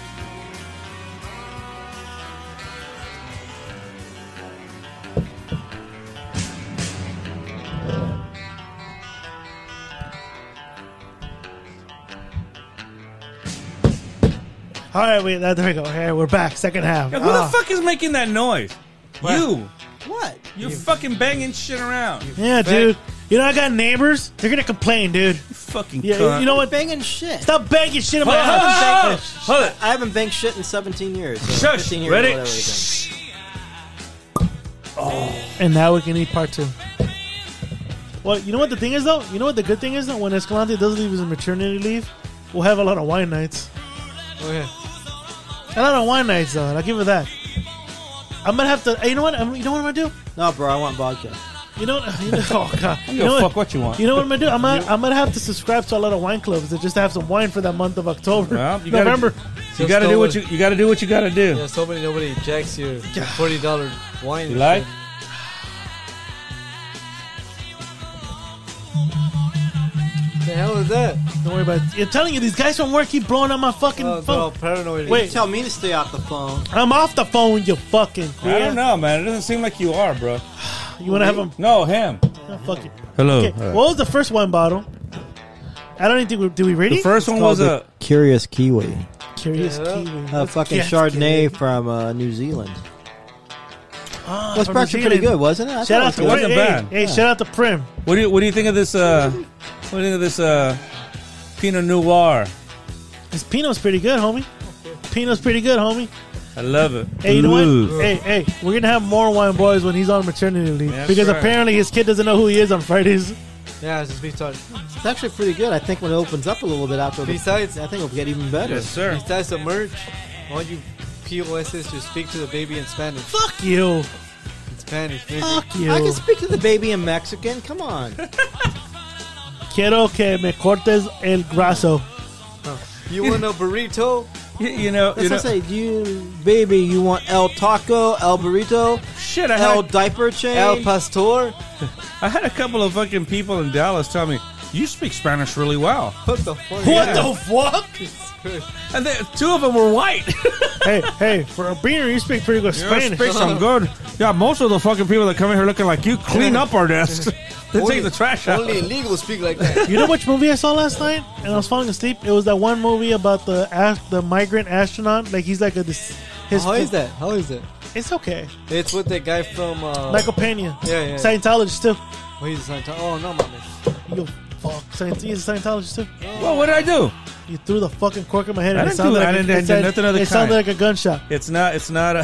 Speaker 1: All right, we, there we go. Here we're back. Second half.
Speaker 2: Yeah, who
Speaker 1: Ah.
Speaker 2: the fuck is making that noise? You.
Speaker 4: what?
Speaker 2: You're fucking banging shit around. You
Speaker 1: yeah, dude. You know I got neighbors. They're gonna complain, dude.
Speaker 2: fucking
Speaker 1: Yeah,
Speaker 2: cunt.
Speaker 1: you know what?
Speaker 4: Banging shit.
Speaker 1: Stop banging shit in
Speaker 2: Hold
Speaker 1: my
Speaker 2: it, hold
Speaker 1: house.
Speaker 2: it, hold it.
Speaker 4: I haven't banged shit in 17 years. so
Speaker 2: Shush,
Speaker 4: 15 years,
Speaker 2: ready?
Speaker 4: whatever it is.
Speaker 1: And now we can eat part two. Well, you know what the thing is though. You know what the good thing is though. When Escalante does leave his maternity leave, we'll have a lot of wine nights.
Speaker 3: Oh yeah.
Speaker 1: A lot of wine nights though. and I'll give it that. I'm gonna have to. You know what? I'm, you know what I'm gonna do?
Speaker 4: No, bro, I want vodka.
Speaker 1: You know? [LAUGHS] what- You know oh god.
Speaker 2: You
Speaker 1: know
Speaker 2: know
Speaker 1: what?
Speaker 2: fuck what you want.
Speaker 1: You know what I'm gonna do? I'm gonna, I'm gonna have to subscribe to a lot of wine clubs to just have some wine for that month of October,
Speaker 2: Well, you gotta-
Speaker 1: November.
Speaker 2: you gotta
Speaker 3: Just
Speaker 2: do
Speaker 3: go
Speaker 2: what
Speaker 3: with-
Speaker 2: you you gotta do what you gotta do.
Speaker 3: Yeah, so many nobody jacks your forty dollar wine.
Speaker 2: You
Speaker 3: and
Speaker 2: like?
Speaker 3: shit. The hell is that?
Speaker 1: Don't worry about it. I'm telling you, these guys from work keep blowing up my fucking
Speaker 3: Oh, they're all
Speaker 1: phone.
Speaker 3: paranoid.
Speaker 1: Wait.
Speaker 4: Tell me to stay off the phone.
Speaker 1: I'm off the phone, you fucking.
Speaker 2: I don't know, man. It doesn't seem like you are, bro.
Speaker 1: You wanna have them?
Speaker 2: No, him.
Speaker 1: Oh, fuck it.
Speaker 2: Hello.
Speaker 1: Okay, what was the first wine bottle? I don't even think we do we read
Speaker 2: The
Speaker 1: it.
Speaker 2: first one was uh, a
Speaker 4: Curious Kiwi.
Speaker 1: Curious
Speaker 3: Yeah.
Speaker 1: Kiwi.
Speaker 4: A fucking
Speaker 1: Yes,
Speaker 4: Chardonnay from uh, New Zealand.
Speaker 1: Ah,
Speaker 4: Was
Speaker 1: from
Speaker 4: actually
Speaker 1: New
Speaker 4: pretty good,
Speaker 1: Zealand.
Speaker 4: wasn't it? I
Speaker 1: Shout
Speaker 4: thought
Speaker 1: out
Speaker 4: it
Speaker 1: to
Speaker 2: It
Speaker 4: was
Speaker 1: Prim.
Speaker 2: wasn't
Speaker 1: Hey, hey,
Speaker 2: bad.
Speaker 1: shout out to Prim.
Speaker 2: what do you what do you think of this uh what do you think of this uh Pinot Noir?
Speaker 1: This Pinot's pretty good, homie. Pinot's pretty good, homie.
Speaker 2: I love it.
Speaker 1: Hey, you know
Speaker 2: Ooh.
Speaker 1: what? Hey, hey, we're gonna have more wine boys when he's on maternity leave
Speaker 2: That's
Speaker 1: because
Speaker 2: right.
Speaker 1: apparently his kid doesn't know who he is on Fridays.
Speaker 3: Yeah, it's just retarded.
Speaker 4: It's actually pretty good. I think when it opens up a little bit after the
Speaker 3: Besides, uh,
Speaker 4: I think it'll get even better.
Speaker 2: Yes, sir.
Speaker 3: besides the merch, all you POSs just speak to the baby in Spanish.
Speaker 1: Fuck you.
Speaker 3: In Spanish, baby.
Speaker 1: Fuck you.
Speaker 4: I can speak to the baby in Mexican. Come [LAUGHS] on.
Speaker 1: Quiero que me cortes el brazo.
Speaker 3: You want a burrito?
Speaker 2: [LAUGHS] You, you know, you
Speaker 4: That's
Speaker 2: know
Speaker 4: what I say. You, baby, you want El Taco, El Burrito?
Speaker 2: shit, I
Speaker 4: El
Speaker 2: had,
Speaker 4: diaper chain.
Speaker 3: El Pastor.
Speaker 2: I had a couple of fucking people in Dallas tell me, you speak Spanish really well.
Speaker 3: What the fuck?
Speaker 2: What the fuck? And then two of them were [LAUGHS] white.
Speaker 1: hey, hey, for a beaner, you speak pretty good
Speaker 2: I
Speaker 1: Spanish.
Speaker 2: speak some good. Yeah, most of the fucking people that come in here looking like you clean up our desks. [LAUGHS] They
Speaker 3: Only-
Speaker 2: take the trash out.
Speaker 3: Only illegal speak like
Speaker 4: [LAUGHS]
Speaker 3: that.
Speaker 1: You know which movie I saw last night, and I was falling asleep. It was that one movie about the ast- the migrant astronaut. Like he's like a dis- his.
Speaker 3: How Oh, is that? How is that?
Speaker 1: It's okay.
Speaker 3: It's with that guy from. Uh,
Speaker 1: Michael Pena.
Speaker 3: Yeah, yeah.
Speaker 1: Scientologist too.
Speaker 3: oh, he's a Scientologist. Oh no, my man.
Speaker 1: You fuck. Scient- he's a Scientologist too.
Speaker 2: Well, what did I do?
Speaker 1: You threw the fucking cork in my head.
Speaker 2: I
Speaker 1: and
Speaker 2: didn't
Speaker 1: it sounded
Speaker 2: do it.
Speaker 1: like
Speaker 2: I
Speaker 1: a-
Speaker 2: didn't-
Speaker 1: it
Speaker 2: I did
Speaker 1: said-
Speaker 2: nothing of the
Speaker 1: It sounded
Speaker 2: kind.
Speaker 1: like a gunshot.
Speaker 2: It's not. It's not. uh,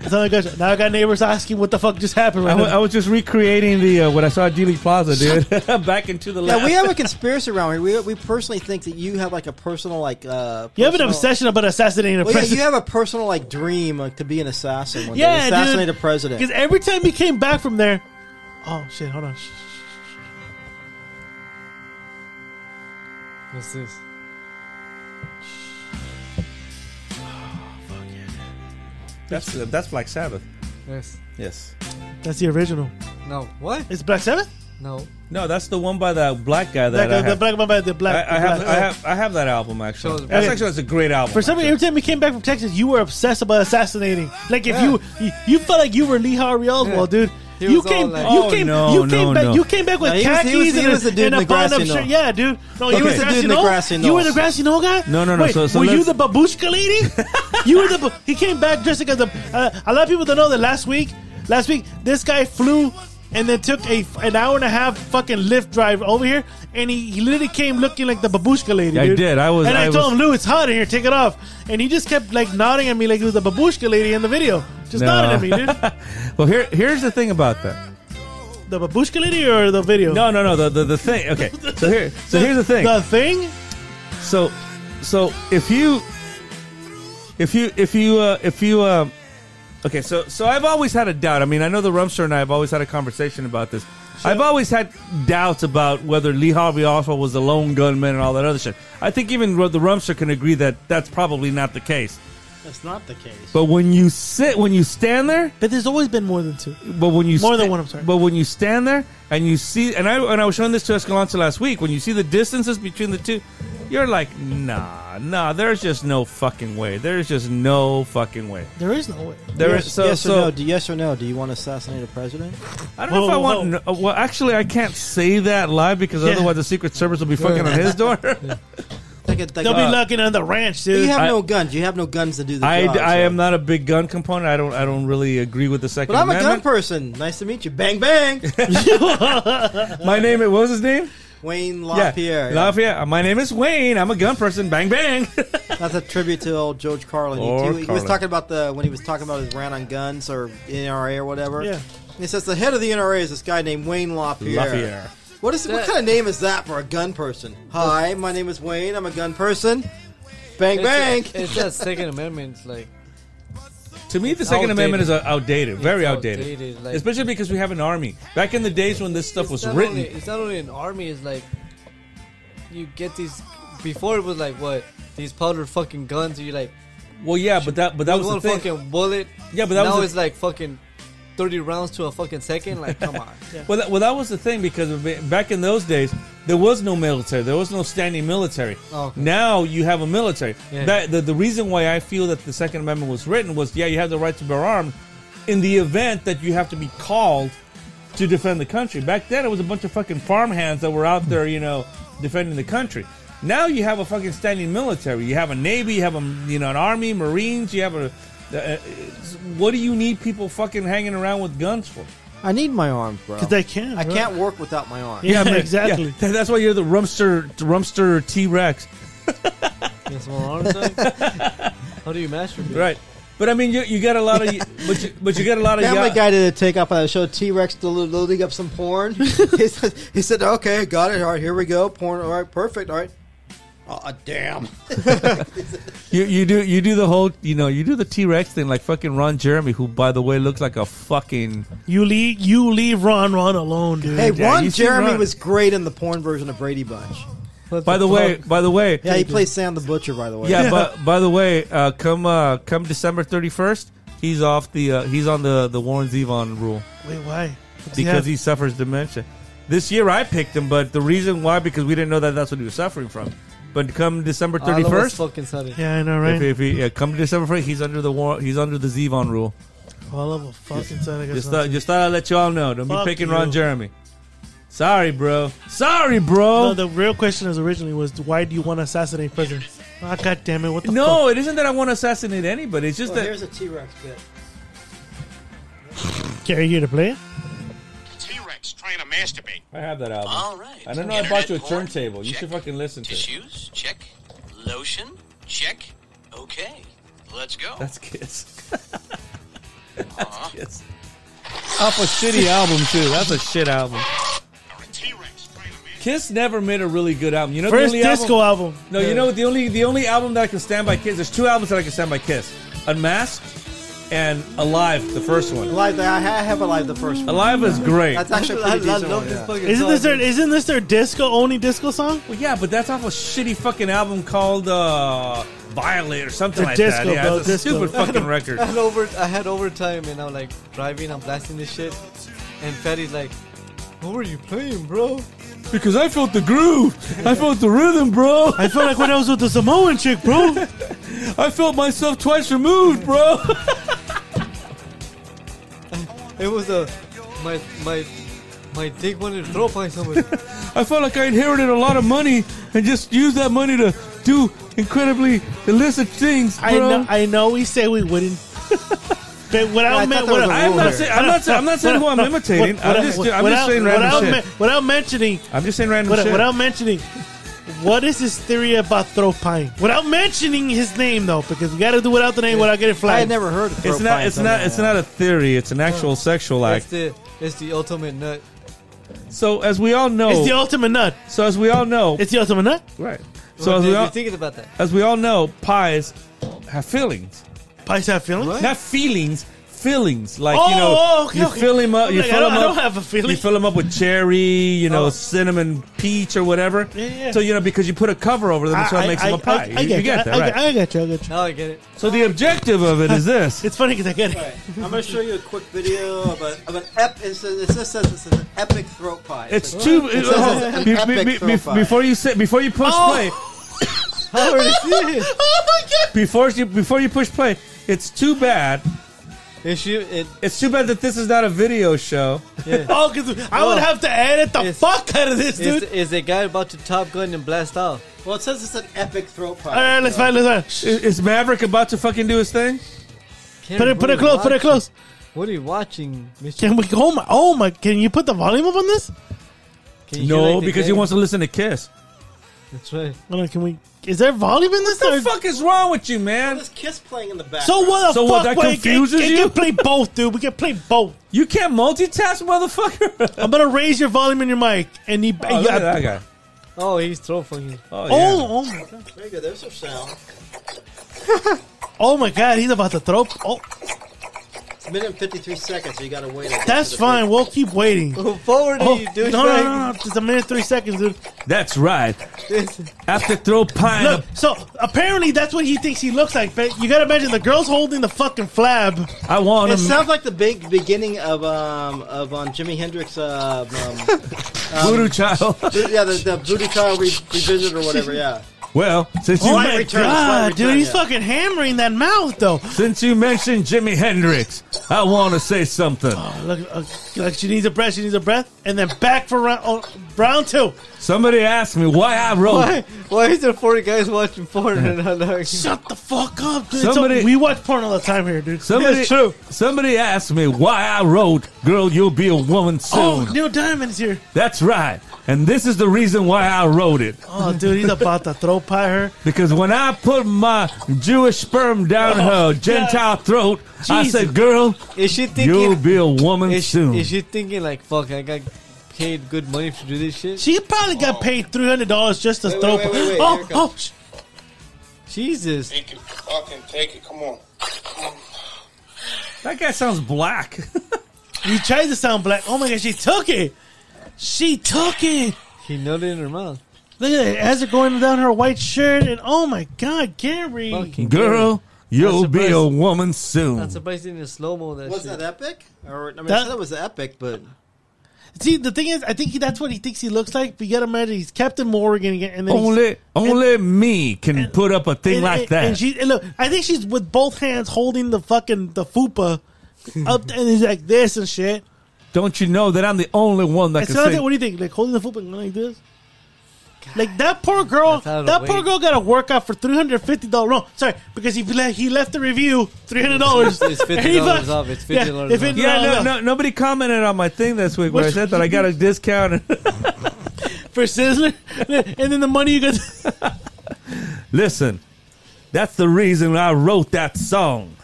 Speaker 2: A,
Speaker 1: It sounded like a gunshot. Now I got neighbors asking what the fuck just happened
Speaker 2: I,
Speaker 1: right
Speaker 2: w-
Speaker 1: now.
Speaker 2: I was just recreating the uh, what I saw at Dealey Plaza, dude. [LAUGHS] Back into the left.
Speaker 4: Yeah, we have a conspiracy around here. We, we personally think that you have like a personal like. uh
Speaker 1: you have an
Speaker 4: personal-
Speaker 1: obsession about assassinating a
Speaker 4: Well, yeah,
Speaker 1: president.
Speaker 4: you have a personal like dream like, to be an assassin. One
Speaker 1: Yeah,
Speaker 4: day, assassinate
Speaker 1: dude.
Speaker 4: a president.
Speaker 1: Because every time he came back from there, oh shit, hold on. Shh,
Speaker 3: What's this?
Speaker 2: That's uh, that's Black Sabbath.
Speaker 3: Yes.
Speaker 2: Yes.
Speaker 1: That's the original.
Speaker 3: No. What?
Speaker 1: It's Black Sabbath.
Speaker 3: No.
Speaker 2: No, that's the one by that black guy that
Speaker 1: Black,
Speaker 2: I
Speaker 1: the
Speaker 2: have.
Speaker 1: black, my bad, the black.
Speaker 2: I, I have,
Speaker 1: black-
Speaker 2: I have, I have that album actually.
Speaker 3: Shows-
Speaker 2: That's
Speaker 1: Okay.
Speaker 2: actually that's a great album.
Speaker 1: For some reason, every
Speaker 2: actually.
Speaker 1: time we came back from Texas, you were obsessed about assassinating. Like if you, you, you felt like you were Lee Harvey Oswald,
Speaker 3: Yeah.
Speaker 1: dude.
Speaker 3: He
Speaker 1: You
Speaker 3: was all
Speaker 1: came,
Speaker 3: like-
Speaker 1: you
Speaker 2: Oh,
Speaker 1: came,
Speaker 2: no,
Speaker 1: you came
Speaker 2: no,
Speaker 1: back,
Speaker 2: no.
Speaker 1: you came back with
Speaker 4: No, he was- he
Speaker 1: khakis
Speaker 4: was- he
Speaker 1: and,
Speaker 4: was
Speaker 1: a,
Speaker 4: the
Speaker 1: and
Speaker 4: dude in
Speaker 1: a
Speaker 4: the
Speaker 1: button-up
Speaker 4: grassy
Speaker 1: shirt.
Speaker 4: knoll.
Speaker 1: Yeah, dude. No,
Speaker 4: He was the dude in the grassy
Speaker 1: You were the
Speaker 4: knolls.
Speaker 1: grassy knoll guy.
Speaker 2: No, no, no,
Speaker 1: Wait,
Speaker 2: so- so
Speaker 1: were you
Speaker 2: let's-
Speaker 1: the babushka lady? you were the. bu- He came back dressed like as a. Uh, a lot of people don't know that last week, last week this guy flew. And then took a an hour and a half fucking lift drive over here, and he, he literally came looking like the babushka lady.
Speaker 2: I
Speaker 1: dude.
Speaker 2: did. I was-
Speaker 1: and I,
Speaker 2: I
Speaker 1: told
Speaker 2: was-
Speaker 1: him, Lou, it's hot in here. Take it off. And he just kept like nodding at me like he was the babushka lady in the video. Just
Speaker 2: No.
Speaker 1: nodded at me,
Speaker 2: [LAUGHS]
Speaker 1: dude.
Speaker 2: well, here, here's the thing about that.
Speaker 1: The babushka lady or the video?
Speaker 2: No, no, no. The the, the thing. Okay. So here, so here's the thing.
Speaker 1: The thing?
Speaker 2: So, so if you, if you, if you, uh, if you, uh, okay. So, so I've always had a doubt. I mean, I know the Rumster and I have always had a conversation about this. I've always had doubts about whether Lee Harvey Oswald was the lone gunman and all that other shit. I think even the Rumster can agree that that's probably not the case.
Speaker 4: That's not the case.
Speaker 2: But when you sit, when you stand there,
Speaker 1: But there's always been more than two.
Speaker 2: but when you
Speaker 1: More than one, I'm sorry.
Speaker 2: But when you stand there and you see, and I and I was showing this to Escalante last week. When you see the distances between the two, you're like, nah, nah. There's just no fucking way. There's just no fucking way.
Speaker 1: There is no way.
Speaker 2: There is
Speaker 4: yes,
Speaker 2: so
Speaker 4: yes
Speaker 2: so.
Speaker 4: or no? Do, yes or no? Do you want to assassinate a president?
Speaker 2: I don't know if I
Speaker 1: Whoa,
Speaker 2: want.
Speaker 1: whoa.
Speaker 2: no- well, actually, I can't say that live because
Speaker 1: Yeah.
Speaker 2: otherwise the Secret Service will be fucking on his door. [LAUGHS]
Speaker 4: Like a, like
Speaker 1: They'll
Speaker 4: a-
Speaker 2: Uh,
Speaker 1: be looking on the ranch,
Speaker 4: you
Speaker 1: dude.
Speaker 4: have
Speaker 2: I-
Speaker 4: no guns. You have no guns to do the
Speaker 2: I,
Speaker 4: job.
Speaker 2: I
Speaker 4: so.
Speaker 2: am not a big gun component. I don't I don't really agree with the Second
Speaker 4: But I'm a gun
Speaker 2: Amendment.
Speaker 4: person. Nice to meet you.
Speaker 2: [LAUGHS]
Speaker 4: Bang bang.
Speaker 2: My name what was his name?
Speaker 4: Wayne LaPierre.
Speaker 2: Yeah. Lafayette. My name is Wayne. I'm a gun person. Bang bang. [LAUGHS]
Speaker 4: That's a tribute to old George Carlin. He,
Speaker 2: Or
Speaker 4: he- he was
Speaker 2: Carlin.
Speaker 4: talking about the when he was talking about his rant on guns or NRA or whatever.
Speaker 1: Yeah.
Speaker 4: He says the head of the NRA is this guy named Wayne LaPierre.
Speaker 2: Lafayette.
Speaker 4: What is what
Speaker 3: That-
Speaker 4: kind of name is that for a gun person? Hi, my name is Wayne. I'm a gun person. Bang bang.
Speaker 3: It's, it's that Second Amendment, like
Speaker 2: To me, the Second
Speaker 3: outdated.
Speaker 2: Amendment is uh, outdated, very outdated,
Speaker 3: outdated, like-
Speaker 2: especially because we have an army. Back in the days when this stuff
Speaker 3: it's
Speaker 2: was
Speaker 3: not
Speaker 2: written,
Speaker 3: Only, it's not only an army. It's like you get these. Before it was like what these powder fucking guns. You're like
Speaker 2: well, yeah, but that, but that was
Speaker 3: one
Speaker 2: the thing.
Speaker 3: fucking bullet.
Speaker 2: Yeah, but that
Speaker 3: now
Speaker 2: was the-
Speaker 3: it's like fucking thirty rounds to a fucking second. Like
Speaker 2: [LAUGHS]
Speaker 3: come on.
Speaker 2: Well, that, well, that was the thing because of it- back in those days there was no military, there was no standing military.
Speaker 3: Oh, okay.
Speaker 2: Now you have a military.
Speaker 3: Yeah.
Speaker 2: That, the, the reason why I feel that the Second Amendment was written was, yeah, you have the right to bear arms in the event that you have to be called to defend the country. Back then, it was a bunch of fucking farmhands that were out there, you know, defending the country. Now you have a fucking standing military. You have a navy. You have a you know an army, marines. You have a. Uh, what do you need people fucking hanging around with guns for?
Speaker 4: I need my arm, bro.
Speaker 1: Because they can.
Speaker 4: I
Speaker 1: bro.
Speaker 4: can't work without my arm.
Speaker 1: Yeah, exactly.
Speaker 2: Yeah, th- that's why you're the Rumster Rumster T Rex,
Speaker 3: Get some more arms. like? How do you masturbate?
Speaker 2: right? But I mean, you, you got a lot of, but you, but you got a lot of.
Speaker 4: Family
Speaker 2: ya-
Speaker 4: Guy did a take off on the show. T Rex loading up
Speaker 2: [LAUGHS]
Speaker 4: some porn. he, said, he said, "Okay, got it. All right, here we go. Porn. All right, perfect. All right." Oh damn!
Speaker 2: You you do you do the whole you know you do the T Rex thing like fucking Ron Jeremy, who by the way looks like a fucking.
Speaker 1: You leave, you leave Ron Ron alone, dude.
Speaker 4: Hey,
Speaker 2: Yeah,
Speaker 4: Ron
Speaker 2: you see
Speaker 4: Jeremy
Speaker 2: Ron.
Speaker 4: was great in the porn version of Brady Bunch.
Speaker 3: What
Speaker 2: By the way,
Speaker 3: fuck?
Speaker 2: by the way,
Speaker 4: Yeah, he plays Sam the Butcher, by the way.
Speaker 2: yeah. But by the way, uh, come uh, come December thirty first, He's off the. Uh, he's on the the Warren Zevon rule
Speaker 1: Wait, why? What's he
Speaker 2: because
Speaker 1: have?
Speaker 2: he suffers dementia. This year I picked him, but the reason why because we didn't know that that's what he was suffering from. But come December
Speaker 3: All of
Speaker 2: thirty
Speaker 3: us
Speaker 2: first,
Speaker 3: Fucking sudden.
Speaker 1: yeah, I know,
Speaker 2: if,
Speaker 1: right?
Speaker 2: if he yeah, come December first, he's under the war, he's under the Zevon rule.
Speaker 1: All of a fucking sudden, I guess
Speaker 2: Just
Speaker 1: not-
Speaker 2: thought, just thought I'd let you all know. Don't
Speaker 1: Fuck
Speaker 2: be picking
Speaker 1: you.
Speaker 2: Ron Jeremy. Sorry, bro. Sorry, bro.
Speaker 1: No, the real question is originally was why do you want to assassinate presidents? Ah, God damn it! What the
Speaker 2: No, it isn't that I want to assassinate anybody. It's just
Speaker 4: Well,
Speaker 2: that
Speaker 4: here's a T Rex bit.
Speaker 1: fuck? Gary, you here to play?
Speaker 7: T-Rex trying to masturbate.
Speaker 2: I have that album.
Speaker 6: All right.
Speaker 2: I don't know. I bought you a
Speaker 6: Internet porn?
Speaker 2: turntable. You
Speaker 6: Check.
Speaker 2: should fucking listen to it.
Speaker 6: Tissues? Check. Lotion? Check. Okay. Let's go.
Speaker 2: That's Kiss. [LAUGHS] That's Kiss. Off a shitty album too. That's a shit album.
Speaker 7: Or a T-Rex trying to masturbate.
Speaker 2: Kiss never made a really good album. You know
Speaker 1: First
Speaker 2: the only album-
Speaker 1: disco album.
Speaker 2: No, you know what? The only the only album that I can stand by Kiss. There's two albums that I can stand by Kiss: Unmasked and Alive. The first one.
Speaker 4: Alive, I ha- have Alive the first one.
Speaker 2: Alive is great.
Speaker 3: [LAUGHS]
Speaker 4: That's actually a pretty
Speaker 3: I, I
Speaker 4: decent
Speaker 3: love
Speaker 4: one,
Speaker 3: this
Speaker 4: yeah.
Speaker 3: fucking
Speaker 1: Isn't
Speaker 3: song,
Speaker 1: this their
Speaker 3: dude.
Speaker 1: isn't this their disco only disco song?
Speaker 2: Well, yeah, but that's off a shitty fucking album called uh, Violet or something
Speaker 1: The
Speaker 2: like
Speaker 1: disco,
Speaker 2: that. Yeah,
Speaker 1: bro,
Speaker 2: it's a
Speaker 1: disco.
Speaker 2: [LAUGHS] stupid fucking record.
Speaker 3: I had over I had overtime and I'm like driving, I'm blasting this shit, and Fatty's like, "What were you playing, bro?"
Speaker 2: Because I felt the groove. I felt the rhythm, bro.
Speaker 1: I feel like when I was with the Samoan chick, bro.
Speaker 2: I felt myself twice removed, bro.
Speaker 3: It was a my my my dick wanted to throw
Speaker 1: [LAUGHS]
Speaker 3: by somebody.
Speaker 2: I felt like I inherited a lot of money and just used that money to do incredibly illicit things,
Speaker 1: [LAUGHS]
Speaker 2: bro.
Speaker 1: I know, I know we say we wouldn't. But without,
Speaker 4: I
Speaker 1: men-
Speaker 4: thought there was
Speaker 1: without-
Speaker 4: a
Speaker 2: I'm not, saying, I'm, not saying, I'm not saying who I'm imitating.
Speaker 1: without-
Speaker 2: I'm just, I'm just
Speaker 1: without-
Speaker 2: saying
Speaker 1: without
Speaker 2: random shit.
Speaker 1: men- without mentioning
Speaker 2: I'm just saying random
Speaker 1: Without,
Speaker 2: shit.
Speaker 1: without mentioning, what is his theory about throw pine? Without mentioning his name though, because we got to do without the name without getting
Speaker 4: I had
Speaker 1: flagged.
Speaker 4: never heard of
Speaker 2: It's not. It's not. It's not a theory. It's an actual sexual
Speaker 3: It's
Speaker 2: act.
Speaker 3: the it's the ultimate nut.
Speaker 2: So as we all
Speaker 1: It's the
Speaker 2: know,
Speaker 1: ultimate nut.
Speaker 2: so as we all know,
Speaker 1: It's the ultimate nut.
Speaker 2: right. So
Speaker 3: So
Speaker 2: as
Speaker 3: dude,
Speaker 2: we
Speaker 3: you're
Speaker 2: all,
Speaker 3: thinking about that.
Speaker 2: as we all know, pies have feelings,
Speaker 1: Pies have feelings.
Speaker 3: What?
Speaker 2: not feelings. Feelings like
Speaker 1: Oh,
Speaker 2: you know,
Speaker 1: oh, okay,
Speaker 2: you
Speaker 1: okay.
Speaker 2: fill him up.
Speaker 1: I'm
Speaker 2: You
Speaker 1: like, I
Speaker 2: fill
Speaker 1: don't-
Speaker 2: him
Speaker 1: I
Speaker 2: up.
Speaker 1: don't have a feeling.
Speaker 2: You fill them up with cherry, you know,
Speaker 1: Oh.
Speaker 2: cinnamon, peach, or whatever.
Speaker 1: Yeah, yeah.
Speaker 2: So you know because you put a cover over them, that's what makes them a pie.
Speaker 1: I, I
Speaker 2: you,
Speaker 1: get,
Speaker 2: you get
Speaker 1: you.
Speaker 2: that,
Speaker 1: I,
Speaker 2: right?
Speaker 1: I, I get you. I get you.
Speaker 3: Now I get it.
Speaker 2: so the objective of it
Speaker 1: [LAUGHS]
Speaker 2: is this.
Speaker 1: It's funny because I get it.
Speaker 4: I'm gonna show you a quick video of, a, of an ep. It says it just says it's an epic throat pie.
Speaker 2: It's too. oh,
Speaker 4: It says it's an
Speaker 2: be-
Speaker 4: epic
Speaker 2: be- be-
Speaker 4: throw fire.
Speaker 2: before you sit, before you push
Speaker 1: Oh,
Speaker 2: play,
Speaker 3: I already
Speaker 1: [LAUGHS]
Speaker 3: see it.
Speaker 2: before you before you push play, it's too bad.
Speaker 3: If she it
Speaker 2: It's too bad that this is not a video show.
Speaker 3: yeah.
Speaker 1: [LAUGHS] Oh, because I would
Speaker 3: Oh.
Speaker 1: have to edit the
Speaker 3: It's-
Speaker 1: fuck out of this,
Speaker 3: Is,
Speaker 1: dude.
Speaker 3: is a guy about to top gun and blast off?
Speaker 4: well, it says it's an epic throat pie.
Speaker 1: All right, let's find. Let's
Speaker 2: I-
Speaker 1: find.
Speaker 2: Is Maverick about to fucking do his thing?
Speaker 3: Can't
Speaker 1: Put it. Put it close. Put it close.
Speaker 3: What are you watching, Mister?
Speaker 1: Can we? Oh my. Oh my. Can you put the volume up on this?
Speaker 3: Can you hear,
Speaker 2: No,
Speaker 3: like, the
Speaker 2: because he
Speaker 3: game?
Speaker 2: wants to listen to Kiss.
Speaker 3: That's right.
Speaker 1: Hold on, can we? Is there volume in this?
Speaker 2: What the
Speaker 1: or-
Speaker 2: fuck is wrong with you, man?
Speaker 4: This kiss playing in the back.
Speaker 1: So what? The
Speaker 2: So
Speaker 1: fuck?
Speaker 2: what, that
Speaker 1: Wait,
Speaker 2: confuses
Speaker 1: it, it,
Speaker 2: you?
Speaker 1: Can play both, dude. We can play both.
Speaker 2: You can't multitask, motherfucker.
Speaker 1: I'm gonna raise your volume in your mic, and you.
Speaker 2: [LAUGHS] Oh,
Speaker 1: you-
Speaker 2: look at that guy.
Speaker 3: Oh, he's throw fucking.
Speaker 2: Oh, yeah.
Speaker 1: oh, oh my god!
Speaker 4: there you go. There's your sound.
Speaker 1: Oh my god! He's about to throw. Oh,
Speaker 4: It's a minute and fifty three seconds. So you gotta wait.
Speaker 1: that's fine. We'll keep waiting.
Speaker 3: Go forward,
Speaker 1: Oh,
Speaker 3: you
Speaker 1: no, no,
Speaker 3: douchebag.
Speaker 1: no, no! Just a minute, three seconds, dude.
Speaker 2: that's right. After throw pine.
Speaker 1: Look, so apparently that's what he thinks he looks like. But you gotta imagine the girl's holding the fucking flab.
Speaker 2: I want
Speaker 4: It
Speaker 2: him.
Speaker 4: sounds like the big beginning of um of on Jimi Hendrix uh, um,
Speaker 2: Voodoo child. [LAUGHS]
Speaker 4: yeah the, the Voodoo Child re- revisited or whatever yeah.
Speaker 2: well, since you
Speaker 1: Oh
Speaker 2: men-
Speaker 1: my
Speaker 4: return, slight
Speaker 1: god, dude!
Speaker 4: return,
Speaker 1: He's
Speaker 4: yeah.
Speaker 1: fucking hammering that mouth, though.
Speaker 2: since you mentioned Jimi Hendrix, I want to say something.
Speaker 1: Look, uh, like she needs a breath. She needs a breath, and then back for round, oh, round two.
Speaker 2: Somebody asked me why I wrote.
Speaker 3: Why? Why is there forty guys watching porn and
Speaker 4: [LAUGHS]
Speaker 3: not knowing?
Speaker 1: Shut the fuck up, dude.
Speaker 2: Somebody-
Speaker 1: so we watch porn all the time here, dude.
Speaker 2: Somebody,
Speaker 1: it's true.
Speaker 2: somebody asked me why I wrote "Girl, You'll Be a Woman Soon."
Speaker 1: Oh, Neil Diamond's here.
Speaker 2: That's right, and this is the reason why I wrote it
Speaker 1: Oh, dude, he's about to throw pie her.
Speaker 2: because when I put my Jewish sperm down
Speaker 1: Oh,
Speaker 2: her Gentile throat, I
Speaker 1: Jesus.
Speaker 2: said, "Girl,
Speaker 3: Is she
Speaker 2: you'll
Speaker 3: thinking?
Speaker 2: be a woman
Speaker 3: Is she,
Speaker 2: soon."
Speaker 3: is she thinking like fuck? I got paid good money to do this shit.
Speaker 1: She probably got paid three hundred dollars just to
Speaker 4: Oh. Wait,
Speaker 1: throw.
Speaker 4: wait,
Speaker 1: pie.
Speaker 4: wait, wait, wait, here
Speaker 1: oh,
Speaker 4: it
Speaker 1: oh, sh-
Speaker 3: Jesus.
Speaker 7: Take it. Fucking take it. Come on.
Speaker 2: that guy sounds black.
Speaker 1: [LAUGHS] he tried to sound black. Oh my god, she took it. She took it.
Speaker 3: He nutted in her mouth.
Speaker 1: Look at it as it going down her white shirt, and oh my god, Gary.
Speaker 3: Fucking
Speaker 2: Girl, You'll
Speaker 3: I'm
Speaker 2: be a
Speaker 3: surprised-
Speaker 2: woman soon.
Speaker 3: Not surprising in slow mo that
Speaker 4: Was
Speaker 3: shit.
Speaker 4: that epic? Or I mean,
Speaker 1: That-
Speaker 4: I said it was epic, but
Speaker 1: See, the thing is, I think he, that's what he thinks he looks like. But you gotta imagine he's Captain Morgan again, and then he's-
Speaker 2: only only me can put up a thing
Speaker 1: and-
Speaker 2: like
Speaker 1: and-
Speaker 2: that.
Speaker 1: And she and look, I think she's with both hands holding the fucking the fupa
Speaker 2: [LAUGHS]
Speaker 1: up, and he's like this and shit.
Speaker 2: Don't you know that I'm the only one that
Speaker 1: And
Speaker 2: can
Speaker 1: so I
Speaker 2: say?
Speaker 1: think, what do you think? Like holding the fupa and going like this. Like that poor girl,
Speaker 3: That's out of
Speaker 1: that poor
Speaker 3: weight.
Speaker 1: girl got a workout for three hundred fifty dollars. No, sorry, because he le- he left the review three hundred dollars. [LAUGHS]
Speaker 3: It's $50 off, it's $50 off.
Speaker 2: yeah, no, no, nobody commented on my thing this week where I
Speaker 1: Which-
Speaker 2: said that I got a discount. [LAUGHS]
Speaker 1: for Sizzler, [LAUGHS] and then the money you got. [LAUGHS]
Speaker 2: Listen, that's the reason I wrote that song.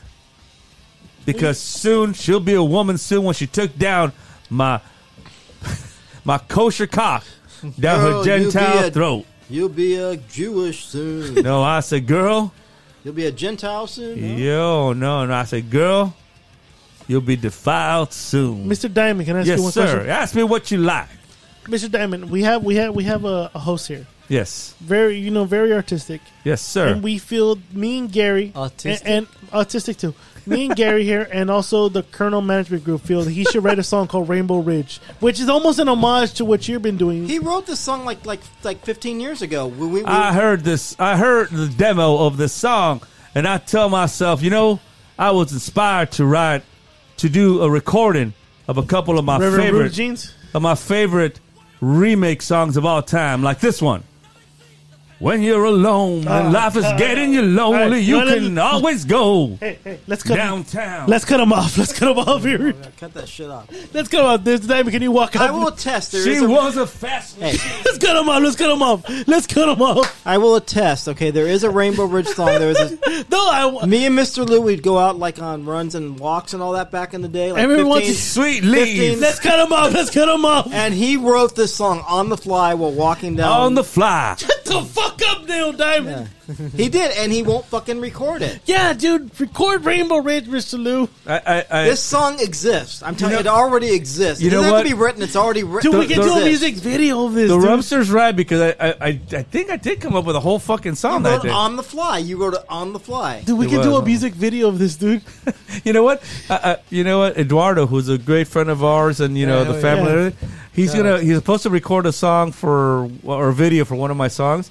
Speaker 2: Because soon she'll be a woman soon when she took down my [LAUGHS] my kosher cock down
Speaker 4: Girl,
Speaker 2: her
Speaker 4: you be
Speaker 2: Gentile
Speaker 4: a-
Speaker 2: throat.
Speaker 4: you'll be a Jewish soon.
Speaker 2: No, I said, girl,
Speaker 4: you'll be a Gentile soon. huh?
Speaker 2: yo, no, no. I said, girl, you'll be defiled soon.
Speaker 1: Mr. Diamond, can I ask you
Speaker 2: yes,
Speaker 1: one
Speaker 2: sir. Ask me what you like.
Speaker 1: question? Mr. Diamond, we have we have we have a, a host here.
Speaker 2: Yes,
Speaker 1: Very you know, very artistic.
Speaker 2: yes, sir.
Speaker 1: And we feel me and Gary
Speaker 3: Autistic?
Speaker 1: And, and autistic too. Me and Gary here and also the Colonel Management Group feel that he should write a song called Rainbow Ridge, which is almost an homage to what you've been doing.
Speaker 4: He wrote this song like like like 15 years ago. We, we, we,
Speaker 2: I heard this. I heard the demo of this song, and I tell myself, you know, I was inspired to write, to do a recording of a couple of my
Speaker 1: Reverend Rude
Speaker 2: favorite
Speaker 1: Jeans.
Speaker 2: of my favorite remake songs of all time, like this one. When you're alone and
Speaker 1: Ah,
Speaker 2: life is
Speaker 1: ah,
Speaker 2: getting you lonely,
Speaker 1: alright,
Speaker 2: you
Speaker 1: well,
Speaker 2: can
Speaker 1: then-
Speaker 2: always go
Speaker 1: Hey, hey, let's cut
Speaker 2: downtown.
Speaker 1: Let's cut him off. Let's cut him off here.
Speaker 4: cut that shit off.
Speaker 1: Let's cut him off. This Diamond, can you walk
Speaker 4: I
Speaker 1: up?
Speaker 4: will attest. There
Speaker 2: she
Speaker 4: is a,
Speaker 2: was a fast.
Speaker 1: let's cut him off. Let's cut him off. Let's cut him off.
Speaker 4: I will attest. Okay, there is a Rainbow Ridge song. There is a, [LAUGHS]
Speaker 1: No, I,
Speaker 4: me and Mr. Lou. We'd go out like on runs and walks and all that back in the day. Like
Speaker 1: Everyone wants
Speaker 4: 15
Speaker 1: to-
Speaker 2: Sweet leaves
Speaker 1: Let's cut him off. Let's cut him off.
Speaker 4: and he wrote this song on the fly while walking down.
Speaker 2: on the
Speaker 1: [LAUGHS]
Speaker 2: fly.
Speaker 1: Shut the fuck up, Neil Diamond.
Speaker 4: he did, and he won't fucking record it.
Speaker 1: Yeah, dude. Record Rainbow Ridge, Mr. Lou.
Speaker 2: I, I, I,
Speaker 4: This song exists. I'm telling you,
Speaker 2: You know-
Speaker 4: it already exists.
Speaker 2: you
Speaker 4: it
Speaker 2: know
Speaker 4: doesn't
Speaker 2: what?
Speaker 4: have to be written. It's already written.
Speaker 1: Dude, we can
Speaker 2: the-
Speaker 1: do a
Speaker 4: Exists.
Speaker 1: music video of this.
Speaker 2: the
Speaker 1: dude.
Speaker 2: Rumpster's right because I, I, I, I think I did come up with a whole fucking
Speaker 4: You
Speaker 2: song that
Speaker 4: wrote
Speaker 2: day.
Speaker 4: it on the fly. You wrote it on the fly.
Speaker 1: Dude, we
Speaker 2: It
Speaker 1: can do
Speaker 2: was.
Speaker 1: a music video of this, dude.
Speaker 2: you know what? Uh, uh, you know what? Eduardo, who's a great friend of ours, and you know
Speaker 3: Yeah,
Speaker 2: the
Speaker 3: yeah.
Speaker 2: family, and everything, he's gonna he's supposed to record a song for or a video for one of my songs.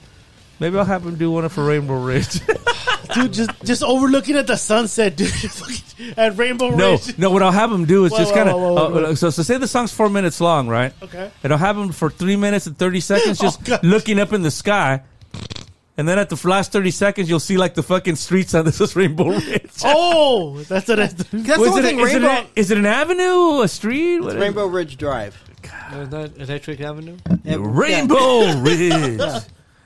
Speaker 2: Maybe I'll have him do one
Speaker 1: [GASPS]
Speaker 2: for Rainbow
Speaker 1: [LAUGHS]
Speaker 2: Ridge.
Speaker 1: Dude, just just overlooking at the sunset, dude. [LAUGHS] at Rainbow
Speaker 2: no,
Speaker 1: Ridge.
Speaker 2: no. What I'll have him do is
Speaker 1: Whoa,
Speaker 2: just
Speaker 1: whoa,
Speaker 2: kind
Speaker 1: whoa, whoa,
Speaker 2: of
Speaker 1: whoa.
Speaker 2: uh, so so. Say the song's four minutes long, right?
Speaker 1: Okay.
Speaker 2: And I'll have him for three minutes and thirty seconds,
Speaker 1: [LAUGHS] Oh,
Speaker 2: just
Speaker 1: God.
Speaker 2: looking up in the sky. And then at the last thirty seconds, you'll see like the fucking streets on [LAUGHS] this is Rainbow Ridge.
Speaker 1: Oh, that's what I
Speaker 4: That's the
Speaker 2: Was
Speaker 4: only
Speaker 2: it, a-
Speaker 4: thing.
Speaker 2: is, it
Speaker 4: Rainbow,
Speaker 2: a- is it an avenue, a street? What is it?
Speaker 4: Rainbow Ridge Drive.
Speaker 3: There's not Electric Avenue.
Speaker 4: Yeah,
Speaker 2: Rainbow [LAUGHS] Ridge.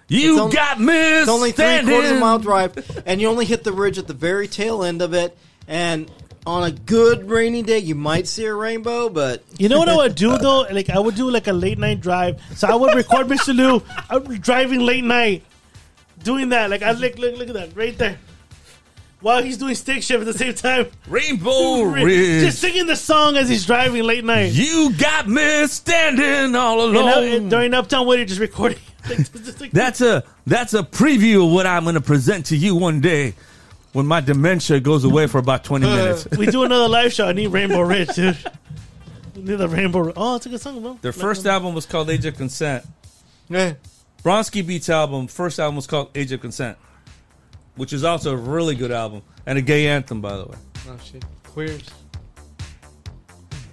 Speaker 2: You
Speaker 4: It's only-
Speaker 2: got me
Speaker 4: It's only three
Speaker 2: standing.
Speaker 4: quarters of a mile drive, and you only hit the ridge at the very tail end of it. And on a good rainy day, you might see a rainbow, but
Speaker 1: You know what I would do though? Like I would do like a late night drive. So I would record Mr. Lou. I would be driving late night, doing that. Like I look look look at that right there. While he's doing stick shift at the same time,
Speaker 2: Rainbow
Speaker 1: just
Speaker 2: Ridge.
Speaker 1: singing the song as he's driving late night.
Speaker 2: You got me standing all
Speaker 1: And
Speaker 2: alone.
Speaker 1: up- and during Uptown Woody, just recording. Like, just like-
Speaker 2: [LAUGHS] that's a that's a preview of what I'm going to present to you one day when my dementia goes away for about 20
Speaker 4: Uh.
Speaker 2: minutes. [LAUGHS]
Speaker 1: we do another live show. I need Rainbow Ridge, dude. I need the Rainbow. Ri- Oh, it's a good song, bro.
Speaker 2: Their first album was called Age of Consent.
Speaker 3: Yeah.
Speaker 2: Bronski Beats album, first album was called Age of Consent, which is also a really good album and a gay anthem, by the way.
Speaker 3: Oh shit. Queers.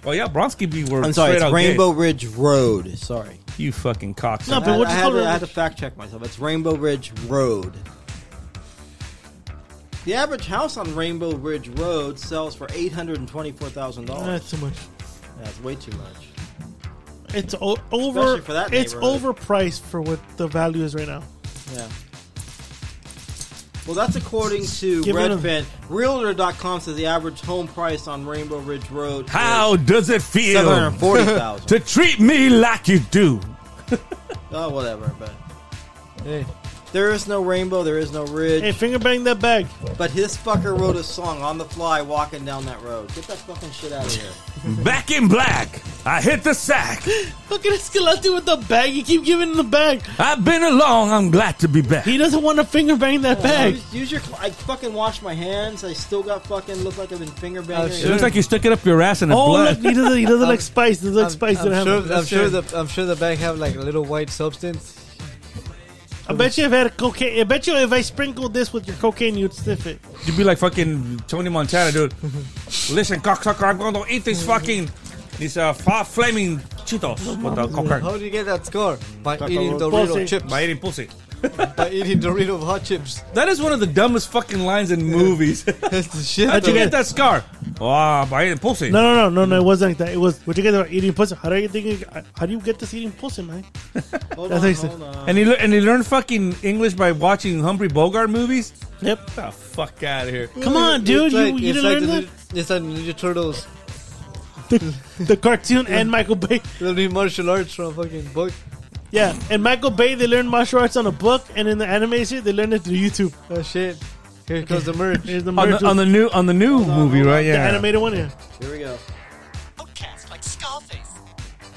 Speaker 2: Oh yeah, Bronski Beat were
Speaker 4: I'm sorry,
Speaker 2: straight
Speaker 4: it's
Speaker 2: out gay.
Speaker 4: Rainbow Ridge Road. Sorry,
Speaker 2: You fucking cocksucker.
Speaker 1: No,
Speaker 4: I,
Speaker 1: but we'll
Speaker 4: I
Speaker 1: just
Speaker 4: had
Speaker 1: call
Speaker 4: to,
Speaker 1: it-
Speaker 4: I had to fact check myself. It's Rainbow Ridge Road. The average house on Rainbow Ridge Road sells for eight hundred and twenty-four thousand
Speaker 1: That's
Speaker 4: dollars.
Speaker 1: too much.
Speaker 4: That's way too much.
Speaker 1: It's o- over.
Speaker 4: Especially for that
Speaker 1: it's
Speaker 4: neighborhood.
Speaker 1: overpriced for what the value is right now.
Speaker 4: Yeah. Well, that's according to
Speaker 1: Give it a-
Speaker 4: Redfin. Realtor.com says the average home price on Rainbow Ridge Road
Speaker 2: How does it feel
Speaker 4: seven hundred forty thousand.
Speaker 2: to treat me like you do?
Speaker 4: oh, whatever. But
Speaker 3: Hey.
Speaker 4: There is no rainbow, there is no ridge.
Speaker 1: Hey, finger bang that bag.
Speaker 4: But this fucker wrote a song on the fly walking down that road. Get that fucking shit out of here.
Speaker 2: Back in black, I hit the sack.
Speaker 1: Look at Escalante with the bag. You keep giving him the bag.
Speaker 2: I've been along, I'm glad to be back.
Speaker 1: He doesn't want to finger bang that bag.
Speaker 4: Use, use your. cl- I fucking washed my hands. I still got fucking look like I've been finger
Speaker 3: I'm
Speaker 4: banging.
Speaker 2: It looks like you stuck it up your ass in the
Speaker 1: Oh,
Speaker 2: blood.
Speaker 1: look, he doesn't, he doesn't like spice. He doesn't like
Speaker 3: I'm-
Speaker 1: spice.
Speaker 3: I'm,
Speaker 1: in
Speaker 3: sure,
Speaker 1: heaven.
Speaker 3: I'm sure the I'm sure the bag have like a little white substance.
Speaker 1: I bet you if I had cocaine, I bet you if I sprinkled this with your cocaine, you'd sniff it.
Speaker 2: You'd be like fucking Tony Montana, [LAUGHS] dude. Listen, cocksucker, I'm going to eat this fucking this uh, far flaming Cheetos with the cocaine
Speaker 3: How do you get that score?
Speaker 1: Mm.
Speaker 3: By eating
Speaker 1: roll.
Speaker 3: Dorito
Speaker 1: Pussy.
Speaker 3: chips.
Speaker 2: by eating pussy.
Speaker 3: By eating Dorito hot chips. [LAUGHS]
Speaker 2: That is one of the dumbest fucking lines in movies.
Speaker 3: That's the
Speaker 2: [LAUGHS]
Speaker 3: shit.
Speaker 2: How'd you
Speaker 3: though.
Speaker 2: get that scar? Ah, by eating pussy.
Speaker 1: No, no, no, no, no. It wasn't like that. It was. What you get about eating pussy? How do you think? How do you get this eating pussy, man?
Speaker 4: hold
Speaker 1: that's
Speaker 4: on,
Speaker 1: what he said.
Speaker 4: hold on.
Speaker 2: And he le- and he learned fucking English by watching Humphrey Bogart movies.
Speaker 1: Yep.
Speaker 2: The fuck out of here.
Speaker 1: Come on, dude.
Speaker 3: It's
Speaker 1: You,
Speaker 3: like-
Speaker 1: you
Speaker 3: it's
Speaker 1: didn't
Speaker 3: like
Speaker 1: learn
Speaker 3: the, that? It's like Ninja Turtles.
Speaker 1: that? The, the cartoon and Michael Bay.
Speaker 3: They learn martial arts from a fucking book.
Speaker 1: Yeah, and Michael Bay. They learned martial arts on a book, and in the animation, they learned it through YouTube.
Speaker 3: Oh shit. Here comes the merch.
Speaker 1: There's the
Speaker 2: On
Speaker 1: merch
Speaker 2: the, on
Speaker 1: with
Speaker 2: the new on the new movie, right?
Speaker 1: the
Speaker 2: Yeah.
Speaker 1: animated one. Yeah.
Speaker 4: Here we go.
Speaker 8: Outcast like Scarface.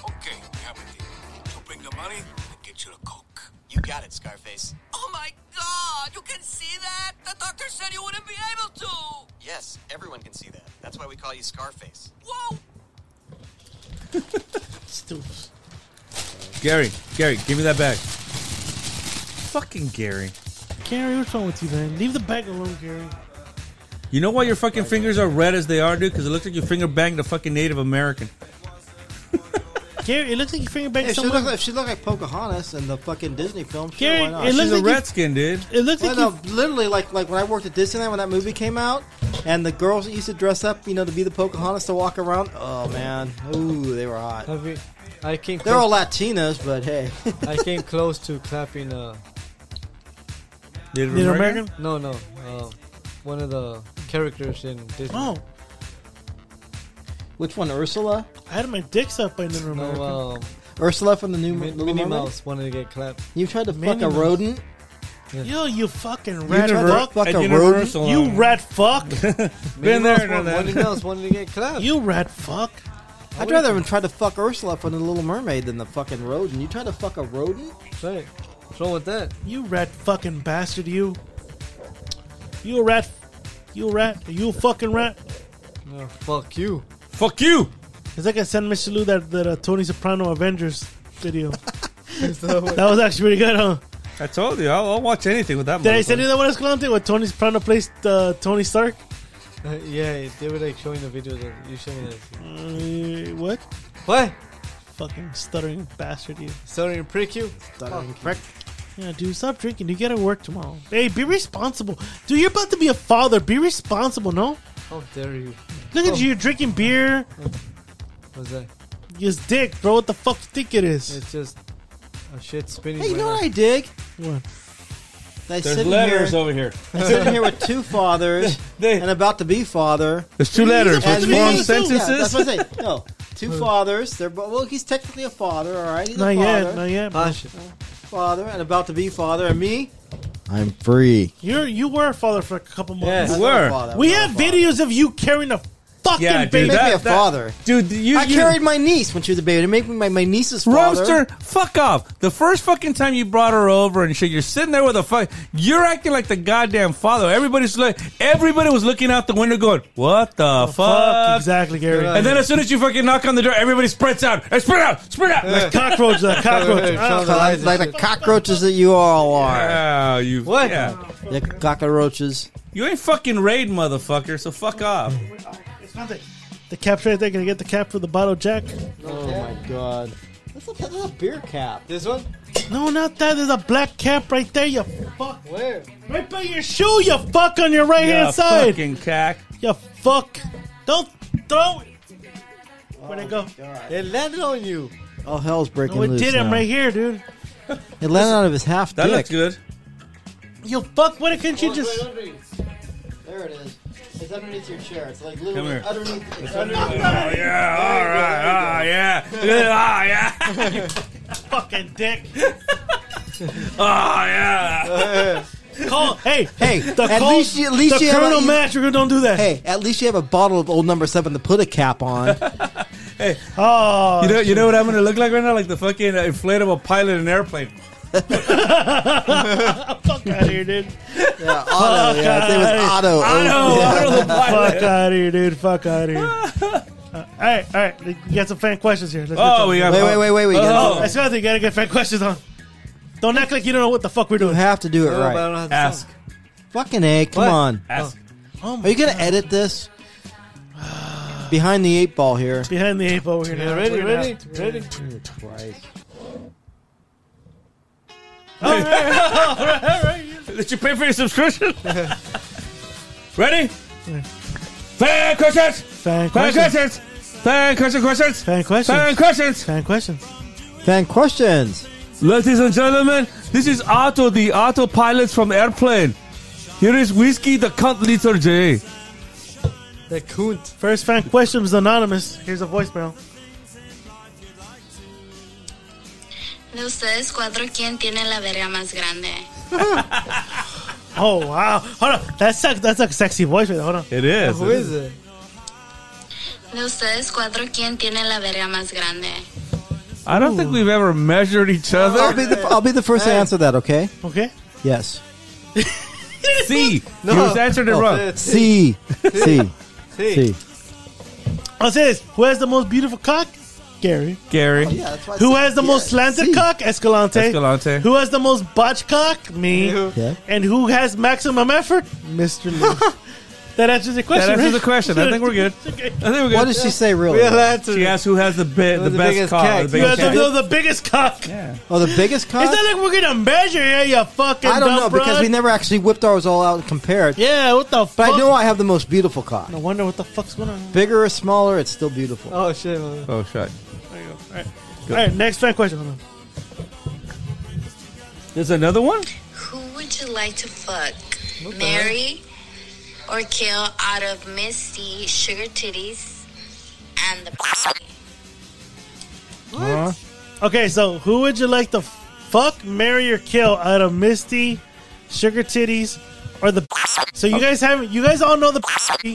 Speaker 9: Okay, we have a deal. You bring the money, I get you the coke. You got it, Scarface.
Speaker 10: Oh my god, you can see that? The doctor said you wouldn't be able to!
Speaker 9: Yes, everyone can see that. That's why we call you Scarface.
Speaker 10: Whoa!
Speaker 2: Gary, Gary, give me that bag. Fucking Gary.
Speaker 1: Gary, what's wrong with you, man? Leave the bag alone, Gary.
Speaker 2: You know why your fucking fingers are red as they are, dude? Because it looks like your finger banged a fucking Native American.
Speaker 1: Gary, it looks like you finger banged
Speaker 4: If she,
Speaker 1: someone.
Speaker 4: looked like, if she looked like Pocahontas in the fucking Disney film, sure,
Speaker 1: Gary,
Speaker 4: why not?
Speaker 1: it looks
Speaker 2: She's a
Speaker 1: like you-
Speaker 2: redskin, dude.
Speaker 1: It looks
Speaker 4: Well,
Speaker 1: like
Speaker 4: no, literally, like like when I worked at Disneyland when that movie came out, and the girls that used to dress up, you know, to be the Pocahontas to walk around. Oh man, ooh, they were hot.
Speaker 3: Have you, I came
Speaker 4: They're all
Speaker 3: close,
Speaker 4: Latinas, but hey,
Speaker 3: I came close to clapping uh
Speaker 2: Native,
Speaker 1: you. Native American.
Speaker 3: no no uh, one of the characters in Disney.
Speaker 1: Oh,
Speaker 4: which one? Ursula?
Speaker 1: I had my dick sucked by Native
Speaker 3: No,
Speaker 1: American.
Speaker 3: um,
Speaker 4: Ursula from the new
Speaker 3: Min-
Speaker 4: Little
Speaker 3: Minnie
Speaker 4: Mermaid?
Speaker 3: Mouse wanted to get clapped.
Speaker 4: You tried to fuck
Speaker 1: Minnie
Speaker 4: a
Speaker 1: Mouse.
Speaker 4: rodent?
Speaker 1: Yo, you fucking rat
Speaker 2: Univer-
Speaker 1: fuck.
Speaker 4: Fuck
Speaker 2: at
Speaker 4: a
Speaker 2: Universal.
Speaker 1: You
Speaker 2: uh,
Speaker 1: rat fuck.
Speaker 2: Been
Speaker 3: Minnie
Speaker 2: there,
Speaker 3: Mouse
Speaker 2: done
Speaker 3: wa-
Speaker 2: that.
Speaker 3: Minnie Mouse wanted to get clapped.
Speaker 1: You rat fuck.
Speaker 4: I'd rather even try to fuck Ursula from the Little Mermaid than the fucking rodent. You tried to fuck a rodent?
Speaker 3: Right. What's wrong with that?
Speaker 1: You rat fucking bastard. You. You a rat. You a rat. You a fucking rat.
Speaker 3: No,
Speaker 1: [LAUGHS]
Speaker 3: fuck you.
Speaker 2: Fuck you.
Speaker 1: It's like I sent Mr. Lou that, that uh, Tony Soprano Avengers video. that was actually pretty good, huh?
Speaker 2: I told you, I'll, I'll watch anything with that.
Speaker 1: Did I send
Speaker 2: motherfucker.
Speaker 1: you that one, Escalante, where Tony Soprano plays uh, Tony Stark?
Speaker 3: [LAUGHS] Uh, yeah, they were like showing the videos of you showing us.
Speaker 1: Uh, what?
Speaker 3: What?
Speaker 1: Fucking stuttering bastard, you.
Speaker 3: Sorry, prick you. Fuck.
Speaker 1: Yeah, dude, stop drinking. You gotta work tomorrow. Hey, be responsible. Dude, you're about to be a father. Be responsible, no?
Speaker 3: How dare you?
Speaker 1: Look
Speaker 3: Oh.
Speaker 1: at you, you're drinking beer.
Speaker 3: What's that?
Speaker 1: It's dick, bro. What the fuck you think it is?
Speaker 3: It's just a shit spinning.
Speaker 4: Hey, you
Speaker 3: right
Speaker 4: know
Speaker 3: now.
Speaker 4: what I dig?
Speaker 1: What?
Speaker 4: They
Speaker 2: There's
Speaker 4: sit here,
Speaker 2: letters over here.
Speaker 4: I'm sitting here with two fathers
Speaker 2: They-
Speaker 4: and about to be father.
Speaker 2: There's two letters.
Speaker 1: supposed
Speaker 2: Which
Speaker 1: to be
Speaker 2: form
Speaker 1: easy.
Speaker 2: sentences?
Speaker 4: Yeah, that's what I say. [LAUGHS] No, two fathers. They're bo- well. He's technically a father, all right. He's
Speaker 1: Not
Speaker 4: a
Speaker 1: yet,
Speaker 4: father,
Speaker 1: not yet.
Speaker 3: Ah,
Speaker 1: bro.
Speaker 3: shit.
Speaker 4: father, and about to be father. And me,
Speaker 11: I'm free.
Speaker 1: You're you were a father for a couple months.
Speaker 2: Yeah.
Speaker 4: I'm
Speaker 2: were.
Speaker 4: not a father, I'm
Speaker 1: We
Speaker 4: not a
Speaker 1: have
Speaker 4: father.
Speaker 1: videos of you carrying a fucking
Speaker 2: Yeah, dude,
Speaker 1: baby.
Speaker 4: Make me
Speaker 2: That-
Speaker 4: a
Speaker 2: that-
Speaker 4: father.
Speaker 2: Dude, you,
Speaker 4: I
Speaker 2: you
Speaker 4: carried my niece when she was a baby to make me my, my niece's father.
Speaker 2: Roaster, fuck off. The first fucking time you brought her over and shit, you're sitting there with a fuck. You're acting like the goddamn father. Everybody's like, everybody was looking out the window going, what the fuck?
Speaker 1: Fuck, exactly, Gary.
Speaker 3: You're
Speaker 2: And then as soon as you fucking knock on the door, everybody spreads out. Hey, spread out, spread out. [LAUGHS]
Speaker 1: cockroach, that cockroach.
Speaker 3: Hey, Sean,
Speaker 1: Ah,
Speaker 4: Like, like the cockroaches that you all are.
Speaker 2: Wow, you
Speaker 3: What?
Speaker 2: yeah.
Speaker 4: The cockroaches.
Speaker 2: You ain't fucking raid, motherfucker. So fuck off.
Speaker 1: it's not the- The cap's right there. Gonna get the cap for the bottle, Jack.
Speaker 4: Oh my god. That's a, that's a beer cap.
Speaker 3: This one?
Speaker 1: No, not that. There's a black cap right there. You fuck.
Speaker 3: Where?
Speaker 1: Right by your shoe. You fuck on your right
Speaker 2: Yeah,
Speaker 1: hand side.
Speaker 2: fucking cack.
Speaker 1: You fuck. Don't throw it. Where'd it go?
Speaker 3: It landed on you.
Speaker 4: All hell's breaking
Speaker 1: No, it
Speaker 4: loose.
Speaker 1: did.
Speaker 4: now.
Speaker 1: I'm right here, dude.
Speaker 4: It landed out of his half
Speaker 2: That
Speaker 4: dick.
Speaker 2: looks good.
Speaker 1: You fuck. What couldn't you just?
Speaker 4: There it is. It's underneath your chair. It's like
Speaker 2: Come
Speaker 4: literally
Speaker 2: here.
Speaker 4: underneath. It's
Speaker 2: Oh
Speaker 4: [LAUGHS]
Speaker 2: yeah, all right, [LAUGHS] oh yeah, oh yeah.
Speaker 1: fucking dick.
Speaker 2: oh yeah.
Speaker 1: Call, hey,
Speaker 4: hey,
Speaker 1: the
Speaker 4: at
Speaker 1: Col-
Speaker 4: least you, at least
Speaker 1: the
Speaker 4: you
Speaker 1: Colonel
Speaker 4: have a,
Speaker 1: Matcher, don't do that.
Speaker 4: Hey, at least you have a bottle of old number seven to put a
Speaker 1: [LAUGHS]
Speaker 4: cap on.
Speaker 1: Oh,
Speaker 2: You know, you know what I'm gonna look like right now? Like the fucking inflatable pilot in an airplane.
Speaker 1: fuck out here, dude.
Speaker 4: Yeah, Otto. Yeah, [LAUGHS] his name
Speaker 1: outta
Speaker 4: was oh.
Speaker 1: here.
Speaker 4: Otto.
Speaker 2: Oh. Otto the pilot.
Speaker 1: Fuck out here, dude. Fuck out here. [LAUGHS] Uh, all right, all right. You got some fan questions here. Let's get
Speaker 2: Oh,
Speaker 1: to
Speaker 2: we
Speaker 1: it.
Speaker 2: got.
Speaker 4: Wait, wait, wait, wait, wait. You gotta-
Speaker 2: Oh,
Speaker 1: That's another thing. You gotta get fan questions on. Don't act like you don't know what the fuck we're
Speaker 4: You
Speaker 1: doing.
Speaker 4: have to do it
Speaker 3: No, Oh, but I
Speaker 4: right.
Speaker 3: don't have the
Speaker 2: ask,
Speaker 3: song.
Speaker 4: Fucking A, come
Speaker 3: What?
Speaker 4: on.
Speaker 2: ask.
Speaker 1: Oh my
Speaker 4: Are you going to edit this? Behind the eight ball here.
Speaker 1: Behind the eight ball, we're
Speaker 3: Yeah,
Speaker 1: gonna
Speaker 3: ready,
Speaker 1: we're gonna-
Speaker 3: ready, ready.
Speaker 1: Oh. All right.
Speaker 2: Did you pay for
Speaker 1: [LAUGHS]
Speaker 2: your subscription? Ready? Fan questions.
Speaker 1: Fan
Speaker 2: Fan
Speaker 1: questions.
Speaker 2: questions. Fan question questions.
Speaker 1: Fan
Speaker 2: Fan
Speaker 1: questions.
Speaker 2: questions.
Speaker 1: Fan questions.
Speaker 4: Fan questions.
Speaker 2: Ladies and gentlemen, this is Otto, the Otto pilot from Airplane. Here is whiskey, the cunt liter J.
Speaker 3: The coont.
Speaker 1: First fan question was anonymous. Here's a voicemail.
Speaker 12: De ustedes cuatro, ¿quién tiene la verga más grande?
Speaker 1: Oh wow! Hold on, that's a, that's a sexy voicemail. Hold on.
Speaker 2: It is.
Speaker 1: Oh,
Speaker 3: Who is it?
Speaker 12: De ustedes cuatro, ¿quién tiene la verga más grande?
Speaker 2: I don't think we've ever measured each
Speaker 4: I'll
Speaker 1: Oh,
Speaker 2: other.
Speaker 4: be the, I'll be the first to answer that, okay?
Speaker 1: Okay. [LAUGHS]
Speaker 4: Yes.
Speaker 2: C. You just answered
Speaker 1: Oh,
Speaker 2: it wrong.
Speaker 4: C. C.
Speaker 3: See.
Speaker 4: C.
Speaker 1: I'll say this: Who has the most beautiful cock? Gary. Oh,
Speaker 2: Gary.
Speaker 4: that's why I
Speaker 1: Who
Speaker 4: said
Speaker 1: has the most
Speaker 4: yes.
Speaker 1: slanted
Speaker 4: C.
Speaker 1: cock? Escalante.
Speaker 2: Escalante.
Speaker 1: Who has the most botch cock? Me.
Speaker 4: Yeah.
Speaker 1: And who has maximum effort?
Speaker 3: [LAUGHS]
Speaker 1: Mr. Lee. that answers the question.
Speaker 2: That answers
Speaker 1: right?
Speaker 2: the question. I think we're good.
Speaker 1: okay.
Speaker 2: I think we're
Speaker 4: What
Speaker 2: good.
Speaker 4: did she say, really?
Speaker 3: Real answer.
Speaker 2: She asked who has the bi- the,
Speaker 3: the
Speaker 2: best
Speaker 3: biggest
Speaker 2: car.
Speaker 3: cock?
Speaker 2: The
Speaker 1: You have
Speaker 2: biggest
Speaker 1: to
Speaker 2: cock.
Speaker 1: know the biggest cock.
Speaker 2: Yeah.
Speaker 4: Oh, the biggest cock?
Speaker 1: It's not like we're gonna measure here, you fucking.
Speaker 4: I don't know
Speaker 1: dumb
Speaker 4: because
Speaker 1: broad.
Speaker 4: we never actually whipped ours all out and compared.
Speaker 1: Yeah, what the
Speaker 4: But
Speaker 1: fuck?
Speaker 4: I know I have the most beautiful cock.
Speaker 1: No wonder what the fuck's going on.
Speaker 4: Bigger or smaller, it's still beautiful.
Speaker 3: Oh shit, man.
Speaker 2: Oh shit.
Speaker 1: There you go. All right, All right next fan question. Hold on.
Speaker 2: There's another one.
Speaker 12: Who would you like to fuck? Marry or kill out of Misty, Sugar Titties, and the.
Speaker 1: Okay, so who would you like to f- fuck, marry, or kill out of Misty, Sugar Titties, or the? So you guys haven't. You guys all know the.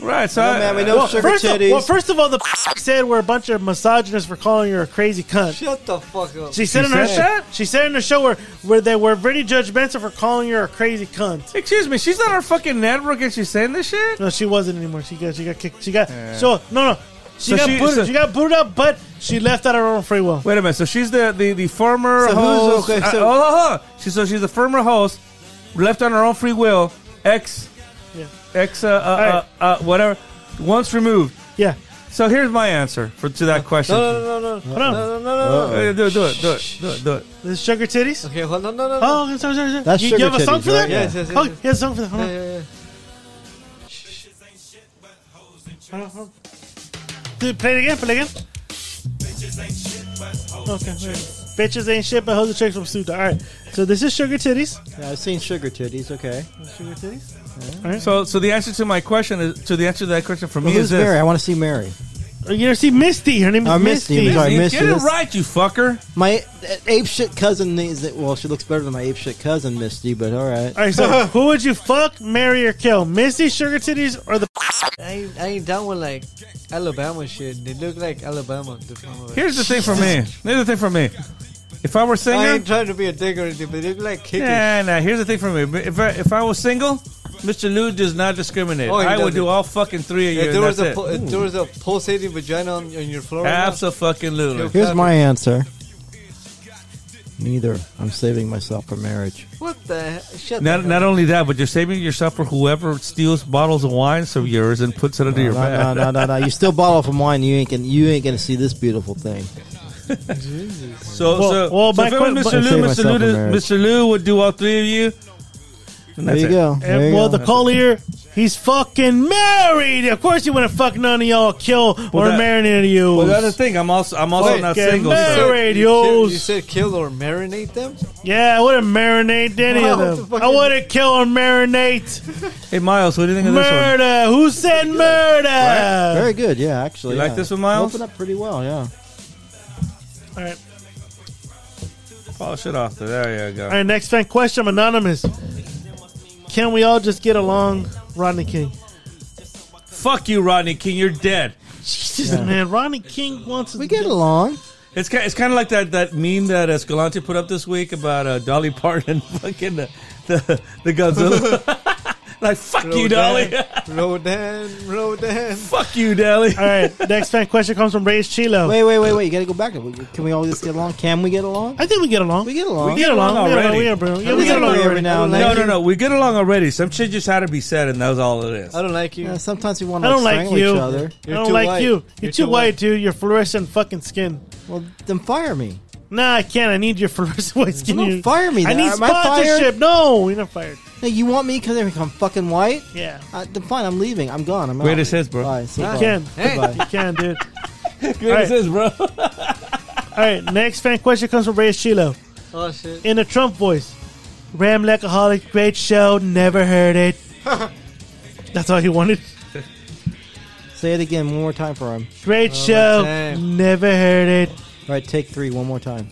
Speaker 2: Right. So I-
Speaker 4: Yeah, man, we know
Speaker 1: Well,
Speaker 4: sugar
Speaker 1: first of,
Speaker 4: titties.
Speaker 1: well, first of all, the [LAUGHS] said we're a bunch of misogynists for calling her a crazy cunt.
Speaker 3: Shut the fuck up.
Speaker 1: She said in her
Speaker 2: said that?
Speaker 1: she said in her show where, where they were very judgmental for calling her a crazy cunt.
Speaker 2: Excuse me, she's on our fucking network and she's saying this shit?
Speaker 1: No, she wasn't anymore. She got she got kicked. She got so no no. She
Speaker 2: So
Speaker 1: got
Speaker 2: she-
Speaker 1: booted.
Speaker 2: so-
Speaker 1: she got booted up, but she left out of her own free will.
Speaker 2: Wait a minute, so she's the, the, the former
Speaker 4: So who's-
Speaker 2: host.
Speaker 4: okay,
Speaker 2: uh,
Speaker 4: so-
Speaker 2: hold on, hold on. She, so she's the former host, left on her own free will, ex,
Speaker 1: Yeah.
Speaker 2: ex, uh, uh, uh, uh, whatever, once removed.
Speaker 1: Yeah.
Speaker 2: So here's my answer for to that question.
Speaker 3: No, no, no, no,
Speaker 1: Hold on.
Speaker 3: no, no, no, no.
Speaker 2: Uh, do it, do it, do it, do it, do it.
Speaker 1: This sugar
Speaker 3: [LAUGHS]
Speaker 1: titties.
Speaker 3: Okay, hold on, no, no, no.
Speaker 1: Oh, I'm sorry, sorry, sorry.
Speaker 4: That's
Speaker 1: you,
Speaker 4: sugar
Speaker 1: you have a song
Speaker 4: titties,
Speaker 1: for that?
Speaker 4: right? Yeah.
Speaker 3: Yes, yes, yes,
Speaker 1: Oh,
Speaker 3: yes.
Speaker 1: yeah, a song for that. Hold
Speaker 3: Yeah,
Speaker 1: on.
Speaker 3: yeah, yeah.
Speaker 1: Hold on, hold on. Dude, play it again. Play it again. Okay. wait. Bitches ain't shit but hoes and tricks from Suda. All right. So this is sugar titties.
Speaker 4: Yeah, I've seen sugar titties. Okay.
Speaker 1: Sugar titties.
Speaker 2: So, so the answer to my question is to the answer to that question for me
Speaker 4: Well,
Speaker 2: is
Speaker 4: who's
Speaker 2: this.
Speaker 4: Mary? I want to see Mary.
Speaker 1: Oh, you never see Misty. Her name is
Speaker 4: Oh, Misty,
Speaker 1: Misty.
Speaker 4: I'm sorry. I
Speaker 2: You
Speaker 4: missed
Speaker 2: Get
Speaker 4: you.
Speaker 2: it
Speaker 4: This-
Speaker 2: right, you fucker.
Speaker 4: My ape shit cousin is it, well, she looks better than my ape shit cousin Misty, but all right.
Speaker 1: All right.
Speaker 4: [LAUGHS]
Speaker 1: So who would you fuck, marry, or kill? Misty, sugar titties, or the?
Speaker 3: I ain't, I ain't down with like Alabama shit. They look like Alabama. the form of it.
Speaker 2: Here's the thing for me. Here's the thing for me. If I were single,
Speaker 3: I ain't trying to be a dick or anything, but they look like hickeys.
Speaker 2: Yeah, nah. Here's the thing for me. If I, if I was single, Mr. Lou does not discriminate.
Speaker 3: Oh, he
Speaker 2: I would
Speaker 3: doesn't.
Speaker 2: do all fucking three of you.
Speaker 3: If there
Speaker 2: and
Speaker 3: was a
Speaker 2: that's
Speaker 3: po-
Speaker 2: it.
Speaker 3: if there was a pulsating vagina on, on your floor, right now,
Speaker 2: [LAUGHS] Absolutely.
Speaker 4: Here's my answer. Neither. I'm saving myself for marriage.
Speaker 3: what the he- shut?
Speaker 2: Not,
Speaker 3: the
Speaker 2: not only that, but you're saving yourself for whoever steals bottles of wines of yours and puts it under your bed.
Speaker 4: No, no, no, no, no. You still bottle from wine. You ain't gonna, you ain't gonna see this beautiful thing.
Speaker 2: [LAUGHS] So,
Speaker 1: Well-
Speaker 2: so,
Speaker 1: well,
Speaker 2: so
Speaker 1: my
Speaker 2: if it was
Speaker 1: que-
Speaker 2: Mr. Lou, Mr.
Speaker 4: I saved
Speaker 2: Lou,
Speaker 4: myself a
Speaker 2: does-
Speaker 4: marriage.
Speaker 2: Mr. Lou would do all three of you. and
Speaker 4: There
Speaker 2: that's
Speaker 4: you
Speaker 2: it.
Speaker 4: go. There
Speaker 1: And,
Speaker 4: you
Speaker 1: well,
Speaker 4: go.
Speaker 1: the caller here, he's fucking married. Of course, you want to fuck none of y'all, kill or
Speaker 2: that-
Speaker 1: marry any of you.
Speaker 2: Well, that's the thing. I'm also, I'm also
Speaker 3: Wait,
Speaker 2: not
Speaker 1: get
Speaker 2: single.
Speaker 1: married.
Speaker 2: So.
Speaker 3: fuck? You
Speaker 1: radios.
Speaker 3: said- You said kill or marinate them.
Speaker 1: yeah, I would have marinated any
Speaker 3: Wow, what
Speaker 1: of
Speaker 3: the
Speaker 1: them.
Speaker 3: fuck
Speaker 1: I
Speaker 3: is-
Speaker 1: would have kill or marinate.
Speaker 2: Hey, Miles, what do you think of this one?
Speaker 1: murder. Who said murder?
Speaker 4: Very good. Yeah, actually.
Speaker 2: You like
Speaker 4: yeah.
Speaker 2: this one, Miles?
Speaker 4: Opened up pretty well. Yeah.
Speaker 1: All right.
Speaker 2: Polish it off. Oh, There you go.
Speaker 1: All right, next fan question, anonymous. Can we all just get along, Rodney King?
Speaker 2: Fuck you, Rodney King. You're dead.
Speaker 1: Jesus, man, Rodney King wants. We
Speaker 4: get along.
Speaker 2: It's kind, it's kind of like that, that meme that Escalante put up this week about uh, Dolly Parton [LAUGHS] fucking the, the, the Godzilla. [LAUGHS] like, fuck you, Dolly.
Speaker 3: Rodan,
Speaker 2: [LAUGHS]
Speaker 3: Rodan.
Speaker 2: Fuck you, Dolly.
Speaker 1: All right, next fan question comes from Reyes Chilo.
Speaker 4: Wait, wait, wait, wait. You got to go back. Can we all just get along? Can we get along?
Speaker 1: I think we get along.
Speaker 4: We get along.
Speaker 1: We get along already. We get along. Yeah, we get along
Speaker 4: Every
Speaker 1: already.
Speaker 4: now and
Speaker 2: No,
Speaker 4: then.
Speaker 2: no, no. We get along already. Some shit just had to be said, and that was all it is.
Speaker 3: I don't like you.
Speaker 4: Yeah, sometimes we want
Speaker 1: I
Speaker 4: to
Speaker 1: don't like
Speaker 4: strangle
Speaker 1: you.
Speaker 4: each other.
Speaker 1: I don't like you. You're, too, white, dude. Your fluorescent fucking skin.
Speaker 4: Well, then fire me.
Speaker 1: Nah, I can't. I need your [LAUGHS] fluorescent white skin.
Speaker 4: Well,
Speaker 1: You-
Speaker 4: don't fire me.
Speaker 1: I
Speaker 4: then.
Speaker 1: need
Speaker 4: Am I fired?
Speaker 1: sponsorship. No, you're not fired.
Speaker 4: Hey, you want me because I'm fucking white?
Speaker 1: Yeah.
Speaker 4: Uh, then fine, I'm leaving. I'm gone. I'm
Speaker 2: Greatest
Speaker 4: out.
Speaker 2: hits, bro.
Speaker 4: Bye. See you,
Speaker 1: You
Speaker 4: bye.
Speaker 1: can.
Speaker 4: Goodbye.
Speaker 1: You can, dude.
Speaker 2: Greatest is,
Speaker 1: [LAUGHS]
Speaker 2: bro.
Speaker 1: All right, next fan question comes from Reyes Chilo.
Speaker 3: Oh shit.
Speaker 1: In a Trump voice, Ram Lecaholic, great show, never heard it. That's all he wanted.
Speaker 4: Say it again one more time for him.
Speaker 1: Great
Speaker 3: Oh,
Speaker 1: show,
Speaker 3: damn.
Speaker 1: never heard it.
Speaker 4: All right, take three one more time.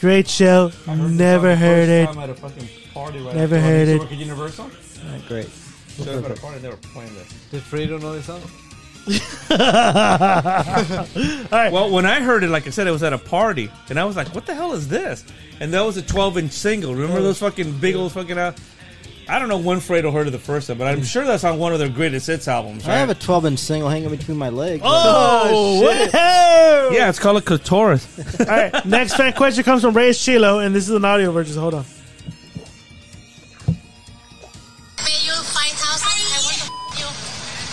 Speaker 1: Great show, never heard it.
Speaker 13: Time at a fucking party right after
Speaker 1: Never
Speaker 13: I used
Speaker 1: heard
Speaker 13: to
Speaker 1: it.
Speaker 13: Work at Universal.
Speaker 4: All right, great.
Speaker 13: So I was at a party, they were playing this.
Speaker 3: Did Fredo know this song?
Speaker 2: Well, when I heard it, like I said, it was at a party, and I was like, "What the hell is this?" And that was a 12-inch single. Remember those fucking big old fucking out? I don't know when Fredo heard it the first time, but I'm sure that's on one of their greatest hits albums.
Speaker 4: I
Speaker 2: Right?
Speaker 4: have a 12 inch single hanging between my legs.
Speaker 1: Oh,
Speaker 3: shit.
Speaker 1: whoa.
Speaker 2: yeah, it's called a Cotoris.
Speaker 1: All right, next fan question comes from Reyes Chilo, and this is an audio version. so Hold on.
Speaker 12: Pay you 5,000. I want to f- you.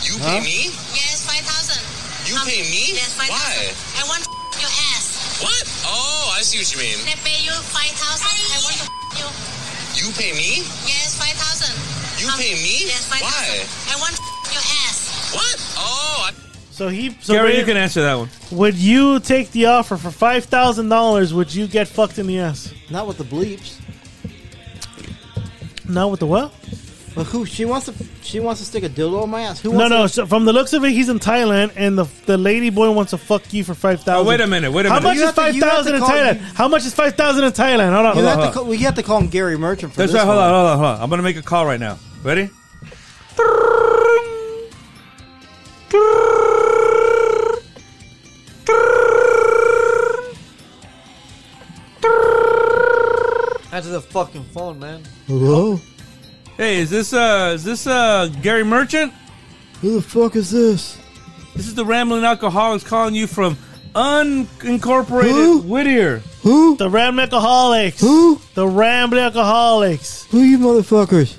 Speaker 14: You pay me?
Speaker 12: Yes, 5,000.
Speaker 14: You pay me?
Speaker 12: Yes,
Speaker 14: Why?
Speaker 12: 5,000. I want to f- your ass.
Speaker 14: What? Oh, I see what you mean.
Speaker 12: I pay you 5,000. I want to f- you.
Speaker 14: You pay me?
Speaker 12: Yes, 5,000.
Speaker 14: You
Speaker 12: Um,
Speaker 14: pay me?
Speaker 12: Yes, 5,000.
Speaker 14: Why?
Speaker 12: I want to f- your ass.
Speaker 14: What? Oh, I
Speaker 1: So he, so
Speaker 2: Gary,
Speaker 1: Reyes-
Speaker 2: you can answer that one.
Speaker 1: would you take the offer for five thousand dollars? Would you get fucked in the ass?
Speaker 4: Not with the bleeps.
Speaker 1: Not with the what?
Speaker 4: But who? She wants to. She wants to stick a dildo on my ass. Who?
Speaker 1: No,
Speaker 4: Wants
Speaker 1: no.
Speaker 4: To,
Speaker 1: So from the looks of it, he's in Thailand, and the the lady boy wants to fuck you for five
Speaker 2: Oh,
Speaker 1: thousand.
Speaker 2: wait a minute. Wait a
Speaker 1: How
Speaker 2: minute.
Speaker 1: much
Speaker 4: You
Speaker 1: is
Speaker 4: have to-
Speaker 1: five
Speaker 4: you have to
Speaker 1: thousand in
Speaker 4: call-
Speaker 1: Thailand? How much is five thousand in Thailand? Hold on.
Speaker 4: you
Speaker 1: Hold on.
Speaker 4: have to call, we have to call him Gary Merchant for
Speaker 2: That's
Speaker 4: this
Speaker 2: right. Hold
Speaker 4: one.
Speaker 2: on, hold on, hold on. I'm gonna make a call right now. Ready?
Speaker 3: Answer the fucking phone, man.
Speaker 4: Hello?
Speaker 2: Hey, is this uh is this uh Gary Merchant?
Speaker 4: Who the fuck is this?
Speaker 2: This is the Rambling Alcoholics calling you from unincorporated
Speaker 4: Who?
Speaker 2: Whittier.
Speaker 4: Who?
Speaker 1: The Ram Alcoholics.
Speaker 4: Who?
Speaker 1: The Ram Alcoholics.
Speaker 4: Who you motherfuckers?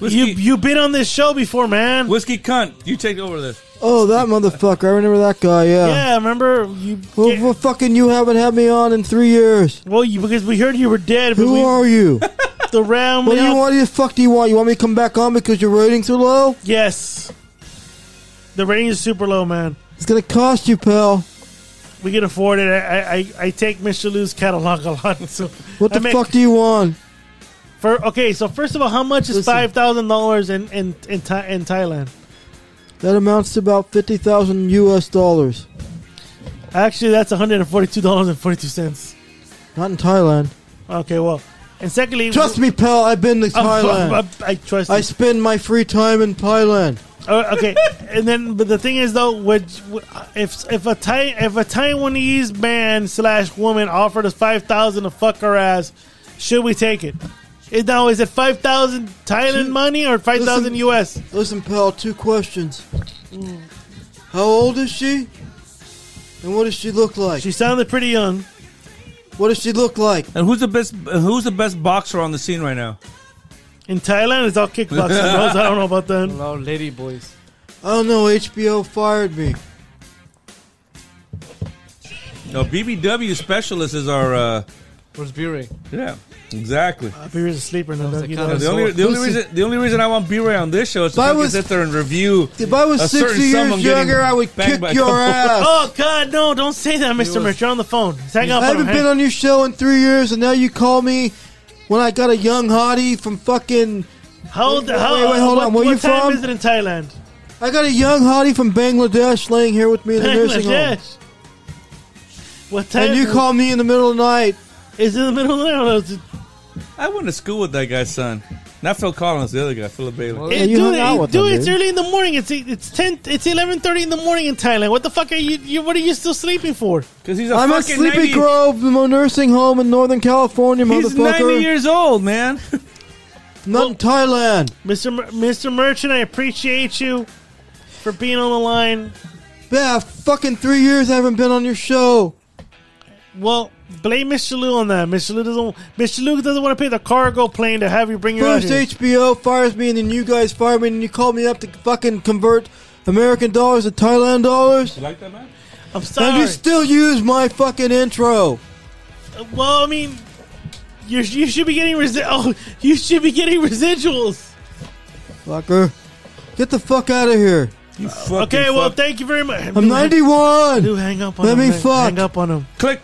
Speaker 2: Whiskey,
Speaker 1: You you've been on this show before, man.
Speaker 2: whiskey cunt. You take over this.
Speaker 4: Oh, that motherfucker. I remember that guy.
Speaker 1: yeah, remember you.
Speaker 4: Well,
Speaker 1: yeah.
Speaker 4: well, fucking you haven't had me on in three years.
Speaker 1: Well, you because we heard you were dead. But
Speaker 4: Who
Speaker 1: we, [LAUGHS]
Speaker 4: are you?
Speaker 1: the Ram?
Speaker 4: what do you want? The fuck do you want? You want me to come back on because your ratings are low?
Speaker 1: Yes. The rating is super low, man.
Speaker 4: It's gonna cost you, pal.
Speaker 1: We can afford it. I I, I, I take Mr. Lou's catalog a lot. So
Speaker 4: What the
Speaker 1: I make-
Speaker 4: fuck do you want?
Speaker 1: For, okay, so first of all, how much is
Speaker 4: Listen.
Speaker 1: five thousand dollars in in in, Tha- in Thailand?
Speaker 4: That amounts to about fifty thousand U.S. dollars.
Speaker 1: Actually, that's one hundred and forty-two dollars and forty-two cents.
Speaker 4: Not in Thailand.
Speaker 1: Okay, well, and secondly,
Speaker 4: Trust me, pal. I've been to
Speaker 1: I'm-
Speaker 4: Thailand.
Speaker 1: I'm- I'm- I trust.
Speaker 4: I
Speaker 1: you.
Speaker 4: spend my free time in Thailand.
Speaker 1: Uh, okay, and then but the thing is though, would, would- if if a Thai if a Taiwanese man slash woman offered us five thousand to fuck her ass, should we take it? It, now is it five thousand Thailand money or five thousand US?
Speaker 4: Listen, pal. Two questions.
Speaker 1: Mm.
Speaker 4: How old is she? And what does she look like?
Speaker 1: She sounded pretty young.
Speaker 4: what does she look like?
Speaker 2: And who's the best? Who's the best boxer on the scene right now?
Speaker 1: In Thailand, it's all kickboxing.
Speaker 4: [LAUGHS]
Speaker 1: bros. I don't know about that.
Speaker 3: Hello, lady boys.
Speaker 4: I don't know. HBO fired me.
Speaker 2: No, BBW specialist is our. Uh,
Speaker 3: Where's Bure?
Speaker 2: yeah, exactly.
Speaker 1: Uh, Beer's a sleeper now. dog. You know that.
Speaker 2: No,
Speaker 3: kind of-
Speaker 2: the only the only
Speaker 4: Listen.
Speaker 2: reason the only reason I want B-Ray on this show is
Speaker 4: If I
Speaker 2: so we can
Speaker 4: was-
Speaker 2: sit there and review.
Speaker 4: If I was
Speaker 2: a certain
Speaker 4: 60
Speaker 2: someone
Speaker 4: years
Speaker 2: getting
Speaker 4: younger, I would
Speaker 2: banged
Speaker 4: kick
Speaker 2: by a
Speaker 4: your
Speaker 2: couple.
Speaker 4: ass.
Speaker 1: [LAUGHS] Oh God, no! Don't say that, Mister
Speaker 3: was-
Speaker 1: Merch. You're on the phone. Just Hang up.
Speaker 4: I haven't been on your show in three years, and now you call me when I got a young hottie from fucking.
Speaker 1: How old?
Speaker 4: Wait,
Speaker 1: How,
Speaker 4: wait, wait, hold
Speaker 1: what,
Speaker 4: on. Where
Speaker 1: what
Speaker 4: you
Speaker 1: time
Speaker 4: from?
Speaker 1: is it in Thailand?
Speaker 4: I got a young hottie from Bangladesh laying here with me in the nursing home.
Speaker 1: Bangladesh. What time?
Speaker 4: And you call me in the middle of the night
Speaker 1: It's in the middle of the night. I was-
Speaker 2: [LAUGHS] I went to school with that guy's son. Not Phil Collins, the other guy, Philip Bailey.
Speaker 1: Hey, dude, hey, dude, it's early in the morning. It's it's ten. It's eleven thirty in the morning in Thailand. What the fuck are you? you what are you still sleeping for?
Speaker 2: Because he's
Speaker 1: a
Speaker 2: a
Speaker 1: fucking
Speaker 2: fucking
Speaker 1: fuck.
Speaker 15: I'm at Sleepy Grove the nursing home in Northern California,
Speaker 1: He's
Speaker 15: motherfucker.
Speaker 1: 90
Speaker 2: years old, man. [LAUGHS]
Speaker 15: Not in Thailand.
Speaker 1: Mr. Mer- Mr. Merchant, I appreciate you for being on the line.
Speaker 15: Yeah, fucking three years I haven't been on your show.
Speaker 1: Well, blame Mr. Lou on that. Mr. Lou doesn't. Mr. Lou doesn't want to pay the cargo plane to have you bring your
Speaker 15: First HBO fires me, and then you guys fire me, and you call me up to fucking convert American dollars to Thailand dollars.
Speaker 2: like that, man?
Speaker 1: I'm
Speaker 15: And
Speaker 1: sorry.
Speaker 15: you still use my fucking intro.
Speaker 1: Uh, Well, I mean, you you should be getting resi- [LAUGHS] Oh, you should be getting residuals.
Speaker 15: Fucker. Get the fuck out of here.
Speaker 4: Uh,
Speaker 1: Okay, well, thank you very much.
Speaker 15: I'm 91.
Speaker 1: Do hang up on
Speaker 15: Let
Speaker 1: him.
Speaker 15: me
Speaker 1: hang,
Speaker 15: fuck.
Speaker 1: Hang up on him.
Speaker 2: Click.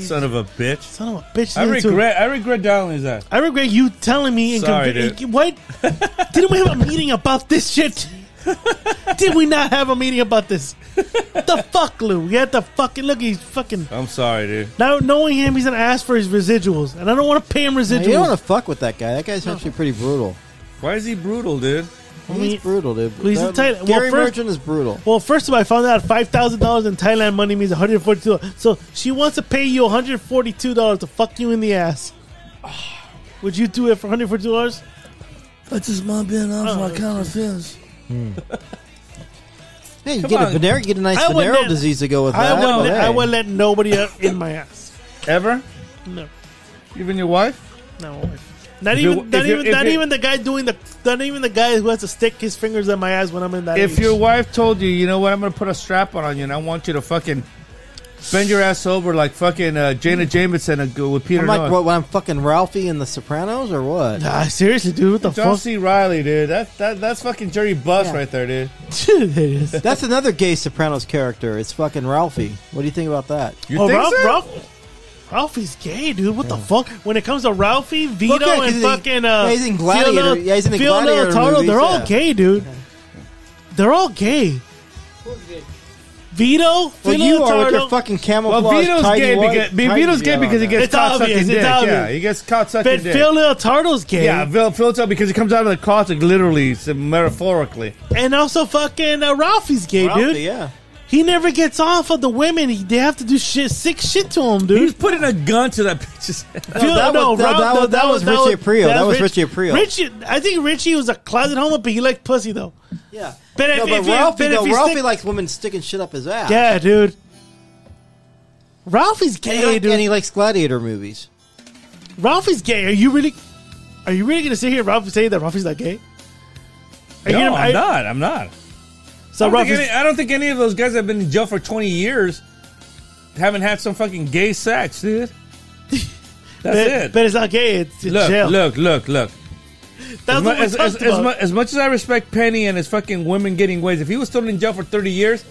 Speaker 2: Son of a bitch.
Speaker 1: Son of a bitch.
Speaker 2: I
Speaker 1: listen to-
Speaker 2: regret. I regret dialing his ass.
Speaker 1: I regret you telling me and
Speaker 2: Sorry,
Speaker 1: convi-
Speaker 2: dude.
Speaker 1: what? Didn't we have a meeting about this shit? Did we not have a meeting about this? the fuck, Lou? We had to fucking look. He's fucking.
Speaker 2: I'm sorry, dude.
Speaker 1: Now knowing him, he's gonna ask for his residuals, and I don't want to pay him
Speaker 15: Now,
Speaker 1: residuals.
Speaker 15: you don't want to fuck with that guy. That guy's actually pretty brutal.
Speaker 2: Why is he brutal, dude?
Speaker 1: I mean,
Speaker 15: He's brutal, dude.
Speaker 1: he's
Speaker 15: That-
Speaker 1: in Thailand. well,
Speaker 15: Gary
Speaker 1: first,
Speaker 15: Merchant is brutal.
Speaker 1: Well, first of all, I found out five thousand dollars in Thailand money means one hundred forty-two. So she wants to pay you one hundred forty-two dollars to fuck you in the ass. Would you do it for one hundred forty-two dollars?
Speaker 15: That's just my being off
Speaker 1: Oh,
Speaker 15: my counter fence. Hey, you
Speaker 1: Come
Speaker 15: get
Speaker 1: on.
Speaker 15: a venereal, you get a nice
Speaker 1: I wouldn't
Speaker 15: venereal
Speaker 1: let-
Speaker 15: disease to go with
Speaker 1: I
Speaker 15: that.
Speaker 1: wouldn't.
Speaker 15: but
Speaker 1: let-
Speaker 15: hey.
Speaker 1: I would let nobody uh, in my ass.
Speaker 2: Ever?
Speaker 1: No,
Speaker 2: Even your wife?
Speaker 1: no. my wife. Not
Speaker 2: If
Speaker 1: even,
Speaker 2: it-
Speaker 1: not
Speaker 2: if it-
Speaker 1: even,
Speaker 2: if
Speaker 1: not
Speaker 2: it-
Speaker 1: even the guy doing the, not even the guy who has to stick his fingers in my ass when I'm in that.
Speaker 2: If
Speaker 1: age.
Speaker 2: your wife told you, you know what, I'm gonna put a strap on you, and I want you to fucking bend your ass over like fucking uh, Jana Jameson and go with Peter.
Speaker 15: I'm like,
Speaker 2: Nolan.
Speaker 15: what, when I'm fucking Ralphie in The Sopranos or what?
Speaker 1: [LAUGHS] Nah, seriously, dude, what the
Speaker 2: John
Speaker 1: fuck? [LAUGHS]
Speaker 2: C. Riley, dude. That, that that's fucking Jerry Buss
Speaker 15: Yeah.
Speaker 2: right there, dude.
Speaker 15: That's another gay Sopranos character. It's fucking Ralphie. What do you think about that?
Speaker 2: You
Speaker 1: oh, Ralph, Ralph, Ralphie's gay, dude. What the fuck? When it comes to Ralphie, Vito,
Speaker 15: Well, yeah, 'cause
Speaker 1: and
Speaker 15: he-
Speaker 1: fucking uh,
Speaker 15: yeah, he's in Gladiator-
Speaker 1: Phil-
Speaker 15: yeah, he's in the
Speaker 1: Phil
Speaker 15: Gladiator
Speaker 1: Toro,
Speaker 15: movies,
Speaker 1: they're all
Speaker 15: yeah.
Speaker 1: gay, dude. They're all gay. Vito,
Speaker 15: Well,
Speaker 1: Phil
Speaker 15: you are with your
Speaker 1: Toro-
Speaker 15: fucking camouflage.
Speaker 2: Well, Vito's
Speaker 15: tidy
Speaker 2: gay
Speaker 15: white-
Speaker 2: because
Speaker 15: tidy-
Speaker 2: Vito's gay
Speaker 15: yeah.
Speaker 2: because he gets
Speaker 1: It's
Speaker 2: caught
Speaker 1: obvious,
Speaker 2: sucking
Speaker 1: it's
Speaker 2: dick. Yeah,
Speaker 1: obvious.
Speaker 2: he gets caught sucking
Speaker 1: but
Speaker 2: dick.
Speaker 1: Phil Leotardo's gay.
Speaker 2: yeah, Phil Phil's out because he comes out of the closet literally, so metaphorically.
Speaker 1: and also fucking uh, Ralphie's gay, dude.
Speaker 15: Ralphie, yeah.
Speaker 1: He never gets off of the women. He, they have to do shit, sick shit to him, dude.
Speaker 2: He's putting a gun to that bitch's head.
Speaker 1: Phil-
Speaker 15: that was- that-
Speaker 1: Ralph-
Speaker 15: that was- that was Richie Aprile. That was Richie Aprile.
Speaker 1: Richie, I think Richie was a closet homo, but he liked pussy though.
Speaker 15: Yeah.
Speaker 1: But if,
Speaker 15: No,
Speaker 1: if
Speaker 15: but
Speaker 1: he-
Speaker 15: Ralphie,
Speaker 1: but if
Speaker 15: though,
Speaker 1: he
Speaker 15: Ralphie
Speaker 1: stick-
Speaker 15: likes women sticking shit up his ass.
Speaker 1: yeah, dude. Ralphie's
Speaker 15: And
Speaker 1: gay,
Speaker 15: he, like-
Speaker 1: dude.
Speaker 15: and he likes gladiator movies.
Speaker 1: Ralphie's gay. Are you really? Are you really gonna sit here, and Ralphie, say that Ralphie's not gay? Are you
Speaker 2: No,
Speaker 1: gonna-
Speaker 2: I'm
Speaker 1: I-
Speaker 2: not. I'm not.
Speaker 1: So
Speaker 2: I don't, think
Speaker 1: Ralphie's
Speaker 2: any, I don't think any of those guys that have been in jail for 20 years haven't had some fucking gay
Speaker 1: [LAUGHS]
Speaker 2: sex, dude. That's
Speaker 1: but,
Speaker 2: it.
Speaker 1: but it's not gay. It's, it's
Speaker 2: look,
Speaker 1: jail.
Speaker 2: look, look, look.
Speaker 1: That's what
Speaker 2: as, mu-
Speaker 1: we
Speaker 2: as,
Speaker 1: talked
Speaker 2: as, as,
Speaker 1: about.
Speaker 2: mu- as much as I respect Penny and his fucking women getting ways, if he was still in jail for 30 years,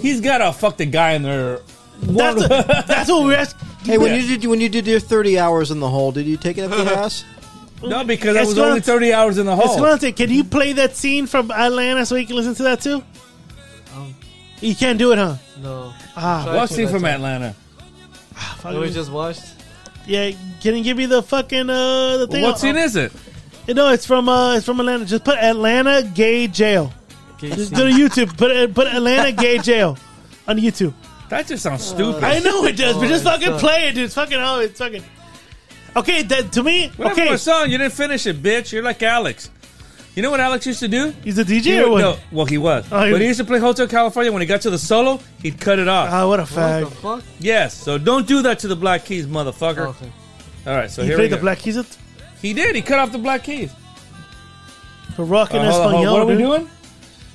Speaker 2: he's got to fuck the guy in there.
Speaker 1: that's,
Speaker 2: One-
Speaker 1: that's what we're asking.
Speaker 15: [LAUGHS] Hey, when
Speaker 2: Yeah.
Speaker 15: you did when you did your thirty hours in the hole, did you take it
Speaker 2: [LAUGHS]
Speaker 15: up the ass?
Speaker 2: [LAUGHS] no, because I
Speaker 1: It's
Speaker 2: was
Speaker 1: gonna-
Speaker 2: only 30 hours in the hole.
Speaker 1: Escalante, can you play that scene from Atlanta so we can listen to that too?
Speaker 15: Oh.
Speaker 1: you can't do it, huh?
Speaker 3: No.
Speaker 1: Ah,
Speaker 3: Tried
Speaker 2: What
Speaker 3: to
Speaker 2: scene
Speaker 3: that
Speaker 2: from
Speaker 3: time.
Speaker 2: Atlanta?
Speaker 1: Fuck.
Speaker 3: That we just watched.
Speaker 1: Yeah, can you give me the fucking uh the thing?
Speaker 2: What scene
Speaker 1: Uh,
Speaker 2: is it?
Speaker 1: No, it's from uh it's from Atlanta. Just put Atlanta gay jail.
Speaker 3: Gay
Speaker 1: Just
Speaker 3: scene.
Speaker 1: go to YouTube. Put uh, put Atlanta
Speaker 2: [LAUGHS]
Speaker 1: gay jail on YouTube.
Speaker 2: That just sounds stupid.
Speaker 1: I know it does, but
Speaker 3: Oh,
Speaker 1: just
Speaker 3: it
Speaker 1: fucking
Speaker 3: sucks.
Speaker 1: play it, dude. It's fucking oh, it's fucking. Okay, that to me.
Speaker 2: Whatever
Speaker 1: okay,
Speaker 2: my song, you didn't finish it, bitch. You're like Alex. You know what Alex used to do?
Speaker 1: he's a DJ
Speaker 2: He
Speaker 1: or
Speaker 2: would-
Speaker 1: what?
Speaker 2: no, well, he was.
Speaker 1: Oh, he-
Speaker 2: but he used to play Hotel California. When he got to the solo, he'd cut it off.
Speaker 1: Ah, what a
Speaker 3: What
Speaker 1: fag.
Speaker 3: the fuck?
Speaker 2: yes, so don't do that to the Black Keys, motherfucker.
Speaker 3: Okay.
Speaker 2: All right, so
Speaker 1: he
Speaker 2: here we
Speaker 1: played
Speaker 2: go.
Speaker 1: the Black Keys
Speaker 2: he did. He cut off the Black Keys.
Speaker 1: for rocking
Speaker 2: Uh, hold on, hold on.
Speaker 1: Espanol.
Speaker 2: What are we
Speaker 1: dude.
Speaker 2: doing?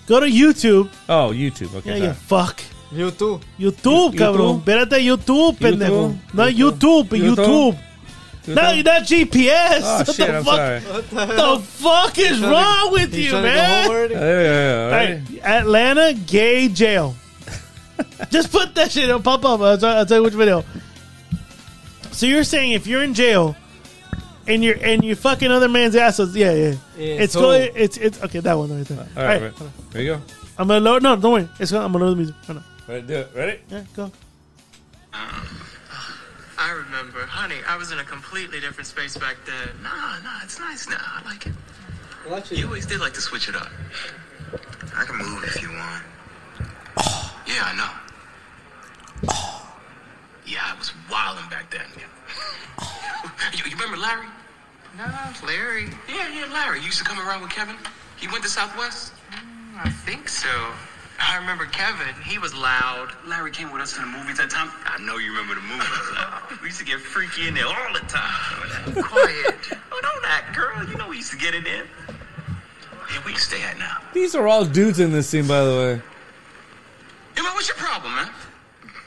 Speaker 1: Go to YouTube.
Speaker 2: Oh, YouTube.
Speaker 1: Yeah,
Speaker 2: Okay.
Speaker 1: you
Speaker 2: sorry.
Speaker 1: fuck.
Speaker 3: You too.
Speaker 1: YouTube,
Speaker 2: YouTube.
Speaker 1: cabrón. Espérate, YouTube, pendejo. No, YouTube,
Speaker 2: YouTube.
Speaker 1: YouTube.
Speaker 2: YouTube.
Speaker 1: No, you're not GPS. [LAUGHS]
Speaker 2: Oh,
Speaker 1: what
Speaker 2: shit,
Speaker 1: the
Speaker 2: I'm
Speaker 1: fuck?
Speaker 2: sorry.
Speaker 3: What the hell?
Speaker 1: The fuck is
Speaker 3: He's trying to-
Speaker 1: wrong with
Speaker 3: he's
Speaker 1: you,
Speaker 3: trying to go
Speaker 1: man?
Speaker 3: homeward.
Speaker 2: Yeah, yeah, yeah, all right.
Speaker 1: Hey, Atlanta gay jail. [LAUGHS] Just put that shit. It'll pop up. I'll tell, I'll tell you which video. So you're saying if you're in jail and you're and you fucking other man's assholes, yeah, yeah,
Speaker 3: Yeah,
Speaker 1: it's
Speaker 3: so-
Speaker 1: going. It's it's okay. That one right there.
Speaker 2: All right, right. There you go.
Speaker 1: I'm gonna lower. No, don't worry. It's gonna, I'm gonna lower the music. Hold on.
Speaker 2: Ready, do it. Ready?
Speaker 1: Yeah, go.
Speaker 9: I remember. Honey, I was in a completely different space back then. Nah, nah, it's nice now. I like it.
Speaker 3: Watch
Speaker 9: You always did like to switch it up. I can move if you want. Yeah, I know. Yeah, I was wilding back then. [LAUGHS] you, you remember Larry? No, Larry. Yeah, yeah, Larry. You used to come around with Kevin. He went to Southwest. I think so. I remember Kevin. He was loud. Larry came with us to the movies that time. I know you remember the movies. we used to get freaky in there all the time. Quiet. oh, don't act, girl. You know we used to get it in. Yeah, we used to stay at now.
Speaker 2: These are all dudes in this scene, by the way.
Speaker 9: Hey, man, what's your problem, man?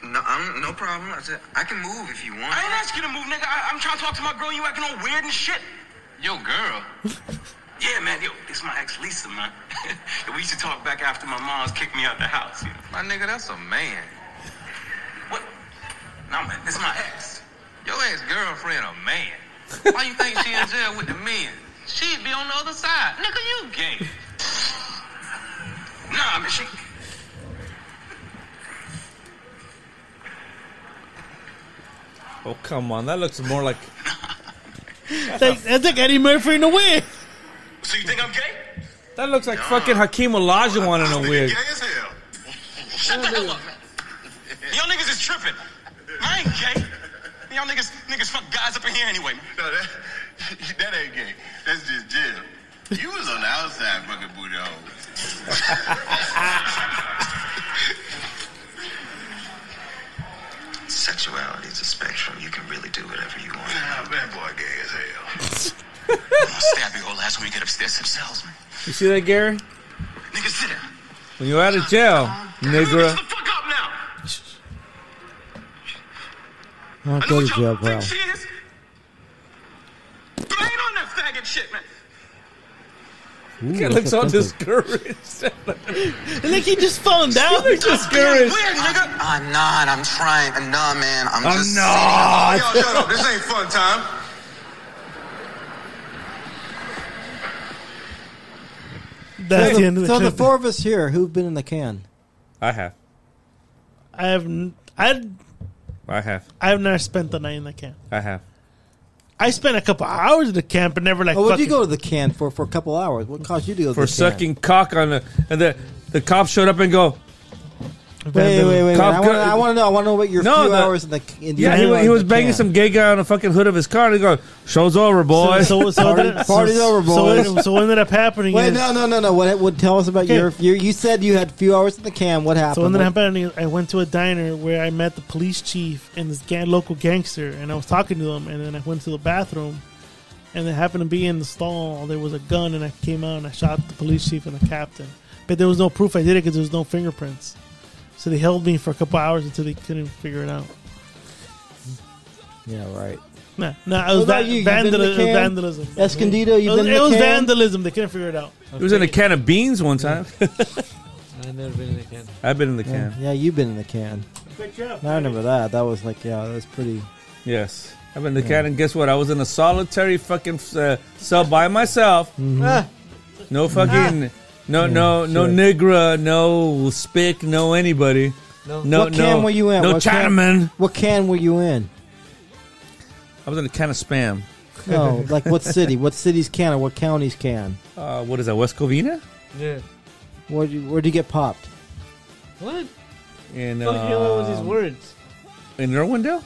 Speaker 9: No, I'm, no problem. I said I can move if you want. I ain't asking you to move, nigga. I, I'm trying to talk to my girl. You acting all weird and shit. Yo, girl. yeah, man. Yo, this my ex Lisa, man. [LAUGHS] we used to talk back after my mom's kicked me out the house. You know? My nigga, that's a man. What? No, man. This my ex. Your ex girlfriend a man. Why you think she in jail with the men? She'd be on the other side. Nigga, you gay. nah, man. She.
Speaker 2: Oh come on, that looks more like
Speaker 1: That's, that's like Eddie Murphy in the wig. [LAUGHS]
Speaker 9: So you think I'm gay?
Speaker 2: that looks like fucking Hakeem Olajuwon in a wig.
Speaker 9: as hell. Shut the hell up, man. Y'all niggas is tripping. I ain't gay. Y'all niggas, niggas fuck guys up in here anyway. No, that, that ain't gay. That's just jail. You was on the outside fucking booty Sexuality is a spectrum. You can really do whatever you want. Nah, that boy gay as hell. I'm gonna stab your whole ass when we get upstairs themselves, man.
Speaker 2: You see that, Gary?
Speaker 9: Nigga, sit down.
Speaker 2: When you're out of jail, nigga. [LAUGHS] Oh,
Speaker 16: I'll go to jail, bro.
Speaker 2: Ooh, Kid looks all discouraged. [LAUGHS]
Speaker 1: like he just phoned out.
Speaker 2: He looks discouraged.
Speaker 14: I'm not. Ah, I'm trying. Nah, man. I'm,
Speaker 2: I'm
Speaker 14: just.
Speaker 2: not.
Speaker 14: Yo, shut up. This ain't fun time.
Speaker 1: That's
Speaker 4: so
Speaker 1: the end of the
Speaker 4: so
Speaker 1: clip.
Speaker 4: four of us here who've been in the can.
Speaker 2: I have.
Speaker 1: I have n- I
Speaker 2: I have.
Speaker 1: I've never spent the night in the camp.
Speaker 2: I have.
Speaker 1: I spent a couple hours in the camp, but never like.
Speaker 4: Oh, what did you
Speaker 1: fucking-
Speaker 4: go to the can for for a couple hours? What caused you to go to
Speaker 2: For
Speaker 4: the can?
Speaker 2: sucking cock on the and the the cops showed up and go.
Speaker 4: Wait, wait, wait.
Speaker 2: Cop
Speaker 4: I want to
Speaker 2: gun-
Speaker 4: I wanna know. I want to know what your
Speaker 2: No,
Speaker 4: few
Speaker 2: the-
Speaker 4: hours in the in the
Speaker 2: Yeah, he, wa- he was
Speaker 4: the
Speaker 2: banging
Speaker 4: can.
Speaker 2: some gay guy on the fucking hood of his car and he go, Show's over, boy.
Speaker 1: So, so, so that-
Speaker 4: party's
Speaker 1: so,
Speaker 4: over, boys.
Speaker 1: So, what- so what ended up happening
Speaker 4: Wait,
Speaker 1: is
Speaker 4: no, no, no, no. What would tell us about
Speaker 1: Okay.
Speaker 4: your, your? You said you had a few hours in the can. What happened?
Speaker 1: So when that
Speaker 4: What-
Speaker 1: happened, is I went to a diner where I met the police chief and this gang, local gangster, and I was talking to them. And then I went to the bathroom, and they happened to be in the stall. There was a gun, and I came out and I shot the police chief and the captain. But there was no proof I did it because there was no fingerprints. So they held me for a couple hours until they couldn't figure it out.
Speaker 4: Yeah, right.
Speaker 1: Nah, nah,
Speaker 4: What
Speaker 1: it was
Speaker 4: about
Speaker 1: van-
Speaker 4: you? You've been in the
Speaker 1: vandalism.
Speaker 4: can?
Speaker 1: vandalism.
Speaker 4: Escondido, you've
Speaker 1: it was,
Speaker 4: been in
Speaker 1: it
Speaker 4: the
Speaker 1: was
Speaker 4: can?
Speaker 1: vandalism. They couldn't figure it out.
Speaker 2: [LAUGHS] He was in a can of beans one time. [LAUGHS]
Speaker 3: I've never been in a can.
Speaker 2: I've been in the
Speaker 4: Yeah,
Speaker 2: can.
Speaker 4: yeah, you've been in the can.
Speaker 1: Good job.
Speaker 4: I remember that. That was like, yeah, that was pretty.
Speaker 2: Yes. I've been in the can and guess what? I was in a solitary fucking uh, cell by myself.
Speaker 4: Ah.
Speaker 2: No fucking no
Speaker 4: Yeah,
Speaker 2: no no
Speaker 4: sure.
Speaker 2: Nigra, no Spick, no anybody. No no
Speaker 4: what can were you in?
Speaker 2: No
Speaker 4: what
Speaker 2: Chinaman.
Speaker 4: Can, what can were you in?
Speaker 2: I was in a can of spam. [LAUGHS]
Speaker 4: No, like what city? What city's can or what county's can?
Speaker 2: Uh, what is that? West Covina?
Speaker 3: Yeah.
Speaker 4: Where'd you, where'd you get popped?
Speaker 3: What?
Speaker 2: In
Speaker 3: Fuck, you know, what was his
Speaker 2: um,
Speaker 3: words?
Speaker 2: in Irwindale?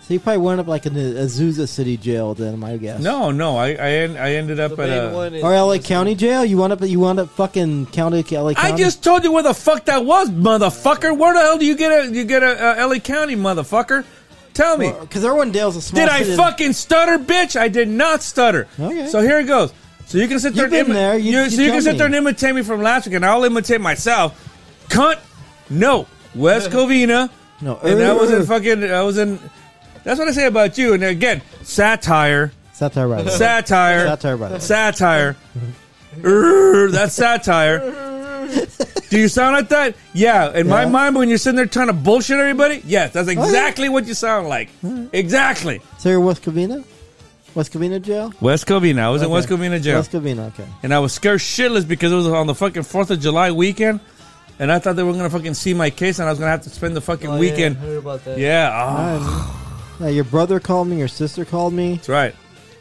Speaker 4: So you probably wound up like in the Azusa City Jail, then I guess.
Speaker 2: No, no. I I, en- I ended up
Speaker 3: The
Speaker 2: at
Speaker 4: uh,
Speaker 3: main
Speaker 2: a.
Speaker 3: one is
Speaker 4: Or LA County Jail? You wound up you wound up fucking county LA County.
Speaker 2: I just told you where the fuck that was, motherfucker. Where the hell do you get a you get a uh, LA County, motherfucker? Tell me.
Speaker 4: because Irwindale's a small.
Speaker 2: Did I
Speaker 4: city.
Speaker 2: fucking stutter, bitch? I did not stutter.
Speaker 4: Okay.
Speaker 2: So here it goes. So you can sit there.
Speaker 4: You've been
Speaker 2: and imi-
Speaker 4: there. You- you
Speaker 2: so you
Speaker 4: tell
Speaker 2: can sit there
Speaker 4: me.
Speaker 2: and imitate me from last week, and I'll imitate myself. Cunt. No,
Speaker 4: [LAUGHS]
Speaker 2: West Covina.
Speaker 4: No,
Speaker 2: and I was
Speaker 4: [LAUGHS]
Speaker 2: in
Speaker 4: er-
Speaker 2: fucking. I was in. That's what I say about you. And again, satire,
Speaker 4: Satire writer.
Speaker 2: satire,
Speaker 4: Satire writer.
Speaker 2: satire. Er, that's satire. Do you sound like that? Yeah. In my
Speaker 4: Yeah. Oh,
Speaker 2: mind, when you're sitting there trying to bullshit everybody, yes, that's exactly what you sound like. Exactly.
Speaker 4: So you're West Covina? West Covina Jail?
Speaker 2: West Covina. I was in West Covina jail.
Speaker 4: West Covina, okay.
Speaker 2: and I was scared shitless because it was on the fucking 4th of July weekend. And I thought they were going to fucking see my case and I was going to have to spend the fucking
Speaker 3: Oh, yeah, I
Speaker 2: weekend.
Speaker 3: heard about that.
Speaker 2: Yeah. ah.
Speaker 4: Yeah, your brother called me. Your sister called me.
Speaker 2: That's right.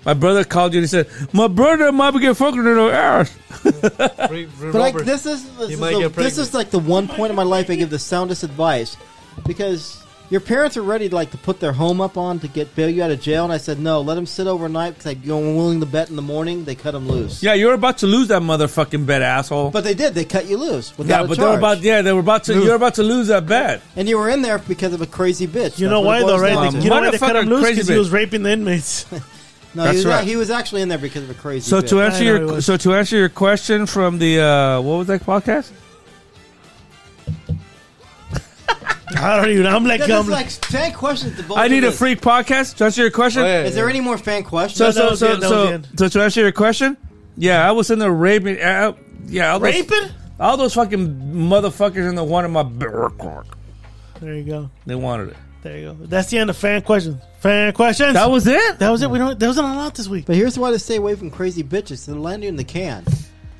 Speaker 2: My brother called you and he said, My brother might be getting fucking in the ass.
Speaker 4: But like this is this,
Speaker 3: You
Speaker 4: is,
Speaker 3: might
Speaker 4: the-
Speaker 3: get
Speaker 4: this is like the one point in my life I give the soundest advice because your parents are ready to like to put their home up on to get bail you out of jail, and I said no, let them sit overnight because like, you're willing to bet in the morning they cut them loose.
Speaker 2: Yeah, you're about to lose that motherfucking bet, asshole.
Speaker 4: But they did. They cut you loose. Without
Speaker 2: yeah,
Speaker 4: a
Speaker 2: but they were
Speaker 4: charge.
Speaker 2: about yeah, they were about to
Speaker 4: Move.
Speaker 2: you're about to lose that bet.
Speaker 4: and you were in there because of a crazy bitch.
Speaker 1: You
Speaker 4: That's
Speaker 1: know
Speaker 4: what it
Speaker 1: why though,
Speaker 4: boils
Speaker 1: right?
Speaker 4: down
Speaker 1: They-
Speaker 4: to.
Speaker 1: you know why they cut him loose because he was raping the
Speaker 2: [LAUGHS]
Speaker 1: inmates.
Speaker 4: No, he
Speaker 2: That's
Speaker 4: was,
Speaker 2: right.
Speaker 4: he was actually in there because of a crazy.
Speaker 2: So
Speaker 4: bitch.
Speaker 2: to answer your so to answer your question from the uh, what was that podcast?
Speaker 1: I don't even. I'm
Speaker 4: Yeah, that's like fan questions. To both
Speaker 2: I need
Speaker 4: of
Speaker 2: a
Speaker 4: us.
Speaker 2: freak podcast to answer your question.
Speaker 4: Is there any more fan questions?
Speaker 2: So so so so, so to answer your question, yeah, I was in the raping. Uh, yeah, all those,
Speaker 1: Raping?
Speaker 2: all those fucking motherfuckers in the one of my record.
Speaker 1: There you go.
Speaker 2: They wanted it.
Speaker 1: There you go. That's the end of fan questions. Fan questions.
Speaker 2: That was it.
Speaker 1: That was it. We don't. There wasn't a lot this week.
Speaker 4: But here's why to stay away from crazy bitches. They'll land you in the can.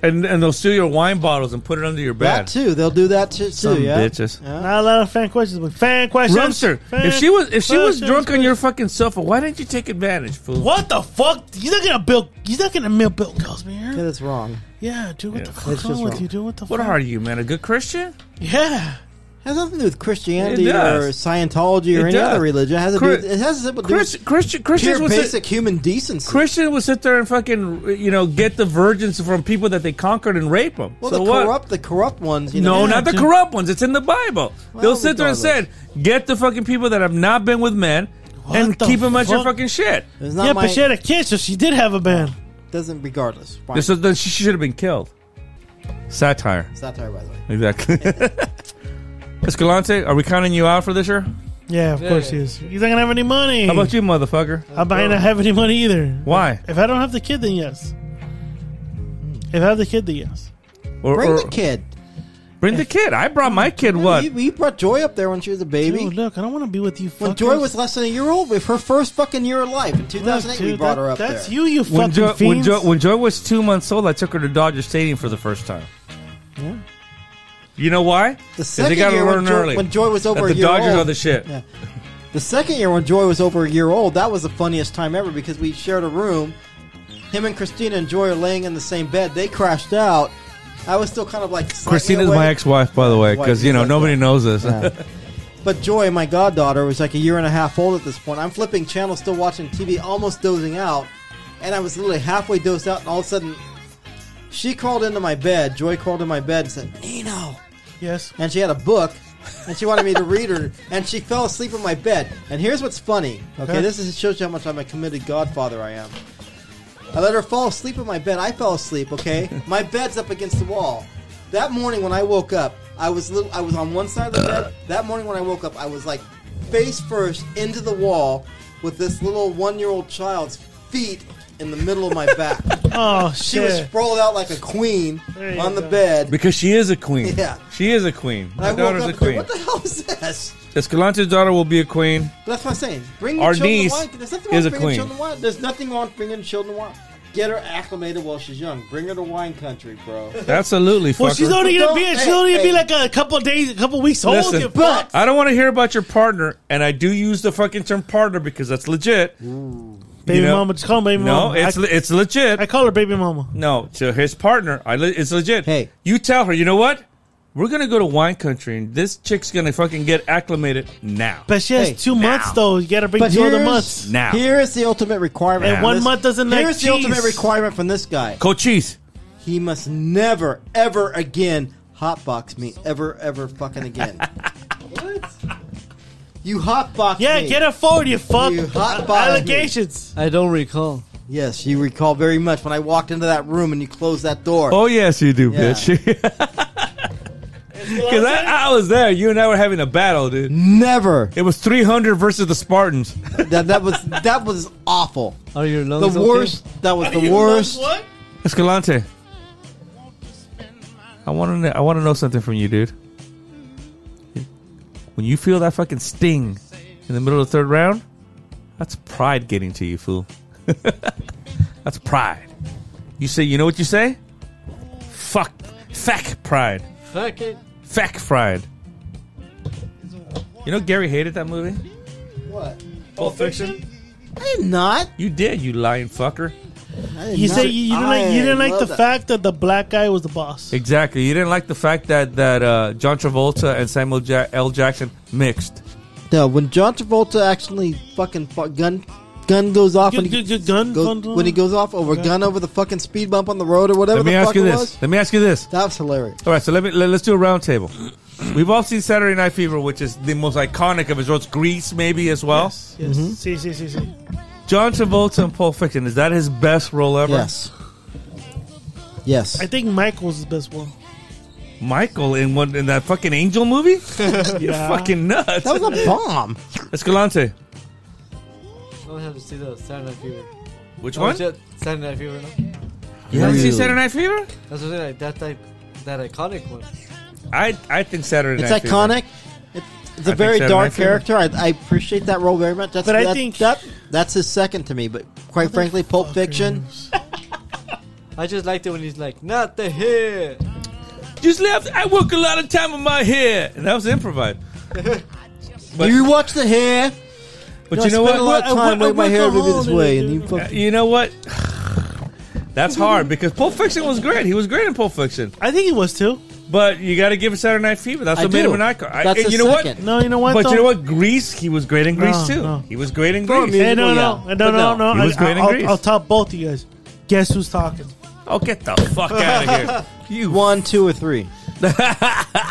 Speaker 2: And and they'll steal your wine bottles and put it under your bed.
Speaker 4: That too. They'll do that too. too,
Speaker 2: Some
Speaker 4: yeah?
Speaker 2: bitches.
Speaker 1: Not a lot of fan questions, but fan questions.
Speaker 2: Rumster,
Speaker 1: Fan
Speaker 2: if she was if she was
Speaker 1: questions.
Speaker 2: drunk on your fucking sofa, why didn't you take advantage, fool?
Speaker 1: what the fuck? You're not gonna build. You're not gonna milk Bill Cosby. Here.
Speaker 4: Yeah, that's wrong.
Speaker 1: Yeah, dude. What
Speaker 2: Yeah.
Speaker 1: the
Speaker 2: That's
Speaker 1: fuck's
Speaker 2: just
Speaker 1: wrong with
Speaker 2: wrong.
Speaker 1: you, dude? What the
Speaker 2: What
Speaker 1: fuck?
Speaker 2: are you, man? A good Christian?
Speaker 1: Yeah.
Speaker 4: has nothing to do with Christianity
Speaker 2: It
Speaker 4: or
Speaker 2: does.
Speaker 4: Scientology or
Speaker 2: It
Speaker 4: any
Speaker 2: does.
Speaker 4: other religion. It has to do.
Speaker 2: Chris-
Speaker 4: With, it has to do with
Speaker 2: Chris- Christian- Christians
Speaker 4: pure
Speaker 2: would say-
Speaker 4: basic human decency.
Speaker 2: Christian would sit there and fucking you know get the virgins from people that they conquered and rape them.
Speaker 4: well,
Speaker 2: so
Speaker 4: the
Speaker 2: what?
Speaker 4: corrupt, the corrupt ones. You
Speaker 2: no,
Speaker 4: know,
Speaker 2: not the corrupt ones. It's in the Bible. They'll sit there and said, "Get the fucking people that have not been with men and
Speaker 1: the
Speaker 2: keep them at your
Speaker 1: fuck?
Speaker 2: fucking shit."
Speaker 4: It's not
Speaker 1: Yeah,
Speaker 4: my,
Speaker 1: but she had a kid, so she did have a band.
Speaker 4: doesn't regardless. Fine.
Speaker 2: This is, then she should have been killed. Satire,
Speaker 4: Satire, by the way.
Speaker 2: exactly. [LAUGHS] Escalante, are we counting you out for this year?
Speaker 1: Yeah, of
Speaker 2: Yeah,
Speaker 1: course
Speaker 2: yeah.
Speaker 1: she is. He's not gonna have any money.
Speaker 2: How about you, motherfucker?
Speaker 1: I might not have any money either.
Speaker 2: Why?
Speaker 1: If I don't have the kid, then yes. If I have the kid, then yes.
Speaker 2: Or-
Speaker 4: Bring
Speaker 2: or-
Speaker 4: the kid.
Speaker 2: Bring the kid. I brought my kid. What?
Speaker 4: You, you brought Joy up there when she was a baby.
Speaker 1: Dude, look, I don't want to be with you.
Speaker 4: when
Speaker 1: fuckers.
Speaker 4: Joy was less than a year old, with her first fucking year of life in 2008, we
Speaker 1: dude,
Speaker 4: brought
Speaker 1: that-
Speaker 4: her up
Speaker 1: that's
Speaker 4: there.
Speaker 1: you, you fucking
Speaker 2: When Joy, when,
Speaker 1: fiends.
Speaker 2: Joy, when Joy was two months old, I took her to Dodger Stadium for the first time.
Speaker 4: Yeah.
Speaker 2: You know why?
Speaker 4: The
Speaker 2: 'Cause
Speaker 4: second
Speaker 2: they gotta
Speaker 4: year when
Speaker 2: learn
Speaker 4: Joy-
Speaker 2: early.
Speaker 4: when Joy was
Speaker 2: that
Speaker 4: over
Speaker 2: the
Speaker 4: a year
Speaker 2: Dodgers
Speaker 4: old.
Speaker 2: are the shit.
Speaker 4: Yeah. The second year when Joy was over a year old, that was the funniest time ever because we shared a room. Him and Christina and Joy are laying in the same bed. They crashed out. I was still kind of like slightly
Speaker 2: Christina's my
Speaker 4: awake.
Speaker 2: ex-wife, by the way,
Speaker 4: Wife,
Speaker 2: because you know
Speaker 4: exactly.
Speaker 2: nobody knows this.
Speaker 4: Yeah. But Joy, my goddaughter, was like a year and a half old at this point. I'm flipping channels, still watching TV, almost dozing out, and I was literally halfway dozed out, and all of a sudden, she crawled into my bed. Joy crawled in my bed and said, "Nino,"
Speaker 1: yes,
Speaker 4: and she had a book, and she wanted me to read her, and she fell asleep in my bed. And here's what's funny. Okay,
Speaker 1: Okay.
Speaker 4: this is, shows you how much I'm a committed godfather I am. I let her fall asleep in my bed. I fell asleep. Okay, my bed's up against the wall. That morning when I woke up, I was little, I was on one side of the bed. That morning when I woke up, I was like face first into the wall with this little one-year-old child's feet in the middle of my back.
Speaker 1: oh
Speaker 4: [LAUGHS] she was
Speaker 1: shit,
Speaker 4: sprawled out like a queen
Speaker 1: There you
Speaker 4: on the
Speaker 1: go.
Speaker 2: [LAUGHS]
Speaker 4: bed.
Speaker 2: because she is a queen.
Speaker 4: Yeah.
Speaker 2: She is a queen.
Speaker 4: And
Speaker 2: My
Speaker 4: I woke
Speaker 2: daughter's
Speaker 4: up
Speaker 2: a
Speaker 4: and said,
Speaker 2: queen.
Speaker 4: "What the hell is this?"
Speaker 2: Escalante's daughter will be a queen.
Speaker 4: But that's what I'm saying. Bring your
Speaker 2: Our
Speaker 4: children
Speaker 2: niece
Speaker 4: wine. There's nothing wrong
Speaker 2: is
Speaker 4: with
Speaker 2: a
Speaker 4: bringing
Speaker 2: queen.
Speaker 4: children wine. There's nothing wrong with bringing children wine. Get her acclimated while she's young. Bring her to wine country, bro.
Speaker 2: Absolutely.
Speaker 1: Well,
Speaker 2: fucker.
Speaker 1: she's only gonna be
Speaker 4: Don't-
Speaker 1: she's only gonna
Speaker 4: hey,
Speaker 1: be like a couple days, a couple weeks old.
Speaker 2: Listen,
Speaker 1: you fuck.
Speaker 2: I don't want to hear about your partner, and I do use the fucking term partner because that's legit.
Speaker 1: Baby
Speaker 2: You know-
Speaker 1: mama, just call her baby
Speaker 2: No,
Speaker 1: mama.
Speaker 2: it's
Speaker 1: I,
Speaker 2: le- it's legit.
Speaker 1: I call her baby mama.
Speaker 2: No, to his partner. I li- it's legit.
Speaker 4: Hey.
Speaker 2: you tell her. You know what? We're gonna go to wine country, and this chick's gonna fucking get acclimated now.
Speaker 1: But she has
Speaker 4: Hey,
Speaker 1: two months though. You gotta bring
Speaker 4: But
Speaker 1: two other
Speaker 4: here's,
Speaker 1: months.
Speaker 2: Now.
Speaker 4: here's the ultimate requirement.
Speaker 1: And
Speaker 4: from
Speaker 1: one
Speaker 4: this-
Speaker 1: month doesn't like
Speaker 4: Here's the ultimate
Speaker 1: cheese.
Speaker 4: requirement from this guy.
Speaker 2: Cochise.
Speaker 4: He must never, ever again hotbox me. Ever, ever
Speaker 2: [LAUGHS]
Speaker 4: fucking again. what? You hotbox
Speaker 1: Yeah,
Speaker 4: me.
Speaker 1: get it forward, you fuck.
Speaker 4: You hot box me.
Speaker 1: Allegations.
Speaker 3: I don't recall.
Speaker 4: Yes, you recall very much when I walked into that room and you closed that door.
Speaker 2: Oh yes, you do, [LAUGHS]
Speaker 4: Yeah.
Speaker 2: bitch. Because I, I was there. You and I were having a battle, dude.
Speaker 4: Never.
Speaker 2: It was 300 versus the Spartans.
Speaker 4: that that was that was awful.
Speaker 3: Are your
Speaker 4: The
Speaker 3: lungs okay?
Speaker 4: worst. That
Speaker 1: [LAUGHS]
Speaker 4: was the worst.
Speaker 1: What?
Speaker 2: Escalante, I want to. I want to know something from you, dude. When you feel that fucking sting in the middle of the third round, that's pride getting to you, fool. [LAUGHS] that's pride. You say, you know what you say? Fuck, fuck pride,
Speaker 3: Fuck it.
Speaker 2: fuck pride. You know Gary hated that movie.
Speaker 4: What?
Speaker 17: Pulp Fiction?
Speaker 4: I did not.
Speaker 17: You did, you lying fucker.
Speaker 1: You say you, you didn't like, you didn't like the fact that the black guy was the boss.
Speaker 2: Exactly. You didn't like the fact that that uh, John Travolta and Samuel ja- L. Jackson mixed.
Speaker 4: No, when John Travolta actually fucking fu- gun gun goes off when he, goes, when he goes off over gun over the fucking speed bump on the road or whatever.
Speaker 2: Let me
Speaker 4: the
Speaker 2: ask
Speaker 4: fuck
Speaker 2: you
Speaker 4: it
Speaker 2: this.
Speaker 4: was.
Speaker 2: Let me ask you this.
Speaker 4: That was hilarious.
Speaker 2: All right, so let me let, us do a round table. We've all seen Saturday Night Fever, which is the most iconic of his roles. Grease, maybe as well.
Speaker 1: Yes.
Speaker 2: mm-hmm.
Speaker 1: See, see, see, see.
Speaker 2: John Travolta in Pulp Fiction is that his best role ever?
Speaker 4: Yes. Yes.
Speaker 1: I think Michael's the best one.
Speaker 2: Michael in one in that fucking Angel
Speaker 4: [LAUGHS]
Speaker 2: movie. You're
Speaker 1: Yeah.
Speaker 2: fucking nuts.
Speaker 1: That was a bomb.
Speaker 2: Escalante.
Speaker 3: I don't have to see the Saturday Night Fever.
Speaker 2: Which one?
Speaker 3: one? Saturday Night Fever. No?
Speaker 2: You haven't seen Saturday Night Fever?
Speaker 3: That's what I'm saying. Like, that type, that iconic one.
Speaker 2: I I think Saturday
Speaker 4: It's
Speaker 2: Night. Fever.
Speaker 4: iconic. It, it's a
Speaker 2: I think
Speaker 4: very
Speaker 2: Saturday
Speaker 4: dark
Speaker 2: Night Fever.
Speaker 4: character. I, I appreciate that role very much. That's,
Speaker 1: But I
Speaker 4: that's-
Speaker 1: think-
Speaker 4: that, that's his second to me. But quite frankly, Pulp Fiction.
Speaker 3: I just liked it when he's like, not the hair.
Speaker 2: Just left. I work a lot of time on my hair, and that was improvised. But-
Speaker 4: you watch the hair.
Speaker 2: But
Speaker 4: No,
Speaker 2: you know
Speaker 4: I
Speaker 2: what?
Speaker 4: spend a lot of
Speaker 2: What-
Speaker 4: time
Speaker 2: what-
Speaker 4: with my
Speaker 2: what
Speaker 4: hair
Speaker 2: the
Speaker 4: every this
Speaker 2: hell
Speaker 4: way,
Speaker 2: did
Speaker 4: and you
Speaker 2: it-
Speaker 4: fucking-
Speaker 2: Uh, You know what? That's hard because Pulp Fiction was great. He was great in Pulp Fiction.
Speaker 1: I think he was too.
Speaker 2: But you got to give it Saturday Night Fever. That's
Speaker 1: I
Speaker 2: what made him
Speaker 1: do.
Speaker 2: an icon. I-
Speaker 1: That's
Speaker 2: and
Speaker 1: his
Speaker 2: you know
Speaker 1: second.
Speaker 2: what?
Speaker 1: No, you know what,
Speaker 2: But you
Speaker 1: though?
Speaker 2: know what? Grease. He was great in Grease
Speaker 1: No,
Speaker 2: too.
Speaker 1: no.
Speaker 2: He was great in
Speaker 1: Hey,
Speaker 2: Grease.
Speaker 1: no, no, no, no, no,
Speaker 2: He was great in
Speaker 1: I'll,
Speaker 2: Grease.
Speaker 1: I'll top both of you guys. Guess who's talking?
Speaker 2: Oh, get the fuck
Speaker 1: [LAUGHS]
Speaker 2: out of here! You
Speaker 4: one, two, or three?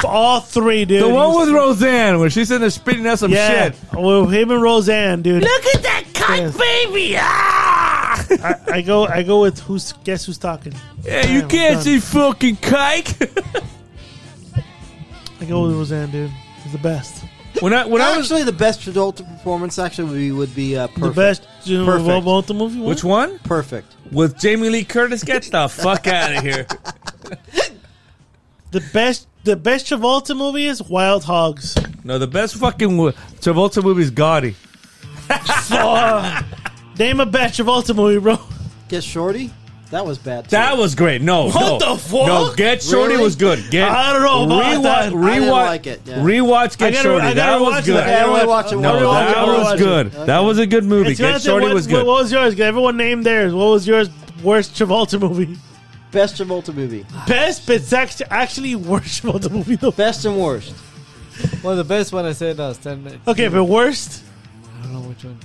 Speaker 1: All three, dude.
Speaker 2: The
Speaker 1: He
Speaker 2: one
Speaker 1: was-
Speaker 2: with Roseanne, where she's in there spitting out some
Speaker 1: yeah,
Speaker 2: shit.
Speaker 1: well, him and Roseanne, dude.
Speaker 2: Look at that cunt, baby!
Speaker 1: I, I go, I go with who's guess who's talking.
Speaker 2: [LAUGHS] Yeah, you
Speaker 1: Damn,
Speaker 2: can't
Speaker 1: I'm done.
Speaker 2: see fucking kike.
Speaker 1: I go with Roseanne, dude. He's the best.
Speaker 2: [LAUGHS] When I when
Speaker 4: I was actually the best Travolta performance actually would be, would be uh, perfect.
Speaker 1: The best. You know,
Speaker 4: Perfect.
Speaker 1: Perfect. Both the movie. was?
Speaker 2: Which one?
Speaker 4: Perfect.
Speaker 2: With Jamie Lee Curtis. Get the fuck out of here.
Speaker 1: The best. The best Travolta movie is Wild Hogs.
Speaker 2: No, the best fucking wo- Travolta movie is Gotti.
Speaker 1: Fuck. Name a best Travolta movie, bro.
Speaker 4: Get Shorty. That was bad. Too.
Speaker 2: That was great. No,
Speaker 1: What
Speaker 2: no.
Speaker 1: the fuck?
Speaker 2: No, Get Shorty
Speaker 4: Really?
Speaker 2: was good. Get
Speaker 1: I don't know about
Speaker 2: rewa-
Speaker 1: that. I
Speaker 2: Rewatch,
Speaker 4: didn't like it, yeah.
Speaker 2: Rewatch
Speaker 1: I
Speaker 2: Get
Speaker 1: gotta-
Speaker 2: Shorty.
Speaker 1: I gotta
Speaker 2: that
Speaker 1: watch
Speaker 2: was good.
Speaker 1: it. I gotta watch it.
Speaker 2: No,
Speaker 1: I gotta
Speaker 2: that
Speaker 1: watch it.
Speaker 2: was good. That was a good movie.
Speaker 1: It's
Speaker 2: Get
Speaker 1: nothing.
Speaker 2: Shorty
Speaker 1: what,
Speaker 2: was
Speaker 1: What,
Speaker 2: good.
Speaker 1: what was yours? Everyone named theirs. What was yours? Worst Travolta movie.
Speaker 4: best Travolta movie.
Speaker 1: Best, but it's actually, actually worst Travolta movie though.
Speaker 4: Best and worst.
Speaker 3: Well, the best one I said, uh, Saturday Night
Speaker 1: Okay, but worst.
Speaker 3: I don't know which one.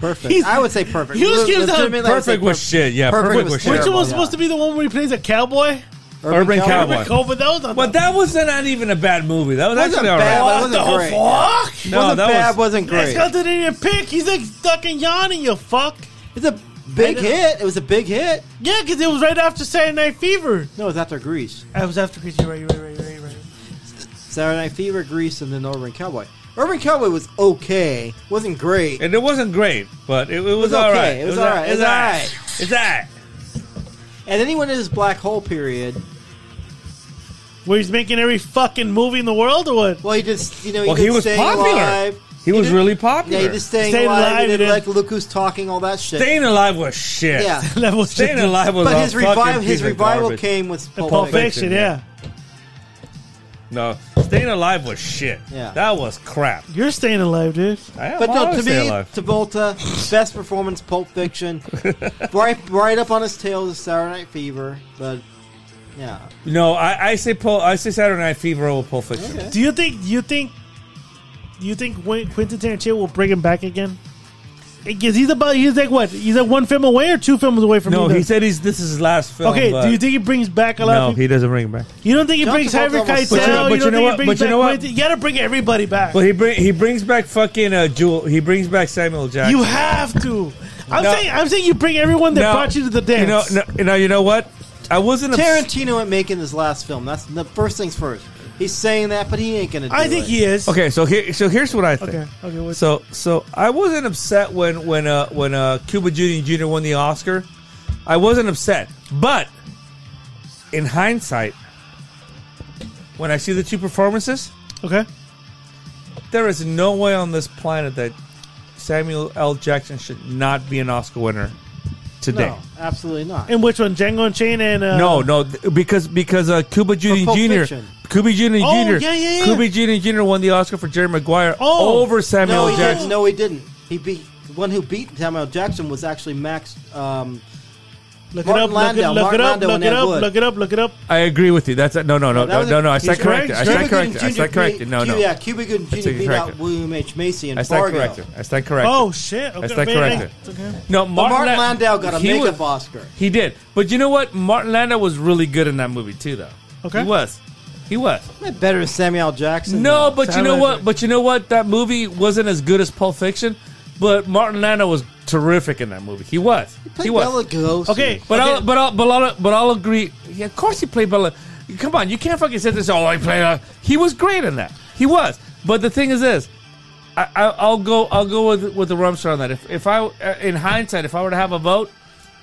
Speaker 4: Perfect.
Speaker 1: He's-
Speaker 4: I would say perfect.
Speaker 1: You just
Speaker 4: Le-
Speaker 1: give them
Speaker 4: legitimately, I would say
Speaker 2: Perfect was
Speaker 4: perfect.
Speaker 2: shit. Yeah,
Speaker 4: Perfect
Speaker 2: perfect
Speaker 4: was
Speaker 2: was
Speaker 1: Which
Speaker 2: shit.
Speaker 1: one was
Speaker 4: yeah.
Speaker 1: supposed to be the one where he plays a cowboy?
Speaker 2: Urban Cowboy.
Speaker 1: Oh, but that was not.
Speaker 2: But that wasn't not even a bad movie. That was
Speaker 4: Wasn't
Speaker 2: actually all right.
Speaker 4: bad, but
Speaker 1: what
Speaker 4: it
Speaker 1: the
Speaker 4: wasn't great.
Speaker 1: fuck?
Speaker 2: No,
Speaker 4: wasn't bad,
Speaker 2: that was.
Speaker 4: wasn't
Speaker 1: That's
Speaker 4: great.
Speaker 1: got to your pick. He's like fucking yawning, you fuck.
Speaker 4: It's a big
Speaker 1: I know.
Speaker 4: hit. It was a big hit.
Speaker 1: Yeah, because it was right after Saturday Night Fever.
Speaker 4: No, it was after Grease.
Speaker 1: I was after Grease. You're right, you're right, you're right, you're right.
Speaker 4: Saturday Night Fever, Grease, and then Urban Cowboy. Urban Cowboy was okay. Wasn't great.
Speaker 2: And it wasn't great, but it, it was,
Speaker 4: was
Speaker 2: all
Speaker 4: okay.
Speaker 2: right.
Speaker 4: It was all right. It was all right.
Speaker 2: It's that.
Speaker 4: And then he went into his black hole period.
Speaker 1: Where he's making every fucking movie in the world or what? [LAUGHS]
Speaker 4: Well, he just, you know, he,
Speaker 2: Well,
Speaker 4: did
Speaker 2: he was
Speaker 4: Staying
Speaker 2: popular.
Speaker 4: Alive.
Speaker 2: He was
Speaker 4: did-
Speaker 2: really popular.
Speaker 4: Yeah, he just staying,
Speaker 1: Staying
Speaker 4: alive.
Speaker 1: Alive,
Speaker 4: he did
Speaker 1: he
Speaker 4: like
Speaker 1: did.
Speaker 4: Look Who's Talking, all that shit.
Speaker 2: Staying Alive was shit.
Speaker 4: yeah.
Speaker 1: That was
Speaker 2: Staying
Speaker 1: just-
Speaker 2: Alive was
Speaker 4: But
Speaker 2: a
Speaker 4: his
Speaker 2: fucking
Speaker 4: revival,
Speaker 2: piece
Speaker 4: his
Speaker 2: of
Speaker 4: revival
Speaker 2: garbage.
Speaker 4: came with
Speaker 1: Pulp,
Speaker 4: Pulp, Fiction.
Speaker 1: Fiction, yeah.
Speaker 2: No, Staying Alive was shit.
Speaker 4: Yeah.
Speaker 2: That was crap.
Speaker 1: You're staying alive, dude.
Speaker 2: I am
Speaker 4: But no,
Speaker 2: always
Speaker 4: to
Speaker 2: Staying
Speaker 4: me,
Speaker 2: Alive.
Speaker 4: Travolta, best performance,
Speaker 2: [LAUGHS]
Speaker 4: Pulp Fiction, right, right up on his tail is Saturday Night Fever. But yeah,
Speaker 2: No, I, I say Pul- I say Saturday Night Fever over Pulp Fiction.
Speaker 1: Do you think, you think, you think Win- Quentin Tarantino will bring him back again? Because he's about, he's like what? He's like one film away or two films away from
Speaker 2: No,
Speaker 1: either?
Speaker 2: he said he's this is his last film.
Speaker 1: Okay,
Speaker 2: but
Speaker 1: do you think he brings back a lot
Speaker 2: No,
Speaker 1: of people?
Speaker 2: he doesn't bring it back.
Speaker 1: You don't think he
Speaker 4: John
Speaker 1: brings
Speaker 4: Travolta
Speaker 1: Harvey
Speaker 4: almost-
Speaker 1: Keitel?
Speaker 4: But
Speaker 2: you know- but
Speaker 1: you
Speaker 2: you
Speaker 1: don't
Speaker 2: know
Speaker 1: think he
Speaker 2: what?
Speaker 1: brings
Speaker 2: But you
Speaker 1: back
Speaker 2: know what?
Speaker 1: Quentin? You gotta bring everybody back.
Speaker 2: Well, he bring he brings back fucking uh, Jewel. He brings back Samuel Jackson.
Speaker 1: You have to. I'm
Speaker 2: No.
Speaker 1: saying I'm saying you bring everyone that
Speaker 2: No,
Speaker 1: brought you to the dance.
Speaker 2: You know, no, you know, you know what? I wasn't. Obs-
Speaker 4: Tarantino ain't making his last film. That's the first things first. He's saying that, but he ain't gonna. Do
Speaker 1: I think
Speaker 4: it.
Speaker 1: he is.
Speaker 2: okay, so here, so here's what I think.
Speaker 1: Okay. Okay. What,
Speaker 2: So so I wasn't upset when when uh when uh Cuba Gooding Jr. won the Oscar. I wasn't upset, but in hindsight, when I see the two performances,
Speaker 1: okay.
Speaker 2: there is no way on this planet that Samuel L. Jackson should not be an Oscar winner today.
Speaker 4: No, absolutely not.
Speaker 1: And which one? Django and Chain and uh,
Speaker 2: No, no, th- because because uh, Cuba Gooding
Speaker 4: Pulp
Speaker 2: Jr.
Speaker 4: Fiction.
Speaker 2: Cuba Gooding
Speaker 1: Oh,
Speaker 2: Jr.
Speaker 1: yeah, yeah, yeah.
Speaker 2: Cuba Gooding Jr. won the Oscar for Jerry Maguire
Speaker 1: Oh.
Speaker 2: over Samuel
Speaker 4: No,
Speaker 2: L.
Speaker 4: he
Speaker 2: Jackson.
Speaker 4: didn't. No, he didn't. He beat the one who beat Samuel Jackson was actually Max. Um,
Speaker 1: Look
Speaker 4: Martin
Speaker 1: it up,
Speaker 4: Landau,
Speaker 1: look it
Speaker 4: Martin
Speaker 1: up,
Speaker 4: Landau
Speaker 1: look
Speaker 4: and
Speaker 1: it
Speaker 4: Ed
Speaker 1: up,
Speaker 4: Wood.
Speaker 1: look it up, look it up,
Speaker 2: I agree with you. That's no, no, no,
Speaker 4: that
Speaker 2: no,
Speaker 4: was
Speaker 2: no,
Speaker 4: a-
Speaker 2: no. I stand
Speaker 4: he's right.
Speaker 2: corrected. I stand
Speaker 4: Cuba Gooding
Speaker 2: corrected. I
Speaker 4: Jr.
Speaker 2: stand corrected. No,
Speaker 4: beat-
Speaker 2: no.
Speaker 4: Yeah, Cuba Gooding
Speaker 2: I
Speaker 4: Jr.
Speaker 2: stand
Speaker 4: beat out
Speaker 2: corrected.
Speaker 4: William H. Macy and
Speaker 2: I stand
Speaker 4: Fargo.
Speaker 2: corrected. I stand corrected.
Speaker 1: Oh, shit.
Speaker 2: I
Speaker 1: Okay,
Speaker 2: stand
Speaker 1: man,
Speaker 2: corrected.
Speaker 1: it's okay.
Speaker 2: No,
Speaker 4: But Martin
Speaker 2: Lan-
Speaker 4: Landau got a
Speaker 2: he
Speaker 4: mega
Speaker 2: was-
Speaker 4: Oscar.
Speaker 2: He did, but you know what? Martin Landau was really good in that movie too, though.
Speaker 4: Okay.
Speaker 2: he was. He was.
Speaker 4: Better than Samuel Jackson.
Speaker 2: No,
Speaker 4: though.
Speaker 2: but you know what? But you know what? That movie wasn't as good as Pulp Fiction, but Martin Landau was terrific in that movie. He was. He, was.
Speaker 4: Bela Lugosi.
Speaker 1: Okay,
Speaker 2: but
Speaker 1: okay.
Speaker 2: I'll, but I'll, but I'll, but I'll agree. Yeah, of course he played Bella. Come on, you can't fucking say this. Oh, I played. Uh, he was great in that. He was. But the thing is this. I, I, I'll go. I'll go with with the Rumsfeld on that. If, if I, uh, in hindsight, if I were to have a vote,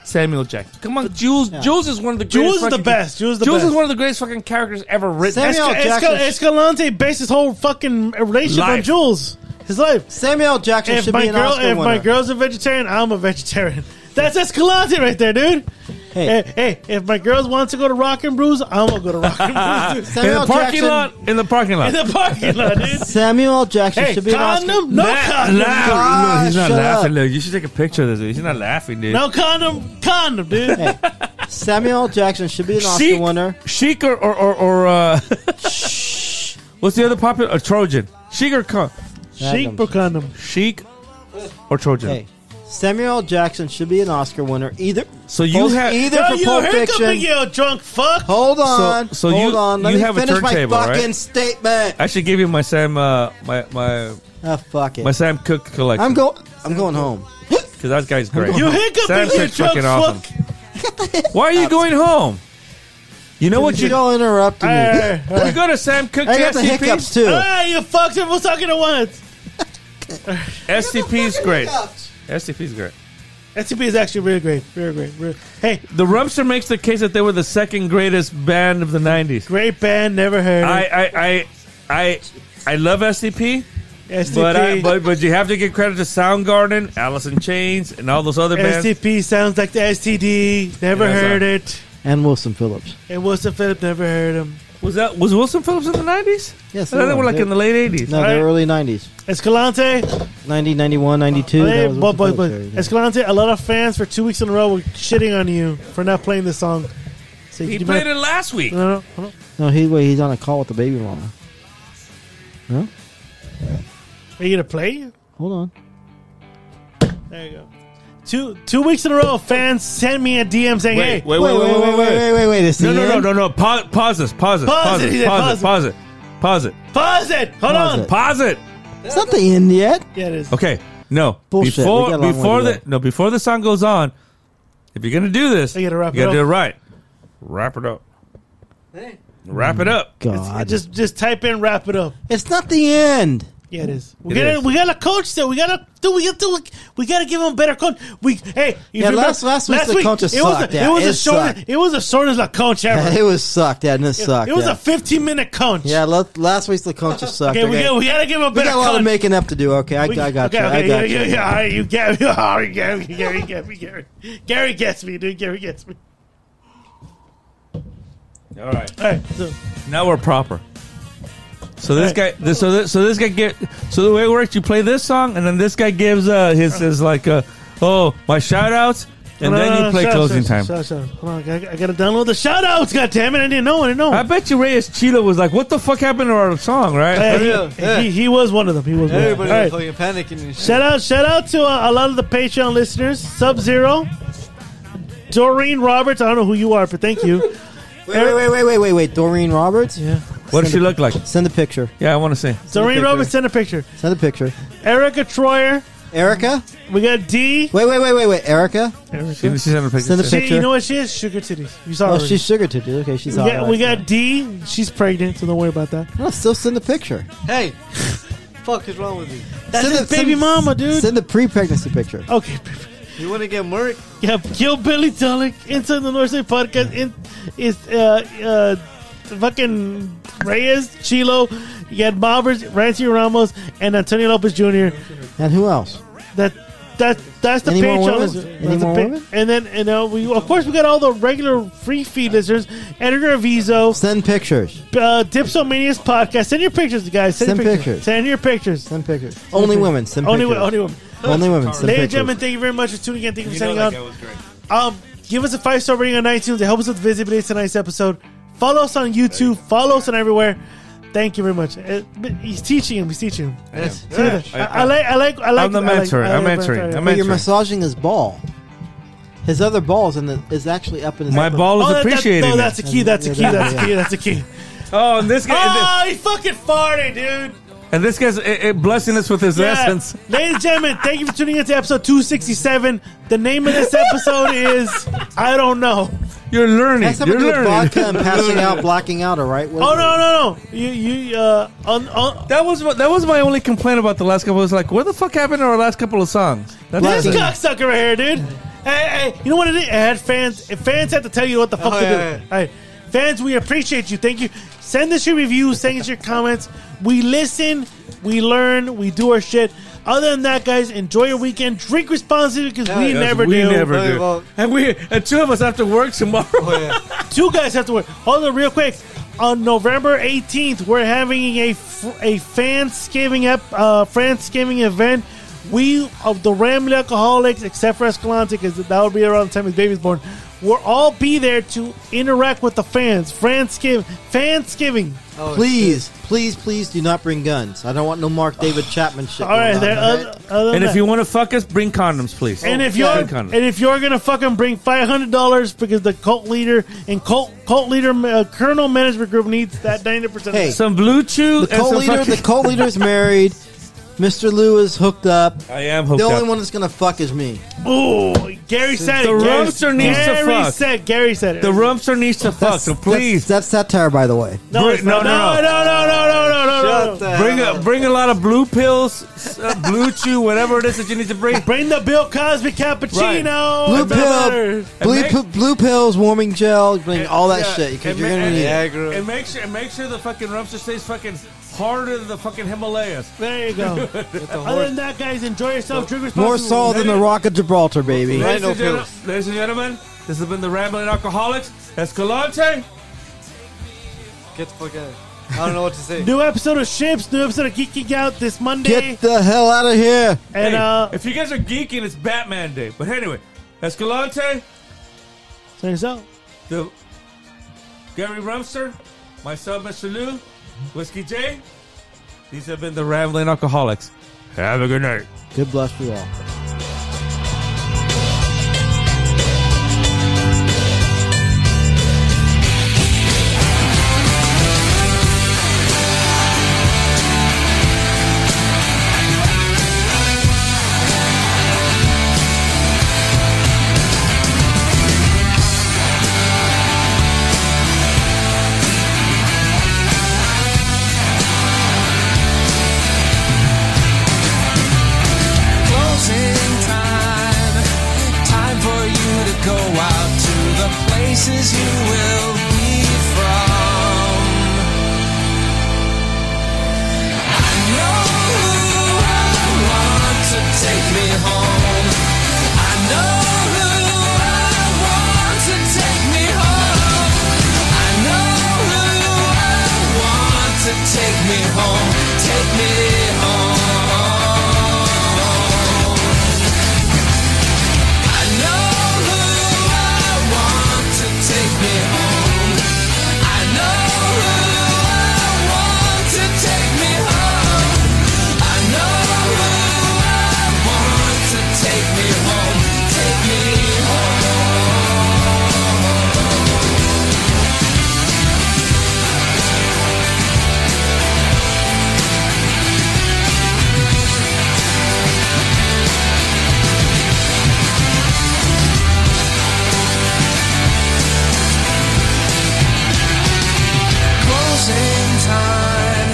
Speaker 2: Samuel Jackson. Come on, Jules. Jules is one of the
Speaker 1: Jules
Speaker 2: greatest
Speaker 1: is the
Speaker 2: fucking-
Speaker 1: best. Jules is the
Speaker 2: Jules
Speaker 1: best.
Speaker 2: is one of the greatest fucking characters ever written.
Speaker 1: Esca- Esca- Escalante based his whole fucking relationship on
Speaker 2: Life.
Speaker 1: Jules. His life.
Speaker 4: Samuel Jackson
Speaker 1: If
Speaker 4: should
Speaker 1: my
Speaker 4: be an
Speaker 1: girl,
Speaker 4: Oscar
Speaker 1: if my
Speaker 4: winner.
Speaker 1: girl's a vegetarian, I'm a vegetarian. That's Escalante right there, dude. Hey, hey, if my girls want to go to Rock and Brews, I'm gonna go to Rock and
Speaker 4: [LAUGHS]
Speaker 1: Brews.
Speaker 2: in the parking lot. In the parking lot.
Speaker 1: In the parking lot, dude.
Speaker 4: Samuel Jackson
Speaker 1: Hey,
Speaker 4: should be an Oscar.
Speaker 1: condom? No condom.
Speaker 2: no, he's not
Speaker 4: shut
Speaker 2: laughing. Look, you should take a picture of this. dude. He's not laughing, dude.
Speaker 1: No condom, condom, dude.
Speaker 4: Samuel Jackson should be an Oscar
Speaker 2: Sheik,
Speaker 4: winner.
Speaker 2: Sheik or or or, or uh, [LAUGHS] what's the other popular? A Trojan. Sheik or con-
Speaker 1: Sheik or condom?
Speaker 2: Sheik or Trojan.
Speaker 4: Hey, Samuel Jackson should be an Oscar winner. Either
Speaker 2: So you
Speaker 4: both-
Speaker 2: have-
Speaker 4: either
Speaker 1: No,
Speaker 4: for
Speaker 1: you
Speaker 4: Pulp
Speaker 1: hiccuping,
Speaker 4: Fiction.
Speaker 1: you drunk fuck.
Speaker 4: Hold on.
Speaker 2: so
Speaker 4: hold
Speaker 2: you-
Speaker 4: on. Let
Speaker 2: you
Speaker 4: me
Speaker 2: have a
Speaker 4: finish my
Speaker 2: turntable, right?
Speaker 4: fucking statement.
Speaker 2: I should give you my Sam uh, my my
Speaker 4: Ah, fuck it.
Speaker 2: my Sam Cook collection.
Speaker 4: I'm going. I'm going home.
Speaker 2: because that guy's great.
Speaker 1: You hiccuping,
Speaker 2: Sam
Speaker 1: you
Speaker 2: Cook's
Speaker 1: drunk
Speaker 2: fucking awesome.
Speaker 1: fuck.
Speaker 2: Why are you going home? You know what
Speaker 4: You
Speaker 2: you
Speaker 4: all interrupted me.
Speaker 1: Hey, hey,
Speaker 2: you go to Sam Cook
Speaker 4: I got the
Speaker 2: SCP?
Speaker 4: hiccups too.
Speaker 1: hey, you fucks! Everyone's talking at once.
Speaker 2: SCP's great.
Speaker 4: hiccups.
Speaker 2: SCP's great.
Speaker 1: SCP is actually really great, really great. Really. Hey,
Speaker 2: The Rumpster makes the case that they were the second greatest band of the '90s.
Speaker 1: great band, never heard.
Speaker 2: I
Speaker 1: it.
Speaker 2: I I I, I love SCP,
Speaker 1: SCP,
Speaker 2: but I, but but you have to give credit to Soundgarden, Alice in Chains, and all those other bands.
Speaker 1: SCP sounds like the STD. Never
Speaker 2: Yeah, that's
Speaker 1: heard
Speaker 2: all.
Speaker 1: it.
Speaker 4: And Wilson Phillips.
Speaker 1: And Wilson Phillip never heard him.
Speaker 2: Was that was Wilson Phillips in the '90s?
Speaker 4: Yes,
Speaker 2: I thought
Speaker 4: they
Speaker 2: they were
Speaker 4: were.
Speaker 2: like in the late '80s.
Speaker 4: No,
Speaker 1: All right.
Speaker 4: the early '90s,
Speaker 1: Escalante,
Speaker 4: 90, 91,
Speaker 1: hey,
Speaker 4: 92. that was
Speaker 1: but,
Speaker 4: Wilson
Speaker 1: but, but,
Speaker 4: Phillips era, yeah.
Speaker 1: Escalante, a lot of fans for two weeks in a row were shitting on you for not playing this song. So
Speaker 2: He
Speaker 1: you
Speaker 2: played
Speaker 1: might-
Speaker 2: it last week.
Speaker 1: No, no, no.
Speaker 4: No, he wait, he's on a call with the baby mama. No,
Speaker 1: Are you gonna play?
Speaker 4: hold on.
Speaker 1: There you go. Two two weeks in a row, fans send me a DM saying, "Hey,
Speaker 2: wait, wait, wait, wait, wait,
Speaker 4: wait, wait, wait. Is
Speaker 2: No,
Speaker 4: he
Speaker 2: no, no,
Speaker 4: in?
Speaker 2: no, no. Pause, pause this. Pause it.
Speaker 1: Pause
Speaker 2: Pause
Speaker 1: it, he
Speaker 2: it.
Speaker 1: said
Speaker 2: Pause it. Pause it. Pause it.
Speaker 1: pause it! Hold
Speaker 4: Pause
Speaker 1: on!"
Speaker 4: it.
Speaker 2: Pause it.
Speaker 4: It's not the end yet.
Speaker 1: Yeah, it is.
Speaker 2: Okay. No.
Speaker 4: Bullshit. We
Speaker 2: Before
Speaker 4: got a long
Speaker 2: before
Speaker 4: way to
Speaker 2: the no before the song goes on, if you're gonna do this,
Speaker 1: You gotta wrap it up.
Speaker 2: do it right. Wrap it up. Wrap it up.
Speaker 1: I
Speaker 4: God,
Speaker 1: just just type in, wrap it up.
Speaker 4: it's not the end.
Speaker 1: Yeah, it is. We
Speaker 2: It
Speaker 1: gotta
Speaker 2: is.
Speaker 1: we gotta coach that. We gotta do. We gotta do. We gotta give him better coach. We hey, you
Speaker 4: Yeah,
Speaker 1: remember-
Speaker 4: last- last week's the coach
Speaker 1: it was
Speaker 4: sucked,
Speaker 1: a,
Speaker 4: yeah,
Speaker 1: it was
Speaker 4: it
Speaker 1: the shortest
Speaker 4: sucked.
Speaker 1: it was the shortest like coach ever.
Speaker 4: [LAUGHS] it was sucked. Yeah, and it sucked.
Speaker 1: it was
Speaker 4: yeah.
Speaker 1: a fifteen minute coach.
Speaker 4: yeah, la- last week's the concha sucked.
Speaker 1: Okay, we
Speaker 4: okay?
Speaker 1: got we gotta give him
Speaker 4: We
Speaker 1: better
Speaker 4: got a lot
Speaker 1: coach.
Speaker 4: of making up to do. Okay, I, I got you. I got
Speaker 1: yeah,
Speaker 4: you.
Speaker 1: yeah, yeah. All right, you Gary, [LAUGHS] all right, Gary, Gary, Gary, Gary, Gary gets me, dude. Gary gets me.
Speaker 2: All right.
Speaker 1: All right, so
Speaker 2: Now we're proper. So this guy, this, so this, so this guy get. So the way it works, you play this song, and then this guy gives uh, his his like, uh, oh my shout outs, and
Speaker 1: No, no,
Speaker 2: then
Speaker 4: Uh,
Speaker 1: no,
Speaker 2: you play
Speaker 1: shut up,
Speaker 2: closing
Speaker 1: shut up,
Speaker 2: time.
Speaker 1: shut up, shut up. Hold on, I gotta, I gotta download the shout outs. God damn it, I didn't know, I didn't know.
Speaker 2: I bet you Reyes Chilo was like, "What the fuck happened to our song?"
Speaker 1: Yeah,
Speaker 2: Right?
Speaker 1: he,
Speaker 3: Yeah, yeah.
Speaker 1: He, he was one of them. He was one of them.
Speaker 3: Everybody
Speaker 1: All right.
Speaker 3: was fucking panicking and shit.
Speaker 1: Shout out, shout out to uh, a lot of the Patreon listeners. Sub Zero, Doreen Roberts. I don't know who you are, but thank
Speaker 4: [LAUGHS]
Speaker 1: you.
Speaker 4: Wait, wait, wait, wait, wait, wait, wait. Doreen Roberts.
Speaker 1: Yeah,
Speaker 2: What does she look like?
Speaker 4: Send a picture.
Speaker 2: Yeah, I want to see.
Speaker 1: Doreen
Speaker 4: picture.
Speaker 1: Roberts send a picture.
Speaker 4: Send a picture.
Speaker 1: Erica Troyer.
Speaker 4: Erica.
Speaker 1: We got D.
Speaker 4: Wait, wait, wait, wait, wait. Erica.
Speaker 1: Oh,
Speaker 2: She, she sent a picture.
Speaker 4: Send a
Speaker 2: too.
Speaker 1: She, you
Speaker 4: picture.
Speaker 1: know what she is? Sugar titties. You saw
Speaker 4: Oh,
Speaker 1: her.
Speaker 4: she's sugar titted. Okay, she's
Speaker 1: we
Speaker 4: all
Speaker 1: got,
Speaker 4: right.
Speaker 1: we got D. She's pregnant, so don't worry about that.
Speaker 4: No, still send a picture.
Speaker 3: Hey, [LAUGHS] fuck is wrong with you?
Speaker 1: That's
Speaker 4: Send
Speaker 1: his
Speaker 4: the-
Speaker 1: baby
Speaker 4: send-
Speaker 1: mama, dude.
Speaker 4: Send the pre-pregnancy picture.
Speaker 1: okay.
Speaker 3: You want to get murked?
Speaker 1: Yeah, Kill Billy Tulloch, Inside the North Side Podcast, in, is uh, uh, fucking Reyes, Chilo, you had Mobbers, Rancy Ramos, and Antonio Lopez Jr.
Speaker 4: And who else?
Speaker 1: That that that's the
Speaker 4: Any more
Speaker 1: Patreon
Speaker 4: women?
Speaker 1: listeners.
Speaker 4: Any
Speaker 1: That's the
Speaker 4: more
Speaker 1: pa-
Speaker 4: women?
Speaker 1: And then and uh, we of course we got all the regular free feed listeners, editor of Ezo,
Speaker 4: Send pictures.
Speaker 1: uh, Dipsomania's podcast. Send your pictures, guys. Send,
Speaker 4: Send
Speaker 1: your pictures.
Speaker 4: pictures.
Speaker 1: Send your pictures.
Speaker 4: Send pictures. Only women. Send
Speaker 1: only
Speaker 4: pictures.
Speaker 1: wo- only women.
Speaker 4: Only women.
Speaker 1: Ladies
Speaker 4: send
Speaker 1: and
Speaker 4: pictures.
Speaker 1: gentlemen, thank you very much for tuning in. Thank you for
Speaker 4: You know
Speaker 1: sending on.
Speaker 4: that guy was great.
Speaker 1: Um, give us a five star rating on iTunes to help us with visibility to tonight's episode. Follow us on YouTube. Follow us on everywhere. Thank you very much. Uh, but he's teaching him. He's teaching him.
Speaker 4: Yes.
Speaker 1: See that?
Speaker 4: Yeah.
Speaker 1: I, I like. I like. I like.
Speaker 4: I'm
Speaker 1: I
Speaker 4: the
Speaker 1: like-
Speaker 4: mentor.
Speaker 1: I
Speaker 4: I'm
Speaker 1: like-
Speaker 4: mentoring.
Speaker 1: I like-
Speaker 4: But you're massaging his ball. His other ball's in the, is actually up in his.
Speaker 2: My ball is
Speaker 1: Oh, that- that-
Speaker 2: appreciated.
Speaker 1: no, that's a key. That's a key. That's a key. That's a key.
Speaker 2: Oh, and this guy. and
Speaker 4: Ah!
Speaker 1: Oh, he fucking farted, dude.
Speaker 2: this- And this guy's eh, eh, blessing us with his
Speaker 1: Yeah.
Speaker 2: lessons.
Speaker 1: Ladies and gentlemen, thank you for tuning in to episode 267. The name of this episode is I don't know.
Speaker 2: You're learning.
Speaker 4: That's something to do with vodka
Speaker 2: [LAUGHS]
Speaker 4: and passing out, blocking out. All right.
Speaker 1: Oh no no no! You you uh on, on
Speaker 2: that was my- that was my only complaint about the last couple. was like, where the fuck happened to our last couple of songs? That's
Speaker 1: this
Speaker 2: it.
Speaker 1: cocksucker right here, dude. Hey, hey, you know what it is? It had fans. If fans had to tell you what the fuck
Speaker 2: Oh,
Speaker 1: to
Speaker 2: yeah,
Speaker 1: do.
Speaker 2: yeah.
Speaker 1: All right, fans, we appreciate you. Thank you. Send us your reviews. Send us your comments. We listen. We learn. We do our shit. Other than that, guys, enjoy your weekend. Drink responsibly because we
Speaker 2: Yes,
Speaker 1: never
Speaker 2: we
Speaker 1: do.
Speaker 2: never do. and we and two of us have to
Speaker 1: [LAUGHS]
Speaker 2: work tomorrow.
Speaker 3: Oh,
Speaker 4: [LAUGHS]
Speaker 1: Two guys have to work. Hold on, real quick. On November 18th, we're having a f- a Fansgiving ep- uh, Fansgiving event. We of the Ramble Alcoholics, except for Escalante, because that would be around the time his baby's born. We'll all be there to interact with the fans. Fansgiv- Fansgiving.
Speaker 4: please, please, please do not bring guns. I don't want no Mark David Chapman shit.
Speaker 1: All right,
Speaker 4: going on,
Speaker 1: there-
Speaker 4: all
Speaker 1: other- other
Speaker 2: and
Speaker 1: than
Speaker 2: if you want to fuck us, bring condoms, please.
Speaker 1: And if
Speaker 2: Bring
Speaker 1: you're
Speaker 2: condoms.
Speaker 1: and if you're gonna fucking bring five hundred dollars because the cult leader and cult cult leader uh, Colonel Management Group needs that ninety percent.
Speaker 4: Hey,
Speaker 2: some blue chew.
Speaker 4: The cult leader, the cult leader is married. Mr. Lou is hooked up.
Speaker 2: I am hooked
Speaker 4: The only
Speaker 2: up.
Speaker 4: one that's gonna fuck is me.
Speaker 1: Oh, Gary said
Speaker 2: The
Speaker 1: it. Gary-
Speaker 2: roaster needs to
Speaker 1: Gary
Speaker 2: fuck.
Speaker 1: Said, Gary said it.
Speaker 2: the rumpster needs to fuck, so please.
Speaker 4: That's, that's satire, by the way.
Speaker 1: No,
Speaker 2: bring,
Speaker 1: it's not.
Speaker 2: no,
Speaker 1: no, no, no, no, no, no, no.
Speaker 2: Bring a, bring a lot of blue pills, s- uh, blue chew, whatever it is that you need to bring.
Speaker 1: Bring the Bill Cosby cappuccino.
Speaker 4: Blue
Speaker 1: It doesn't matter.
Speaker 4: pill, blue, pi- blue pills, warming gel, you bring all that
Speaker 2: Yeah,
Speaker 4: shit because
Speaker 2: and
Speaker 4: you're
Speaker 2: ma-
Speaker 4: gonna
Speaker 2: and-
Speaker 4: need it.
Speaker 2: And make sure, and make sure the fucking rumpster stays fucking harder than the fucking Himalayas.
Speaker 1: There you
Speaker 2: [LAUGHS]
Speaker 1: go. Other than that, guys, enjoy yourself. Drink responsibly.
Speaker 4: More salt than the Rock of Gibraltar, baby.
Speaker 2: Ladies, and gentlemen, ladies and gentlemen, this has been the Rambling Alcoholics. Escalante.
Speaker 3: Get the fuck out. I don't know what to say.
Speaker 1: New episode of Ships. New episode of Geeking Out this Monday.
Speaker 4: Get the hell out of here.
Speaker 1: And,
Speaker 2: Hey,
Speaker 1: uh,
Speaker 2: if you guys are geeking, it's Batman Day. But anyway, Escalante,
Speaker 1: Turn us out.
Speaker 2: the Gary Rumster, myself, Mr. Lou, Whiskey J. These have been the Rambling Alcoholics. Have a good night.
Speaker 4: Good bless you all.
Speaker 18: Closing time. Time for you to go out to the places you will be from. I know who I want to take me home. I know who I want to take me home. I know who I want to take me home. Take me home. I know who I want to take me home. I know who I want to take me home. I know who I want to take me home. Take me home. closing time.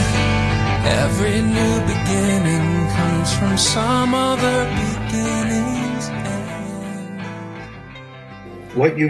Speaker 18: Every new beginning comes from some other beginning's
Speaker 9: What you